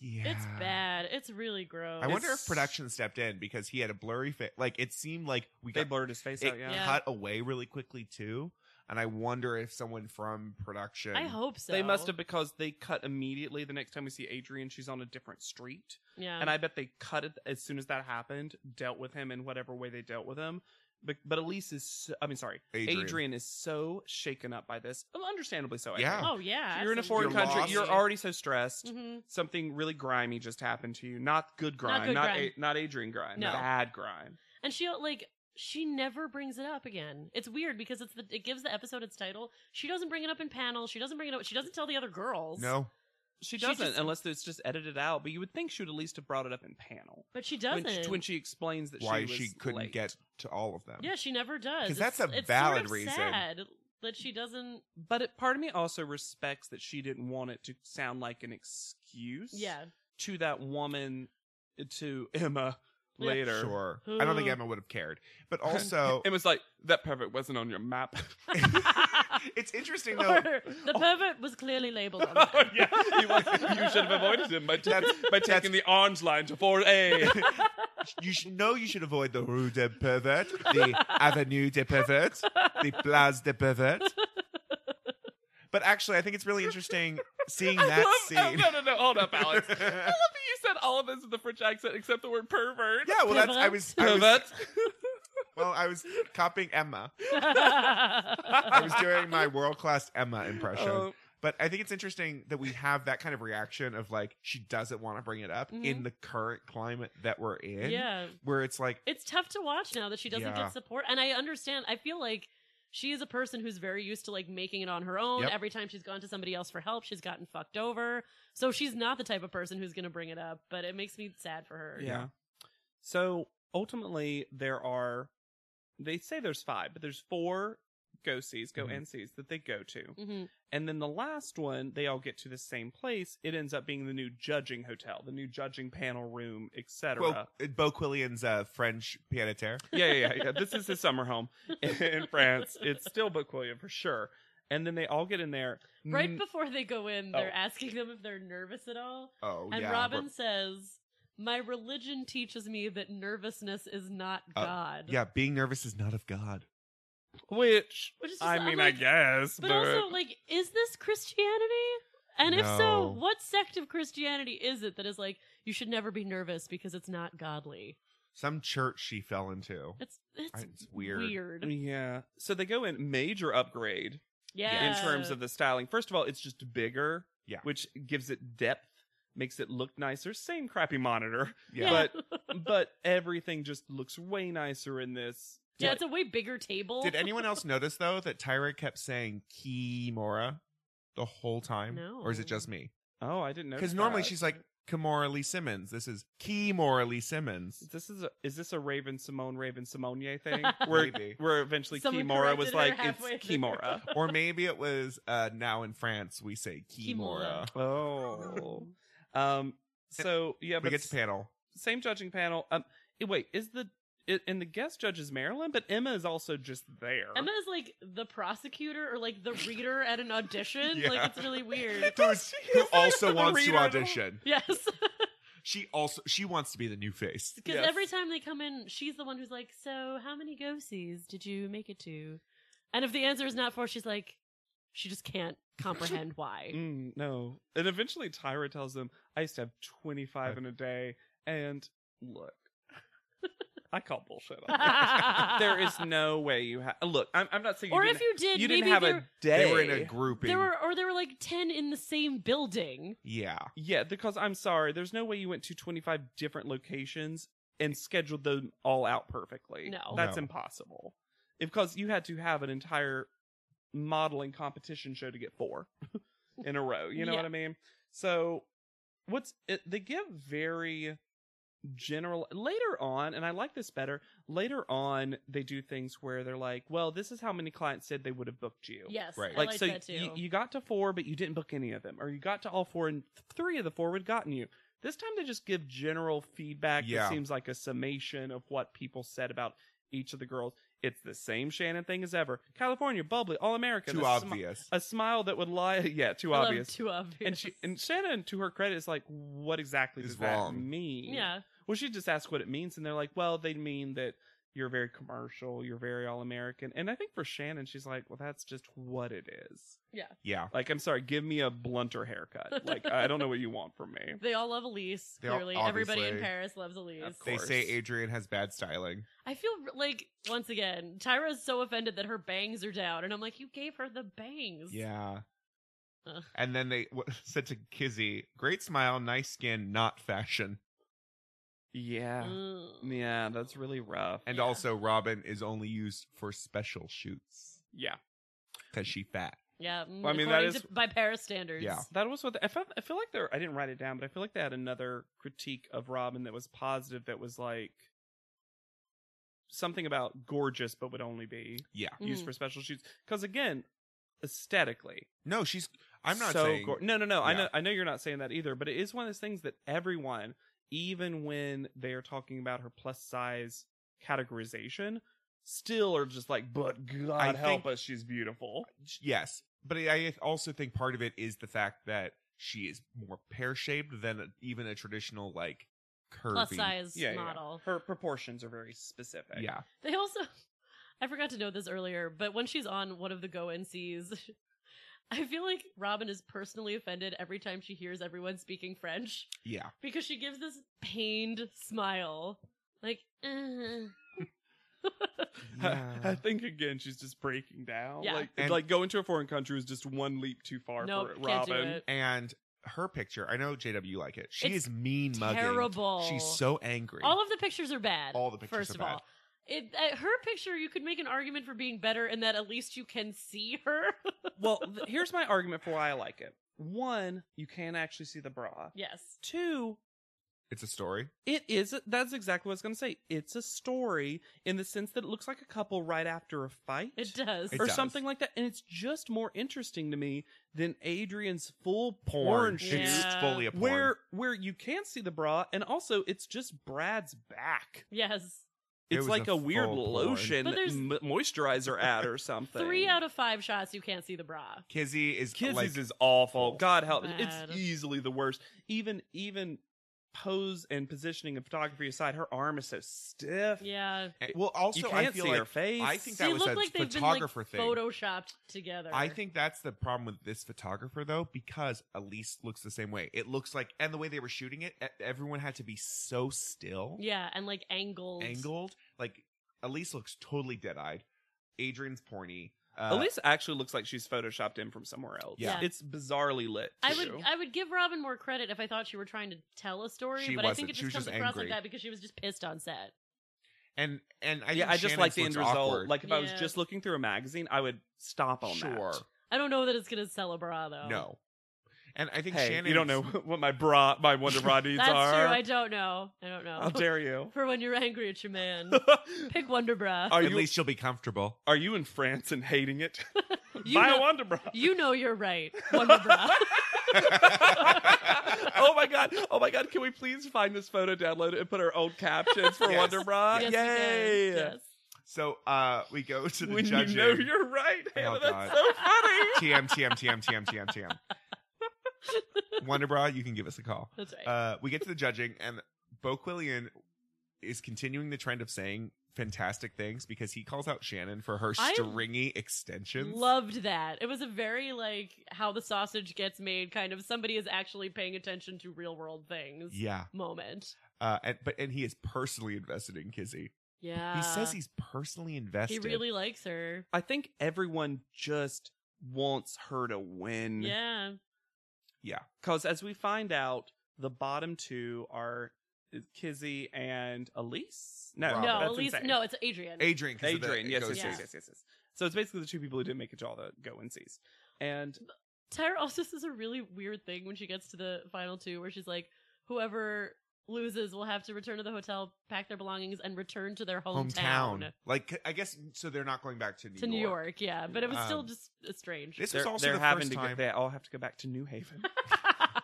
Speaker 5: yeah.
Speaker 3: It's bad. It's really gross.
Speaker 5: I wonder if
Speaker 4: It's-
Speaker 5: production stepped in because he had a blurry face. Like it seemed like we
Speaker 4: They
Speaker 5: got
Speaker 4: blurred his face
Speaker 5: it
Speaker 4: out. Yeah.
Speaker 3: Yeah.
Speaker 5: cut away really quickly too. And I wonder if someone from production.
Speaker 3: I hope so.
Speaker 4: They must have because they cut immediately. The next time we see Adrian, she's on a different street.
Speaker 3: Yeah.
Speaker 4: And I bet they cut it as soon as that happened, dealt with him in whatever way they dealt with him. But, but Elise is, so, I mean, sorry, Adrian. is so shaken up by this. Well, Understandably so. I
Speaker 5: Yeah.
Speaker 4: think.
Speaker 3: oh yeah.
Speaker 4: You're in a foreign
Speaker 5: You're
Speaker 4: country.
Speaker 5: lost.
Speaker 4: You're already so stressed.
Speaker 3: hmm
Speaker 4: Something really grimy just happened to you. Mm-hmm. Not good grime.
Speaker 3: good
Speaker 4: not
Speaker 3: grime.
Speaker 4: A- not Adrian grime.
Speaker 3: No.
Speaker 4: Bad grime.
Speaker 3: And she like she never brings it up again. It's weird because it's the it gives the episode its title. She doesn't bring it up in panel. She doesn't bring it up. She doesn't tell the other girls.
Speaker 5: No,
Speaker 4: She
Speaker 3: She
Speaker 4: doesn't
Speaker 3: just-
Speaker 4: unless it's just edited out. But you would think she would at least have brought it up in panel.
Speaker 3: but she
Speaker 4: When
Speaker 3: doesn't.
Speaker 4: she, when she explains that
Speaker 5: why
Speaker 4: she, was
Speaker 5: she, couldn't
Speaker 4: late.
Speaker 5: get to all of them.
Speaker 3: yeah, she never does.
Speaker 5: 'Cause
Speaker 3: It's-
Speaker 5: that's a
Speaker 3: it's sort
Speaker 5: valid
Speaker 3: of
Speaker 5: reason.
Speaker 3: Sad that she doesn't.
Speaker 4: But it, part of me also respects that she didn't want it to sound like an excuse.
Speaker 3: Yeah.
Speaker 4: To that woman, eh, to Emma
Speaker 3: Yeah.
Speaker 4: later.
Speaker 5: sure. I don't think
Speaker 3: Who-
Speaker 5: Emma would have cared. But also,
Speaker 4: It was like that pervert wasn't on your map.
Speaker 5: it's interesting
Speaker 3: Or
Speaker 5: though.
Speaker 3: the
Speaker 5: Oh.
Speaker 3: pervert was clearly labeled. On
Speaker 4: oh
Speaker 3: that.
Speaker 4: yeah, he was, you should have avoided him by, ta-
Speaker 5: That's-
Speaker 4: by taking the orange line to four A.
Speaker 5: You should know you should avoid the Rue de Pervert, the Avenue de Pervert, the Place de Pervert. But actually, I think it's really interesting seeing
Speaker 4: I
Speaker 5: that
Speaker 4: love-
Speaker 5: scene.
Speaker 4: No, no, no, hold up, Alex. I love that you said all of this with the French accent except the word pervert.
Speaker 5: Yeah, well, that's I was, I was
Speaker 4: Pervert.
Speaker 5: well, I was copying Emma. I was doing my world class Emma impression.
Speaker 4: Uh,
Speaker 5: But I think it's interesting that we have that kind of reaction of like she doesn't want to bring it up in the current climate that we're in,
Speaker 3: Mm-hmm. yeah.
Speaker 5: where it's like
Speaker 3: It's tough to watch now that she doesn't
Speaker 5: Yeah.
Speaker 3: get support. And I understand. I feel like she is a person who's very used to like making it on her own.
Speaker 5: Yep.
Speaker 3: Every time she's gone to somebody else for help, she's gotten fucked over. So she's not the type of person who's going to bring it up. But it makes me sad for her.
Speaker 4: yeah. So ultimately, there are. They say there's five, but there's four go sees, go
Speaker 5: Mhm.
Speaker 4: and sees that they go to.
Speaker 3: hmm
Speaker 4: And then the last one, they all get to the same place. It ends up being the new judging hotel, the new judging panel room, etc.
Speaker 5: well, Bo Quillian's uh, French pied à terre.
Speaker 4: yeah, yeah, yeah, yeah. This is his summer home in France. It's still Boquillian for sure. And then they all get in there.
Speaker 3: Right
Speaker 4: N-
Speaker 3: before they go in, they're
Speaker 4: Oh.
Speaker 3: asking them if they're nervous at all.
Speaker 5: Oh
Speaker 3: And
Speaker 5: yeah,
Speaker 3: Robin says, My religion teaches me that nervousness is not
Speaker 5: Uh,
Speaker 3: God.
Speaker 5: yeah, being nervous is not of God.
Speaker 4: which,
Speaker 3: Which is just-
Speaker 4: I
Speaker 3: I'm
Speaker 4: mean,
Speaker 3: like-
Speaker 4: I guess,
Speaker 3: But also, like, is this Christianity? And if so,
Speaker 5: No.
Speaker 3: what sect of Christianity is it that is like you should never be nervous because it's not godly?
Speaker 5: Some church she fell into.
Speaker 3: It's it's,
Speaker 5: It's weird.
Speaker 4: yeah. So they go in major upgrade
Speaker 3: Yeah.
Speaker 4: in terms of the styling. First of all, it's just bigger,
Speaker 5: Yeah.
Speaker 4: which gives it depth, makes it look nicer. Same crappy monitor,
Speaker 5: Yeah,
Speaker 4: but but everything just looks way nicer in this.
Speaker 3: yeah, it's a way bigger table.
Speaker 5: Did anyone else notice though that Tyra kept saying Kimora the whole time,
Speaker 3: No.
Speaker 5: or is it just me?
Speaker 4: Oh, I didn't know
Speaker 5: Because normally she's like Kimora Lee Simmons. This is Kimora Lee Simmons.
Speaker 4: This is a, is this a Raven Simone Raven Simonier thing where
Speaker 5: Maybe.
Speaker 4: where eventually
Speaker 3: Someone
Speaker 4: Kimora was
Speaker 3: corrected her
Speaker 4: like it's
Speaker 3: halfway through.
Speaker 4: Kimora.
Speaker 5: or maybe it was uh, now in France we say Kimora.
Speaker 4: oh. Um so yeah,
Speaker 5: We
Speaker 4: but
Speaker 5: get to panel.
Speaker 4: same judging panel. Um eh, wait, is the i and the guest judge is Marilyn, but Emma is also just there.
Speaker 3: Emma is like the prosecutor or like the reader at an audition.
Speaker 5: Yeah.
Speaker 3: Like it's really weird.
Speaker 5: Who's- who also wants to
Speaker 4: reader.
Speaker 5: audition.
Speaker 3: yes.
Speaker 5: She also she wants to be the new face.
Speaker 3: Because
Speaker 4: Yes.
Speaker 3: every time they come in, she's the one who's like, "So, how many ghosties did you make it to?" And if the answer is not four, she's like, she just can't comprehend why.
Speaker 4: Mm, no. And
Speaker 5: Uh,
Speaker 4: eventually Tyra tells them, I used to have 25 in a day. And look, I call bullshit. On that. Mm. there is no way you have. Look, I'm, I'm not saying.
Speaker 3: or
Speaker 4: you
Speaker 3: if
Speaker 4: didn't,
Speaker 3: you did,
Speaker 4: you
Speaker 3: maybe
Speaker 4: didn't have
Speaker 3: there,
Speaker 4: a day.
Speaker 5: They were in a grouping.
Speaker 3: there were, or there were like ten in the same building.
Speaker 5: yeah.
Speaker 4: Yeah, because I'm sorry, there's no way you went to 25 different locations and scheduled them all out perfectly.
Speaker 3: No.
Speaker 4: that's
Speaker 5: No.
Speaker 4: impossible. Because you had to have an entire modeling competition show to get four in a row. You know
Speaker 3: Yeah.
Speaker 4: what I mean? So, what's it, they give very general later on, and I like this better. Later on, they do things where they're like, "Well, this is how many clients said they would have booked you."
Speaker 3: Yes,
Speaker 5: Right.
Speaker 3: I
Speaker 4: like
Speaker 3: like,
Speaker 4: so
Speaker 3: that too.
Speaker 4: You, you got to four but you didn't book any of them or you got to all four and th- three of the four would have gotten you this time they just give general feedback
Speaker 5: Yeah.
Speaker 4: that seems like a summation of what people said about each of the girls it's the same shannon thing as ever california bubbly all american
Speaker 5: Too
Speaker 4: a smi-
Speaker 5: obvious.
Speaker 4: a smile that would lie yeah too
Speaker 3: I love
Speaker 4: obvious
Speaker 3: Too obvious.
Speaker 4: and she and shannon to her credit is like what exactly
Speaker 5: Is
Speaker 4: does that
Speaker 5: wrong.
Speaker 4: mean
Speaker 3: yeah,
Speaker 4: well, she just asked what it means, and they're like, well, they mean that you're very commercial, you're very all American. And I think for Shannon, she's like, well, that's just what it is.
Speaker 5: yeah.
Speaker 4: Like, I'm sorry, give me a blunter haircut. Like, I don't know what you want from me.
Speaker 3: they all love Elise.
Speaker 5: They all-
Speaker 3: Clearly, everybody in
Speaker 5: obviously.
Speaker 3: Paris loves Elise.
Speaker 4: Of
Speaker 5: They
Speaker 4: course.
Speaker 5: say Adrian has bad styling.
Speaker 3: I feel r- like once again, Tyra's so offended that her bangs are down, and I'm like, you gave her the bangs.
Speaker 5: Yeah.
Speaker 3: Ugh.
Speaker 5: And then they w- said to Kizzy, "Great smile, nice skin, not fashion."
Speaker 4: Yeah.
Speaker 3: Ugh.
Speaker 4: Yeah, that's really rough.
Speaker 5: And
Speaker 3: Yeah.
Speaker 5: also, Robin is only used for special shoots
Speaker 4: Yeah.
Speaker 5: because she fat.
Speaker 3: Yeah. mm,
Speaker 4: Well, I mean,
Speaker 3: according
Speaker 4: that is-
Speaker 3: to- by Paris standards.
Speaker 5: Yeah.
Speaker 4: That was what the, I felt. I feel like there. I didn't write it down, but I feel like they had another critique of Robin that was positive. That was like something about gorgeous, but would only be
Speaker 5: Yeah.
Speaker 4: used
Speaker 3: Mhm.
Speaker 4: for special shoots. Because again, aesthetically,
Speaker 5: No, she's. I'm not
Speaker 4: so
Speaker 5: saying.
Speaker 4: gor- no, no, no. I
Speaker 5: Yeah.
Speaker 4: know, I know you're not saying that either. But it is one of those things that everyone, even when they are talking about her plus size categorization, still are just like, "But God
Speaker 5: I
Speaker 4: help
Speaker 5: think-
Speaker 4: us, she's beautiful."
Speaker 5: yes, but I- I also think part of it is the fact that she is more pear shaped than even a traditional like curvy.
Speaker 3: Plus size
Speaker 4: Yeah, yeah, yeah.
Speaker 3: model.
Speaker 4: Her proportions are very specific.
Speaker 5: Uh, Yeah.
Speaker 3: They also, I forgot to note this earlier, but when she's on one of the go and sees, I feel like Robin is personally offended every time she hears everyone speaking French
Speaker 5: Yeah.
Speaker 3: because she gives this pained smile. Like, "Uh-huh."
Speaker 4: I, I think again, she's just breaking down.
Speaker 3: Yeah.
Speaker 4: Like,
Speaker 5: And-
Speaker 4: like going to a foreign country is just one leap too far
Speaker 3: nope,
Speaker 4: for
Speaker 3: can't
Speaker 4: Robin.
Speaker 3: do it.
Speaker 5: and her picture, I know JW you like it. She
Speaker 3: It's
Speaker 5: is mean mugging.
Speaker 3: terrible.
Speaker 5: She's so angry.
Speaker 3: All of the pictures are bad.
Speaker 5: All the pictures
Speaker 3: First
Speaker 5: are
Speaker 3: of
Speaker 5: bad.
Speaker 3: all, it, uh, her picture you could make an argument for being better, and that at least you can see her.
Speaker 4: well, th- here's my argument for why I like it. One, you can actually see the bra.
Speaker 3: yes,
Speaker 4: Two,
Speaker 5: it's a story.
Speaker 4: It is. That's exactly what I was going to say. It's a story in the sense that it looks like a couple right after a fight
Speaker 3: it does.
Speaker 5: It
Speaker 4: or
Speaker 5: does.
Speaker 4: something like that. And it's just more interesting to me than Adrian's full porn, shoot.
Speaker 5: It's
Speaker 3: Yeah.
Speaker 5: fully a porn.
Speaker 4: Where where you can see the bra and also it's just Brad's back.
Speaker 3: Yes,
Speaker 5: It
Speaker 4: It's
Speaker 5: was
Speaker 4: like
Speaker 5: a
Speaker 4: a weird
Speaker 5: full porn.
Speaker 4: lotion
Speaker 3: But there's-
Speaker 4: m- moisturizer ad or something.
Speaker 3: three out of five shots you can't see the bra.
Speaker 5: Kizzy is
Speaker 4: Kizzy's
Speaker 5: like
Speaker 4: is awful. Oh, God help.
Speaker 3: Bad.
Speaker 4: It's easily the worst. Even even pose and positioning and photography aside, her arm is so stiff.
Speaker 3: Yeah.
Speaker 5: Eh, Well, also
Speaker 4: you
Speaker 5: I
Speaker 4: can't
Speaker 5: feel
Speaker 4: see
Speaker 5: like
Speaker 4: her face.
Speaker 5: I think
Speaker 3: See,
Speaker 5: that
Speaker 3: it
Speaker 5: was
Speaker 3: looked
Speaker 5: a
Speaker 3: like they've
Speaker 5: photographer
Speaker 3: been
Speaker 5: thing.
Speaker 3: like, photoshopped together.
Speaker 5: I think that's the problem with this photographer though, because Elise looks the same way. It looks like, and the way they were shooting it, e- everyone had to be so still,
Speaker 3: Yeah, and like angled.
Speaker 5: angled. Like Elise looks totally dead eyed. Adrian's porny. Uh,
Speaker 4: Elise actually looks like she's photoshopped in from somewhere else.
Speaker 5: Yeah.
Speaker 3: Yeah.
Speaker 4: It's bizarrely lit.
Speaker 3: I
Speaker 4: too.
Speaker 3: would I would give Robin more credit if I thought she were trying to tell a story,
Speaker 5: She
Speaker 3: but I
Speaker 5: wasn't.
Speaker 3: think it
Speaker 5: She
Speaker 3: just
Speaker 5: was
Speaker 3: comes
Speaker 5: just
Speaker 3: across
Speaker 5: angry.
Speaker 3: like that because she was just pissed on set.
Speaker 5: and and I
Speaker 4: yeah,
Speaker 5: think
Speaker 4: I just like the end
Speaker 5: Shannon's looks
Speaker 4: result.
Speaker 5: awkward.
Speaker 4: Like if I was
Speaker 3: Yeah.
Speaker 4: just looking through a magazine, I would stop on that. Oh.
Speaker 5: sure,
Speaker 3: I don't know that it's gonna sell a bra though.
Speaker 5: no. And I think
Speaker 4: Hey,
Speaker 5: Shannon,
Speaker 4: you don't know what my bra, my Wonder Bra needs
Speaker 3: That's
Speaker 4: are.
Speaker 3: true. I don't know. I don't know.
Speaker 4: How dare you?
Speaker 3: For when you're angry at your man, pick Wonder Bra.
Speaker 4: are
Speaker 5: At
Speaker 4: you
Speaker 5: least she'll be comfortable.
Speaker 4: are you in France and hating it?
Speaker 3: You
Speaker 4: Buy a
Speaker 3: know-
Speaker 4: Wonder Bra.
Speaker 3: You know you're right, Wonder Bra.
Speaker 4: oh my god! Oh my god! Can we please find this photo, download it, and put our own captions for
Speaker 5: Yes.
Speaker 4: Wonder Bra?
Speaker 3: yes, you
Speaker 4: Yay!
Speaker 3: can. Yes.
Speaker 5: So uh we go to the
Speaker 4: When
Speaker 5: judges.
Speaker 4: you know you're right, Hannah,
Speaker 5: God.
Speaker 4: that's so funny.
Speaker 5: TM TM TM TM TM TM. Wonderbra, you can give us a call.
Speaker 3: That's right.
Speaker 5: Uh, we get to the judging, and Bo Quillian is continuing the trend of saying fantastic things because he calls out Shannon for her
Speaker 3: I
Speaker 5: stringy extensions.
Speaker 3: Loved that. It was a very like how the sausage gets made kind of somebody is actually paying attention to real world things
Speaker 5: yeah,
Speaker 3: moment.
Speaker 5: uh, and, but and he is personally invested in Kizzy.
Speaker 3: Yeah.
Speaker 5: he says he's personally invested.
Speaker 3: He really likes her.
Speaker 4: I think everyone just wants her to win.
Speaker 5: Mm.
Speaker 3: Yeah.
Speaker 4: Yeah. Because as we find out, the bottom two are Kizzy and Elise. No,
Speaker 5: Robin.
Speaker 3: no,
Speaker 4: that's
Speaker 3: at least
Speaker 4: insane.
Speaker 3: no, it's Adrian.
Speaker 5: Adrian. 'cause of the-
Speaker 4: Adrian.
Speaker 5: it
Speaker 4: Yes,
Speaker 5: goes
Speaker 4: yes,
Speaker 5: to-
Speaker 4: yes, yes, yes, yes. So it's basically the two people who didn't make it to all the go and sees. And
Speaker 3: Tyra also says a really weird thing when she gets to the final two, where she's like, "Whoever loses will have to return to the hotel, pack their belongings, and return to their hometown,
Speaker 5: Hometown. Like I guess so. They're not going back to New
Speaker 3: to New York. Yeah, but it was still
Speaker 5: Um,
Speaker 3: just uh, strange.
Speaker 5: This was
Speaker 4: they're,
Speaker 5: also
Speaker 4: they're
Speaker 5: the
Speaker 4: having
Speaker 5: first
Speaker 4: to
Speaker 5: time.
Speaker 4: go, they all have to go back to New Haven.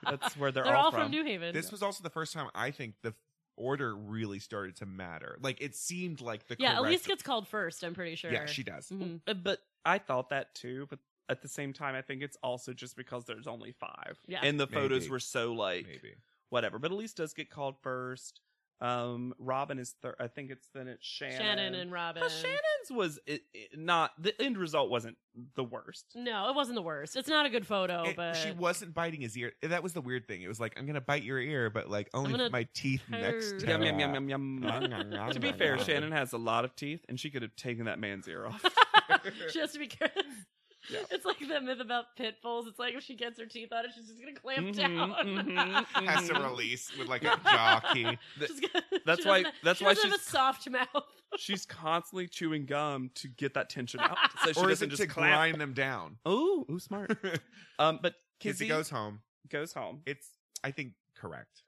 Speaker 4: That's where they're,
Speaker 3: They're all from New Haven.
Speaker 5: This was also the first time I think the order really started to matter. Like it seemed like the
Speaker 3: yeah,
Speaker 5: correct-
Speaker 3: Elise gets called first. I'm pretty sure.
Speaker 5: yeah she does.
Speaker 3: Mhm.
Speaker 4: Uh, But I thought that too. But at the same time, I think it's also just because there's only five.
Speaker 3: Yeah.
Speaker 4: And the photos
Speaker 5: Maybe.
Speaker 4: were so like
Speaker 5: Maybe
Speaker 4: whatever. But Elise does get called first. Um, Robin is third. I think it's then it's Shannon.
Speaker 3: Shannon and Robin.
Speaker 4: But Shannon's was it, it- not the end result wasn't the worst.
Speaker 3: No, it wasn't the worst. It's not a good photo,
Speaker 5: It-
Speaker 3: but
Speaker 5: she wasn't biting his ear. That was the weird thing. It was like I'm gonna bite your ear, but like only
Speaker 3: gonna
Speaker 5: with my teeth next
Speaker 3: tear-
Speaker 5: time.
Speaker 4: Yum yum yum yum yum. to be fair, Shannon has a lot of teeth, and she could have taken that man's ear off.
Speaker 3: she has to be careful. It's like that myth about pit bulls. It's like if she gets her teeth out, she's just gonna clamp
Speaker 4: Mhm,
Speaker 3: down.
Speaker 4: mhm,
Speaker 5: Mm-hmm, has to release with like a jockey.
Speaker 3: She's gonna-
Speaker 4: That's
Speaker 3: she
Speaker 4: why-
Speaker 3: doesn't-
Speaker 4: that's
Speaker 3: she
Speaker 4: why
Speaker 3: doesn't have a
Speaker 4: she's-
Speaker 3: soft mouth.
Speaker 4: She's constantly chewing gum to get that tension out, so she
Speaker 5: or is
Speaker 4: doesn't
Speaker 5: it
Speaker 4: just
Speaker 5: to
Speaker 4: clamp.
Speaker 5: grind them down?
Speaker 4: Oh, ooh, smart. um, but
Speaker 5: Kizzy
Speaker 4: Kizzy
Speaker 5: goes home.
Speaker 4: goes home.
Speaker 5: It's I think correct.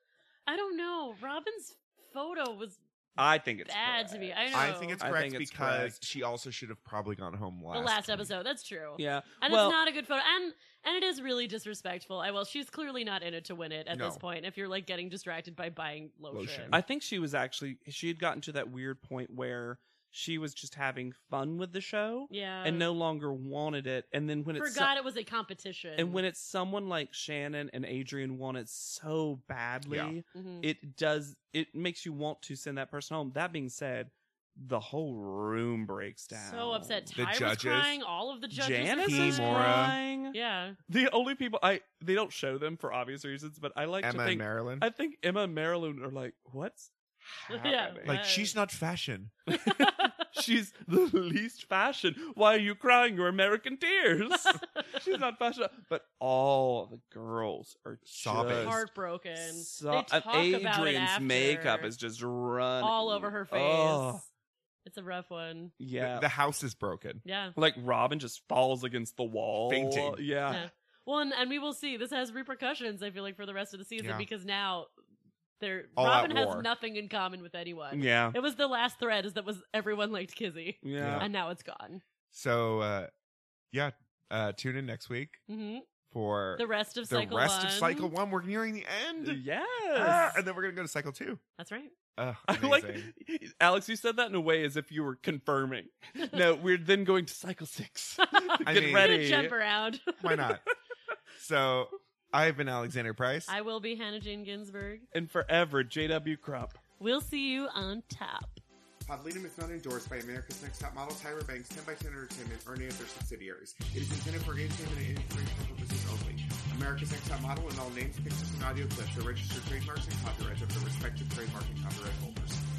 Speaker 3: I don't know. Robin's photo was
Speaker 4: I think it's
Speaker 3: bad to me.
Speaker 4: correct.
Speaker 3: I know.
Speaker 5: I think it's
Speaker 4: I
Speaker 5: correct
Speaker 4: think it's
Speaker 5: because
Speaker 4: correct.
Speaker 5: she also should have probably gone home last.
Speaker 3: the last
Speaker 5: week.
Speaker 3: episode. That's true.
Speaker 4: Yeah,
Speaker 3: And
Speaker 4: well,
Speaker 3: it's not a good photo. And and it is really disrespectful. I will. She's clearly not in it to win it at this
Speaker 5: No.
Speaker 3: point. If you're like getting distracted by buying lotion.
Speaker 5: Lotion.
Speaker 4: I think she was actually she had gotten to that weird point where she was just having fun with the show
Speaker 3: yeah.
Speaker 4: and no longer wanted it. And then when it's so-
Speaker 3: forgot it was a competition.
Speaker 4: and when it's someone like Shannon and Adrian want it so badly,
Speaker 3: Mhm.
Speaker 4: it does it makes you want to send that person home. That being said, the whole room breaks down.
Speaker 3: so upset.
Speaker 5: The
Speaker 3: Ty was
Speaker 5: judges.
Speaker 3: crying. All of the judges. were
Speaker 4: Janice
Speaker 3: crying.
Speaker 4: is
Speaker 5: Kimura.
Speaker 4: crying.
Speaker 3: Yeah.
Speaker 4: The only people I they don't show them for obvious reasons, but I like
Speaker 5: Emma
Speaker 4: to
Speaker 5: and
Speaker 4: think
Speaker 5: Marilyn.
Speaker 4: I think Emma and Marilyn are like, what's happening?
Speaker 3: Yeah,
Speaker 5: like she's not fashion.
Speaker 4: She's the least fashion. Why are you crying your American tears? She's not fashion. But all the girls are
Speaker 5: Sobbing.
Speaker 4: just
Speaker 3: Heartbroken.
Speaker 4: so-
Speaker 3: they talk about it
Speaker 4: Adrian's
Speaker 3: after.
Speaker 4: makeup is just running
Speaker 3: all over her face.
Speaker 4: Oh,
Speaker 3: It's a rough one.
Speaker 5: The-
Speaker 4: yeah.
Speaker 5: The, house is broken.
Speaker 3: Yeah.
Speaker 4: like Robin just falls against the wall.
Speaker 5: Fainting.
Speaker 4: Yeah.
Speaker 3: Yeah. Well, and, and we will see. This has repercussions. I feel like for the rest of the season
Speaker 5: Yeah.
Speaker 3: because now, they're
Speaker 5: All at
Speaker 3: Robin has
Speaker 5: war.
Speaker 3: nothing in common with anyone.
Speaker 4: Yeah.
Speaker 3: It was the last thread is that was everyone liked Kizzy,
Speaker 4: Yeah.
Speaker 3: and now it's gone.
Speaker 5: So uh yeah, uh tune in next week
Speaker 3: hmm
Speaker 5: for
Speaker 3: The rest of
Speaker 5: the
Speaker 3: cycle
Speaker 5: rest
Speaker 3: one.
Speaker 5: of cycle one. We're nearing the end.
Speaker 4: Yes.
Speaker 5: Ah, and then we're gonna go to cycle two.
Speaker 3: That's right.
Speaker 5: Uh,
Speaker 4: I like Alex, you said that in a way as if you were confirming. no, we're then going to cycle six.
Speaker 5: I
Speaker 4: Get
Speaker 5: mean-
Speaker 3: Gonna
Speaker 4: ready.
Speaker 3: jump around.
Speaker 5: why not? So I've been Alexander Price.
Speaker 3: I will be Hannah Jane Ginsburg.
Speaker 4: And forever, JW Crump.
Speaker 3: We'll see you on top.
Speaker 6: Podletum is not endorsed by America's Next Top Model, Tyra Banks, 10x10 Entertainment, or any of their subsidiaries. It is intended for entertainment and informational purposes only. America's Next Top Model and all names, pictures, and audio clips are registered trademarks and copyrights of the respective trademark and copyright holders.